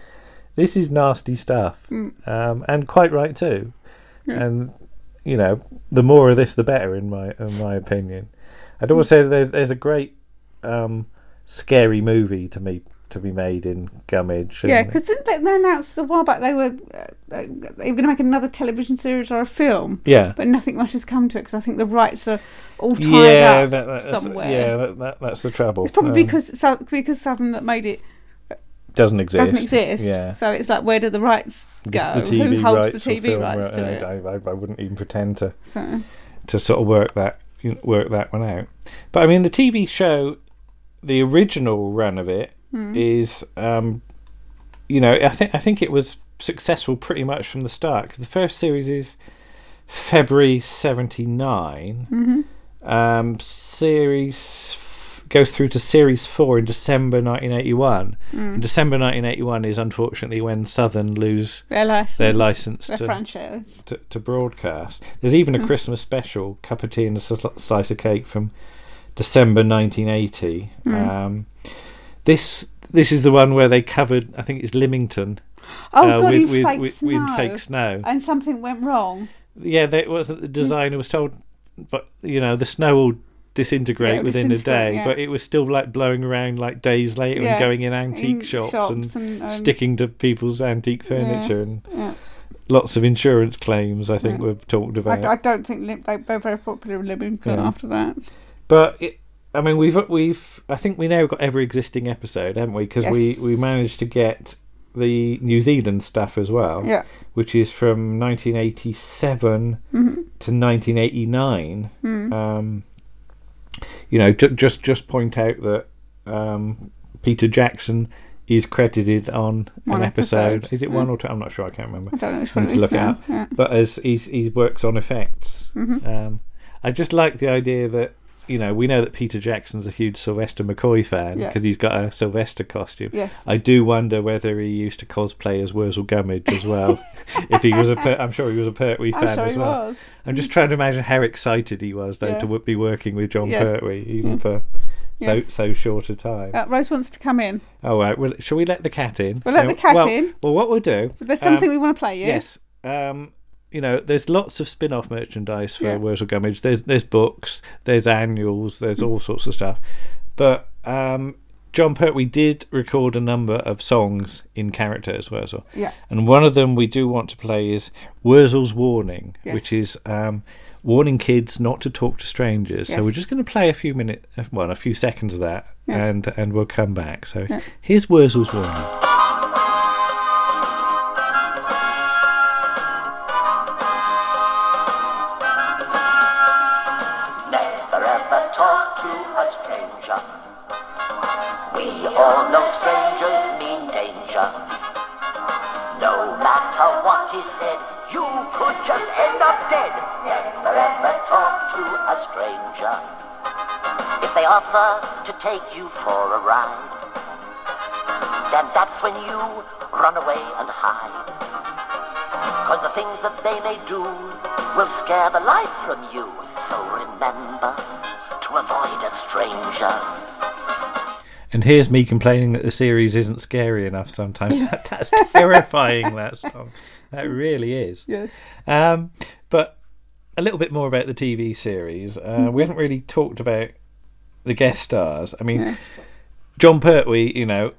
S1: this is nasty stuff,
S4: Mm.
S1: um, and quite right too.
S4: Yeah.
S1: And you know, the more of this, the better, in my in my opinion. I'd always say there's there's a great um, scary movie to me to be made in Gummidge.
S4: Yeah,
S1: and-
S4: because didn't they, they announced a while back they were uh, uh, they were going to make another television series or a film?
S1: Yeah.
S4: but nothing much has come to it because I think the rights are all tied
S1: yeah, that-
S4: up
S1: that- that's the-
S4: somewhere.
S1: yeah, that, that, that's the trouble.
S4: It's probably
S1: Um,
S4: because it's South, because Southern that made it
S1: doesn't exist.
S4: doesn't exist.
S1: Yeah.
S4: So it's like where do the rights go?
S1: The TV
S4: Who holds
S1: rights
S4: the
S1: or
S4: TV
S1: film
S4: rights
S1: right-
S4: to it?
S1: I, I, I wouldn't even pretend to
S4: So
S1: to sort of work that you know, work that one out. But I mean, the TV show, the original run of it is,
S4: Hmm.
S1: um, you know, I think I think it was successful pretty much from the start 'cause the first series is February seventy
S4: Mhm.
S1: Um, series f- goes through to series four in December nineteen eighty one.
S4: Hmm.
S1: And December nineteen eighty one is unfortunately when Southern lose
S4: their license,
S1: their license
S4: their
S1: to
S4: franchise.
S1: to, to broadcast. There's even a
S4: Mm.
S1: Christmas special, cup of tea and a sli- slice of cake from December 1980.
S4: Mm.
S1: Um, this this is the one where they covered, I think it's Lymington.
S4: Oh
S1: uh,
S4: God,
S1: with,
S4: in
S1: with,
S4: fake
S1: with-
S4: snow.
S1: with fake snow.
S4: and something went wrong.
S1: Yeah, they, it was
S4: Hmm.
S1: the designer was told, but you know the snow will disintegrate
S4: Yeah,
S1: within a
S4: disintegrate,
S1: day,
S4: yeah.
S1: but it was still like blowing around like days later
S4: Yeah,
S1: and going in
S4: in
S1: antique shops, and,
S4: shops and, um,
S1: sticking to people's antique
S4: Yeah,
S1: furniture and
S4: yeah.
S1: lots of insurance claims. I think
S4: Yeah.
S1: were talked
S4: Hmm. I,
S1: about.
S4: I don't think Lim- they were very popular in Lymington
S1: Yeah.
S4: after that.
S1: But it, I mean, we've we've I think we now got every existing episode, haven't we? Because we
S4: Yes.
S1: we managed to get the New Zealand stuff as well,
S4: Yeah.
S1: which is from 1987
S4: hmm
S1: to 1989.
S4: Mm.
S1: Um, you know, ju- just just point out that um, Peter Jackson is credited on
S4: One
S1: an episode.
S4: episode.
S1: Is it one
S4: Mm.
S1: or two? I'm not sure. I can't remember
S4: I don't know which
S1: I
S4: one
S1: need
S4: it
S1: to
S4: is
S1: look it
S4: now.
S1: up.
S4: Yeah.
S1: but as he's, he works on effects.
S4: Mhm.
S1: Um, I just like the idea that you know we know that Peter Jackson's a huge Sylvester McCoy fan
S4: Yeah.
S1: because he's got a Sylvester costume.
S4: Yes.
S1: I do wonder whether he used to cosplay as Wurzel Gummidge as well. if he was a, per- I'm sure he was a Pertwee
S4: I'm
S1: fan
S4: sure
S1: as
S4: he
S1: well.
S4: was.
S1: I'm just trying to imagine how excited he was though
S4: Yeah.
S1: to w- be working with John
S4: Yes.
S1: Pertwee, even
S4: Yeah.
S1: for so
S4: Yeah.
S1: so short a time.
S4: Uh, Rose wants to come in.
S1: All right, well, shall we let the cat in?
S4: We'll let
S1: No,
S4: the cat
S1: well-
S4: in.
S1: Well, what we'll do?
S4: But there's
S1: um,
S4: something we want to play. Yeah?
S1: Yes. Um, you know, there's lots of spin-off merchandise for
S4: Yeah.
S1: Wurzel Gummidge. There's there's books, there's annuals, there's all sorts of stuff. But um, John Pertwee did record a number of songs in character as Wurzel.
S4: Yeah.
S1: And one of them we do want to play is Wurzel's Warning,
S4: Yes.
S1: which is um, warning kids not to talk to strangers. So
S4: Yes.
S1: we're just going to play a few minute, well, a few seconds of that,
S4: Yeah.
S1: and and we'll come back. So
S4: Yeah.
S1: here's Wurzel's Warning.
S13: Never ever talk to a stranger. We all know strangers mean danger. No matter what is said, you could just end up dead. Never ever talk to a stranger. If they offer to take you for a ride, then that's when you run away and hide. Cause the things that they may do will scare the life from you. So remember to avoid a stranger.
S1: And here's me complaining that the series isn't scary enough sometimes. That, that's terrifying, that song. That really is.
S4: Yes.
S1: Um, but a little bit more about the TV series. Uh,
S4: Mm-hmm.
S1: We haven't really talked about the guest stars. I mean, John Pertwee, you know,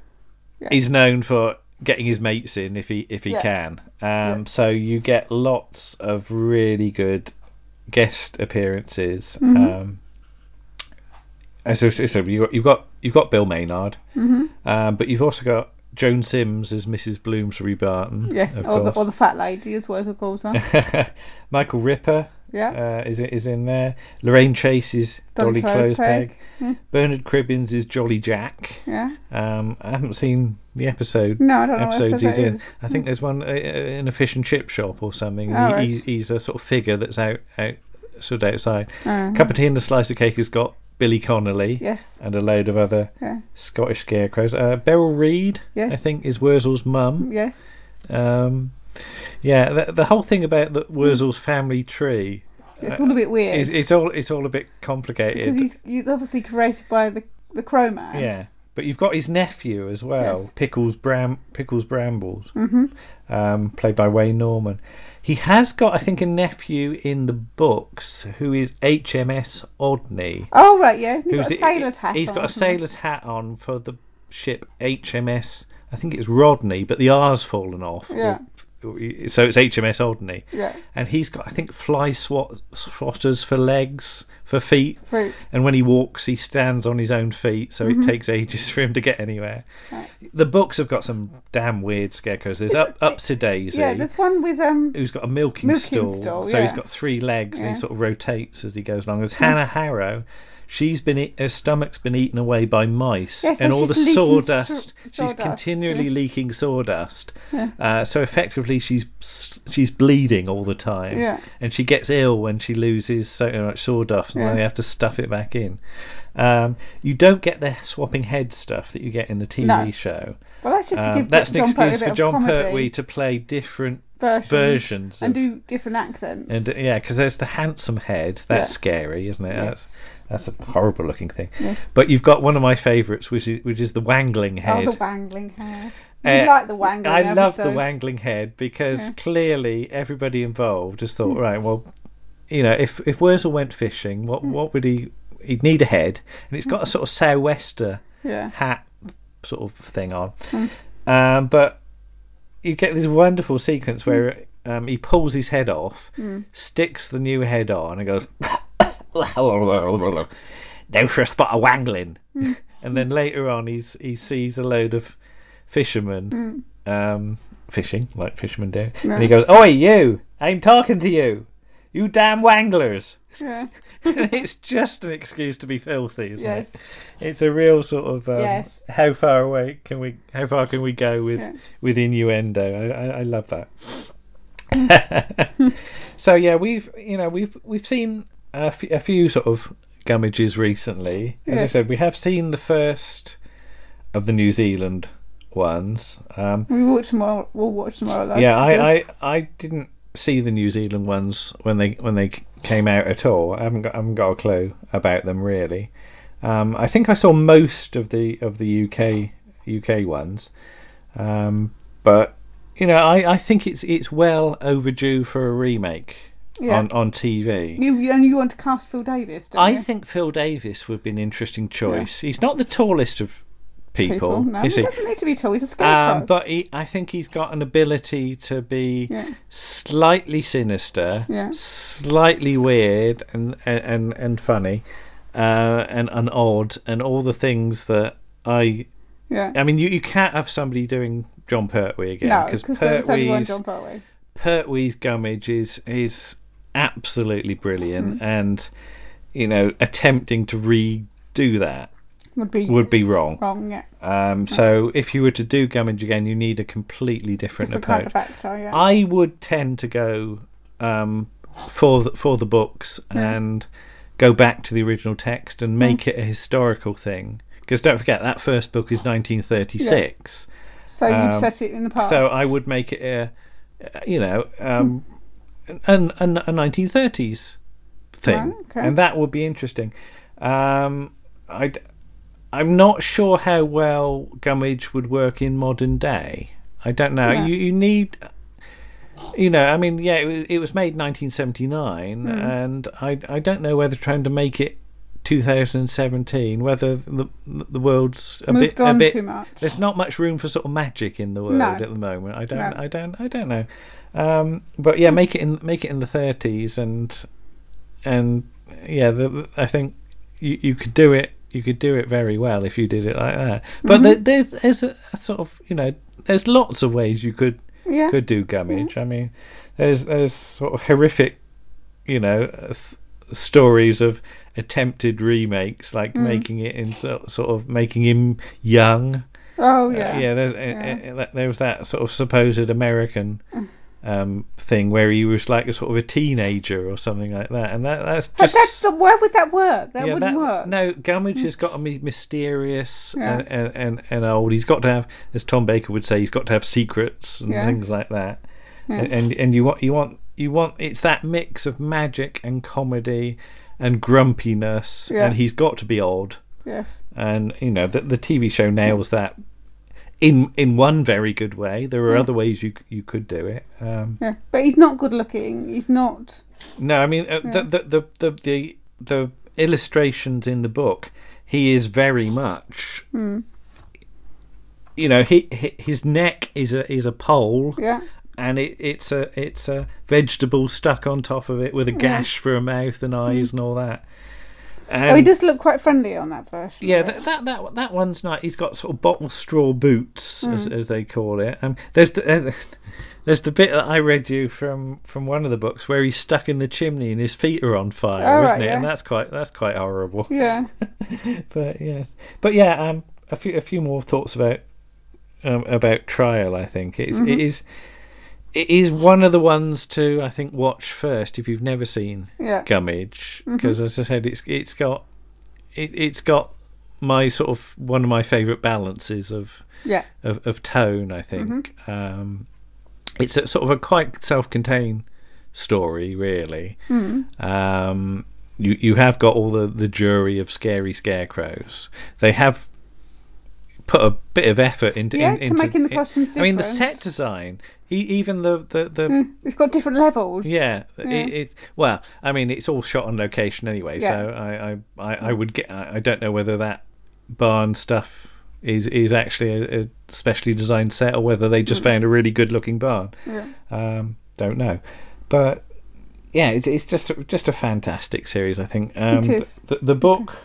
S4: Yeah.
S1: he's known for getting his mates in if he if he
S4: Yeah.
S1: can. Um, So you get lots of really good guest appearances.
S4: Mm-hmm.
S1: Um,
S4: Mm-hmm.
S1: and so, so, so you, you've got you've got Bill Maynard, um, but you've also got Joan Sims as Mrs. Bloomsbury Barton.
S4: Yes,
S1: of
S4: or the, or
S1: course.
S4: the fat lady as well as of course. huh?
S1: Michael Ripper
S4: Yeah.
S1: uh, is is in there. Lorraine Chase is Dolly,
S4: Dolly
S1: Closepeg.
S4: Close Peg. Hmm. Yeah.
S1: Bernard Cribbins is Jolly Jack.
S4: Yeah.
S1: Um, I haven't seen the episode.
S4: No, I don't know what
S1: episodes
S4: episode
S1: he's
S4: that
S1: in.
S4: is. Hmm.
S1: I think there's one uh, uh, in a fish and chip shop or something.
S4: Oh,
S1: he,
S4: right.
S1: he's, he's a sort of figure that's out out stood outside.
S4: Oh.
S1: Cup of tea and a slice of cake has got Billy Connolly.
S4: Yes.
S1: And a load of other
S4: Yeah.
S1: Scottish scarecrows. Uh, Beryl Reed,
S4: Yeah.
S1: I think, is Wurzel's mum.
S4: Yes.
S1: Um, yeah, the, the whole thing about
S4: Hmm.
S1: the Wurzel's family tree.
S4: It's all a bit weird.
S1: It's, it's all it's all a bit complicated.
S4: Because he's, he's obviously created by the, the Crow Man.
S1: Yeah, but you've got his nephew as well,
S4: Yes.
S1: Pickles Bram Pickles Brambles,
S4: Mhm.
S1: um, played by Wayne Norman. He has got, I think, a nephew in the books who is HMS Odney.
S4: Oh, right, yeah. He's got a
S1: who's-
S4: sailor's hat
S1: He's
S4: on,
S1: got a
S4: hasn't he?
S1: sailor's hat on for the ship HMS. I think it's Rodney, but the R's fallen off.
S4: Yeah.
S1: Or- or- So it's HMS Odney.
S4: Yeah.
S1: And he's got, I think, fly swat, swatters for legs, for feet.
S4: Feet.
S1: And when he walks, he stands on his own feet, so
S4: Mhm.
S1: it takes ages for him to get anywhere.
S4: Right.
S1: The books have got some damn weird scarecrows. There's up, Upsidaisy,
S4: Yeah, there's one with um
S1: who's got a milking,
S4: Milking
S1: stool.
S4: stool,
S1: So he's
S4: yeah.
S1: got three legs and
S4: Yeah.
S1: he sort of rotates as he goes along. There's
S4: Mm.
S1: Hannah Harrow. She's been eat- her stomach's been eaten away by mice,
S4: Yeah, so
S1: and all the
S4: she's leaking
S1: sawdust.
S4: stru-
S1: she's
S4: sawdust,
S1: continually
S4: yeah.
S1: leaking sawdust.
S4: Yeah.
S1: Uh, so effectively, she's she's bleeding all the time,
S4: Yeah.
S1: and she gets ill when she loses so much sawdust, and
S4: Yeah.
S1: then they have to stuff it back in. Um, you don't get the swapping head stuff that you get in the TV
S4: No.
S1: show. Um,
S4: Well, that's just to give
S1: that's
S4: John
S1: an
S4: Pertwee a
S1: excuse
S4: bit
S1: for
S4: of
S1: John
S4: comedy.
S1: Pertwee to play different
S4: version
S1: versions
S4: and
S1: of-
S4: do different accents.
S1: and uh, yeah, because there's the handsome head. That's
S4: Yeah.
S1: scary, isn't it? That's, that's a horrible looking thing.
S4: Yes.
S1: But you've got one of my favourites, which is which is the wangling
S4: Oh,
S1: head.
S4: the wangling head. You
S1: Uh,
S4: like the wangling
S1: I love the
S4: episode.
S1: wangling head because
S4: Yeah.
S1: clearly everybody involved just thought,
S4: Mm.
S1: right, well, you know, if if Wurzel went fishing, what
S4: Hmm.
S1: what would he? He'd need a head, and it's got a sort of sou'wester
S4: Yeah.
S1: hat sort of thing on.
S4: Mm.
S1: Um, but you get this wonderful sequence where um, he pulls his head off,
S4: Mm.
S1: sticks the new head on, and goes, "Now for a spot of wangling." and then later on, he's he sees a load of fishermen um, fishing, like fishermen do, and he
S4: Yeah.
S1: goes, "Oi, you! I'm talking to you, you damn wanglers!"
S4: Yeah.
S1: And it's just an excuse to be filthy, isn't
S4: Yes.
S1: it? It's a real sort of um,
S4: Yes.
S1: how far away can we how far can we go with
S4: Yeah.
S1: with innuendo? I, I, I love that. so yeah, we've you know we've we've seen a fe- a few sort of gummages recently. As I
S4: Yes.
S1: said, we have seen the first of the New Zealand ones. Um,
S4: We watch tomorrow. We'll watch tomorrow. um, Last
S1: yeah, I, I, I didn't see the New Zealand ones when they when they came out at all. I haven't got I haven't got a clue about them really. Um, I think I saw most of the of the UK UK ones, um, but you know I, I think it's it's well overdue for a remake
S4: Yeah.
S1: on on TV.
S4: You you- and you want to cast Phil Davis? Don't
S1: I
S4: you?
S1: think Phil Davis would be an interesting choice. He's not the tallest of people,
S4: No,
S1: is
S4: he
S1: he?
S4: doesn't need to be tall. He's a scarecrow.
S1: Um, but he, I think he's got an ability to be
S4: Yeah.
S1: slightly sinister,
S4: Yeah.
S1: slightly weird, and and and, and funny, uh, and and odd, and all the things that I.
S4: yeah.
S1: I mean, you, you can't have somebody doing John Pertwee again
S4: no,
S1: because
S4: because there's only one
S1: Pertwee's
S4: John Pertwee.
S1: Pertwee's gummage is is absolutely brilliant,
S4: Mm-hmm.
S1: and you know, attempting to redo that
S4: Would be
S1: would be wrong.
S4: wrong. Yeah.
S1: Um, so if you were to do gummage again, you need a completely different,
S4: Different
S1: approach.
S4: kind of actor. Yeah.
S1: I would tend to go um, for the, for the books
S4: Hmm.
S1: and go back to the original text and make it a historical thing. Because don't forget that first book is 1936.
S4: so you'd
S1: um,
S4: set it in the past.
S1: So I would make it a, you know, um, an, an, a 1930s thing,
S4: Right, okay.
S1: and that would be interesting. Um, I. I'm not sure how well gummage would work in modern day. I don't know.
S4: No.
S1: You you need, you know. I mean, yeah, it was, it was made 1979,
S4: Hmm.
S1: and I I don't know whether trying to make it 2017, whether the the world's a
S4: Moved
S1: bit a
S4: on
S1: bit
S4: too much.
S1: there's not much room for sort of magic in the world at the moment. I don't.
S4: No.
S1: I don't. I don't know. Um, but yeah, make it in make it in the thirties and and yeah, the, the- I think you you could do it. you could do it very well if you did it like that.
S4: Mm-hmm.
S1: But there, there's there's a, a sort of you know there's lots of ways you could
S4: Yeah. Mm-hmm.
S1: could do gummage. I mean, there's there's sort of horrific, you know, uh, th- stories of attempted remakes like
S4: Mm-hmm.
S1: making it in sort sort of making him young.
S4: Oh
S1: Uh,
S4: yeah.
S1: yeah, there's,
S4: Yeah. Mm.
S1: uh, uh, that- there was that sort of supposed American um, thing where he was like a sort of a teenager or something like that, and that that's
S4: But
S1: just
S4: that's the, why would that work? That
S1: yeah,
S4: wouldn't
S1: that-
S4: work. Mm.
S1: No, Gummidge has got to be mysterious
S4: Yeah.
S1: and, and, and, and old. He's got to have, as Tom Baker would say, he's got to have secrets and
S4: Yeah.
S1: things like that. And, and and you want you want you want it's that mix of magic and comedy and grumpiness,
S4: Yeah.
S1: and he's got to be odd.
S4: Yes.
S1: And you know the the TV show nails that in in one very good way. There
S4: Hmm.
S1: are other ways you c- you could do it. Um,
S4: Yeah. But he's not good looking. He's not.
S1: no, I mean uh,
S4: Hmm.
S1: the, the, the the the the illustrations in the book. He is very much.
S4: Hmm.
S1: You know, he, he his neck is a is a pole,
S4: Yeah.
S1: and it, it's a it's a vegetable stuck on top of it with a gash for a mouth and eyes and all that. And
S4: Hmm. oh,
S1: Um,
S4: he does look quite friendly on that version.
S1: yeah, that, that that that one's nice. He's got sort of bottle straw boots,
S4: Hmm.
S1: as, as they call it. Um, there's the, there's, the- there's the bit that I read you from from one of the books where he's stuck in the chimney and his feet are on fire,
S4: Oh,
S1: isn't
S4: right,
S1: it? And
S4: yeah.
S1: that's quite that's quite horrible.
S4: Yeah.
S1: But yes, but yeah, um, a few a few more thoughts about um, about trial. I think it's
S4: Mm-hmm.
S1: it is it is one of the ones to I think watch first if you've never seen
S4: Yeah.
S1: Gummidge
S4: Mm-hmm.
S1: because as I said it's it's got it, it's got my sort of one of my favorite balances of
S4: Yeah.
S1: of, of tone I think
S4: Mm-hmm.
S1: um, it's a sort of a quite self-contained story really
S4: Mm-hmm.
S1: um, you you have got all the the jury of scary scarecrows they have put a bit of effort into
S4: Yeah,
S1: in-
S4: to
S1: into
S4: making the
S1: in-
S4: costumes Mm-hmm.
S1: I mean the
S4: different.
S1: set design e- even the the, the
S4: It's got different levels.
S1: yeah,
S4: Yeah.
S1: It, it, well, I mean, it's all shot on location anyway,
S4: Yeah.
S1: so I, I, I, I would get. I I don't know whether that barn stuff is is actually a, a specially designed set or whether they just found a really good looking barn. Um, don't know, but yeah, it's it's just just a fantastic series. I think um,
S4: is.
S1: The, the book.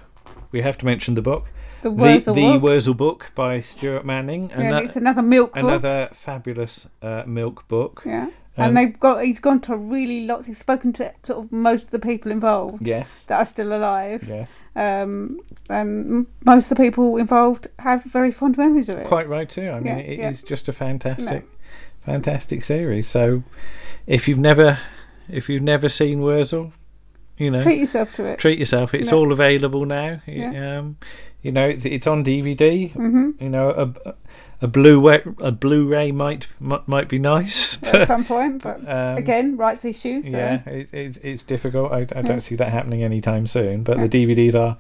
S1: We have to mention the book.
S4: The
S1: The,
S4: Wurzel
S1: the
S4: book.
S1: Wurzel book by Stuart Manning.
S4: yeah, and
S1: that-
S4: it's another milk book.
S1: another um, fabulous uh, milk book.
S4: Yeah. and they've got he's gone to really lots. He's spoken to sort of most of the people involved
S1: Yes.
S4: that are still alive.
S1: Yes.
S4: Um, and m- most of the people involved have very fond memories of it.
S1: quite right too. I mean,
S4: Yeah,
S1: it is
S4: yeah.
S1: just a fantastic, fantastic series. So, if you've never, if you've never seen Wurzel, you know,
S4: Treat
S1: treat,
S4: yourself to it.
S1: yourself. It's
S4: No.
S1: all available now. Y-
S4: Yeah.
S1: Um, you know, it's it's on DVD.
S4: Mm-hmm.
S1: You know, a a blue a Blu-ray might might, might be nice.
S4: at
S1: But,
S4: some point, but
S1: um,
S4: again, rights issues. So.
S1: yeah, it, it's it's difficult. I, I don't see that happening anytime soon. But the DVDs are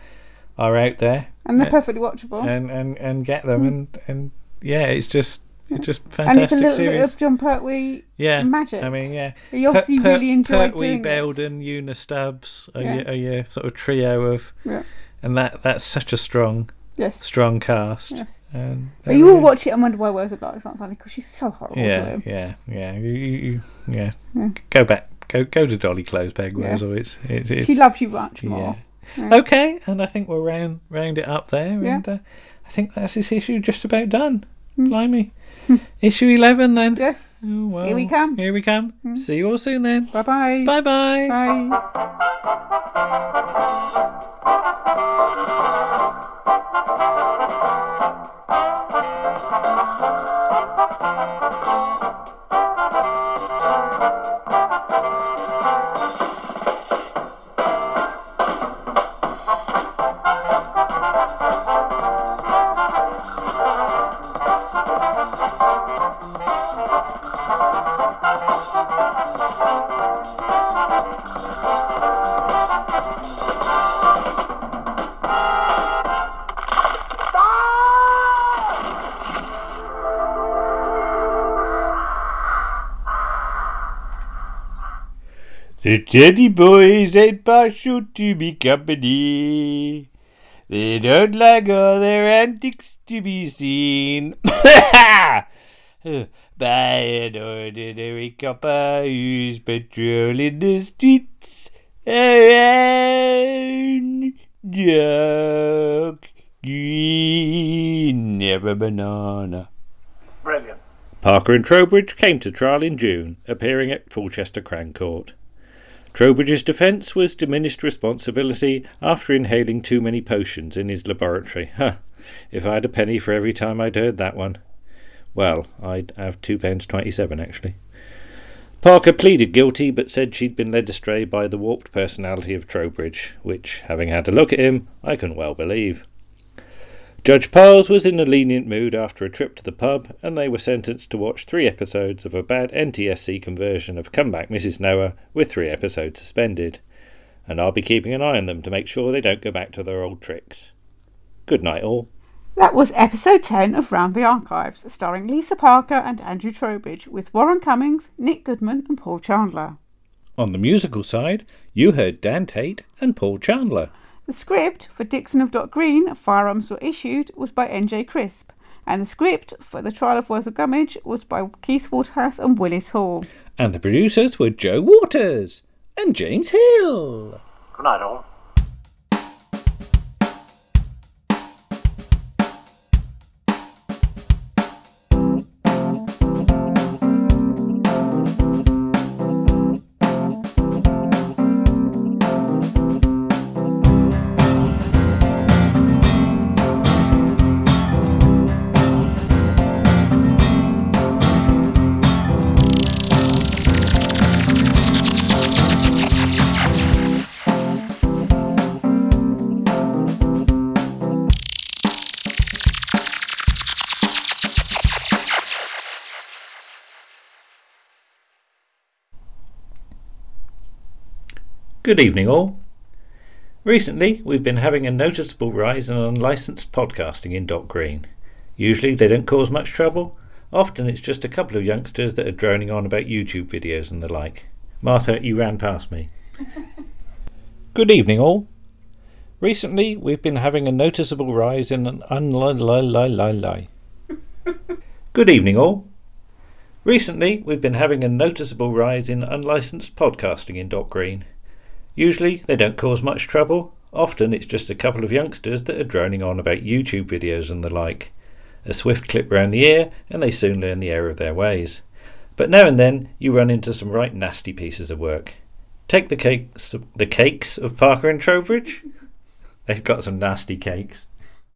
S1: are out there
S4: and they're
S1: Yeah.
S4: perfectly watchable.
S1: and and and get them and and yeah, it's just. It's just
S4: Hmm. and it's
S1: fantastic
S4: a little bit
S1: series.
S4: of John Pertwee.
S1: Yeah,
S4: magic.
S1: I mean, yeah.
S4: He obviously
S1: Per- Per-
S4: really enjoyed
S1: Pertwee,
S4: doing it.
S1: Belden, Una Stubbs are,
S4: Yeah.
S1: your, are your sort of trio of,
S4: Yeah.
S1: and that that's such a strong,
S4: Yes.
S1: strong cast.
S4: Yes.
S1: And
S4: But you will watch it and wonder why Wurzel likes not Sally because she's so horrible to
S1: Yeah,
S4: him.
S1: yeah, yeah. You, you, you, yeah. Go back. Go go to Dolly Closepeg.
S4: Yes.
S1: Wurzel. It's it's, it's
S4: She loves you much
S1: yeah.
S4: more.
S1: Okay, and I think we'll round round it up there,
S4: Yeah.
S1: and uh, I think that's this issue just about done. Blimey, issue eleven then.
S4: Yes.
S1: Oh, well,
S4: Here we come.
S1: Here we come. See you all soon then.
S4: Bye-bye.
S1: Bye bye.
S4: Bye.
S11: The Teddy Boys ain't partial to be company. They don't like all their antics to be seen. By an ordinary copper who's patrolling the streets around
S1: Duck, green, never banana.
S11: Brilliant.
S1: Parker and Trowbridge came to trial in June, appearing at Fulchester Crown Court. Trowbridge's defence was diminished responsibility after inhaling too many potions in his laboratory. Huh. If I had a penny for every time I'd heard that one. Well, I'd have two pounds twenty-seven actually. Parker pleaded guilty, but said she'd been led astray by the warped personality of Trowbridge, which, having had a look at him, I can well believe. Judge Piles was in a lenient mood after a trip to the pub, and they were sentenced to watch three episodes of a bad NTSC conversion of Comeback Mrs. Noah, with three episodes suspended. And I'll be keeping an eye on them to make sure they don't go back to their old tricks. Good night, all.
S4: That was episode 10 of Round the Archives, starring Lisa Parker and Andrew Trowbridge, with Warren Cummings, Nick Goodman, and Paul Chandler.
S1: On the musical side, you heard Dan Tate and Paul Chandler.
S4: The script for Dixon of Dot Green, Firearms Were Issued, was by N.J. Crisp, and the script for The Trial of Wurzel Gummidge was by Keith Waterhouse and Willis Hall.
S1: And the producers were Joe Waters and James Hill.
S11: Good night, all.
S1: Good evening, all. Recently, we've been having a noticeable rise in unlicensed podcasting in Dock Green. Usually, they don't cause much trouble. Often, it's just a couple of youngsters that are droning on about YouTube videos and the like. Martha, you ran past me. Good evening, all. Recently, we've been having a noticeable rise in an unli-li-li-li-li. Good evening, all. Recently, we've been having a noticeable rise in unlicensed podcasting in Dock Green. Usually, they don't cause much trouble. Often, it's just a couple of youngsters that are droning on about YouTube videos and the like. A swift clip round the ear, and they soon learn the error of their ways. But now and then, you run into some right nasty pieces of work. Take the cakes, the cakes of Parker and Trowbridge. They've got some nasty cakes.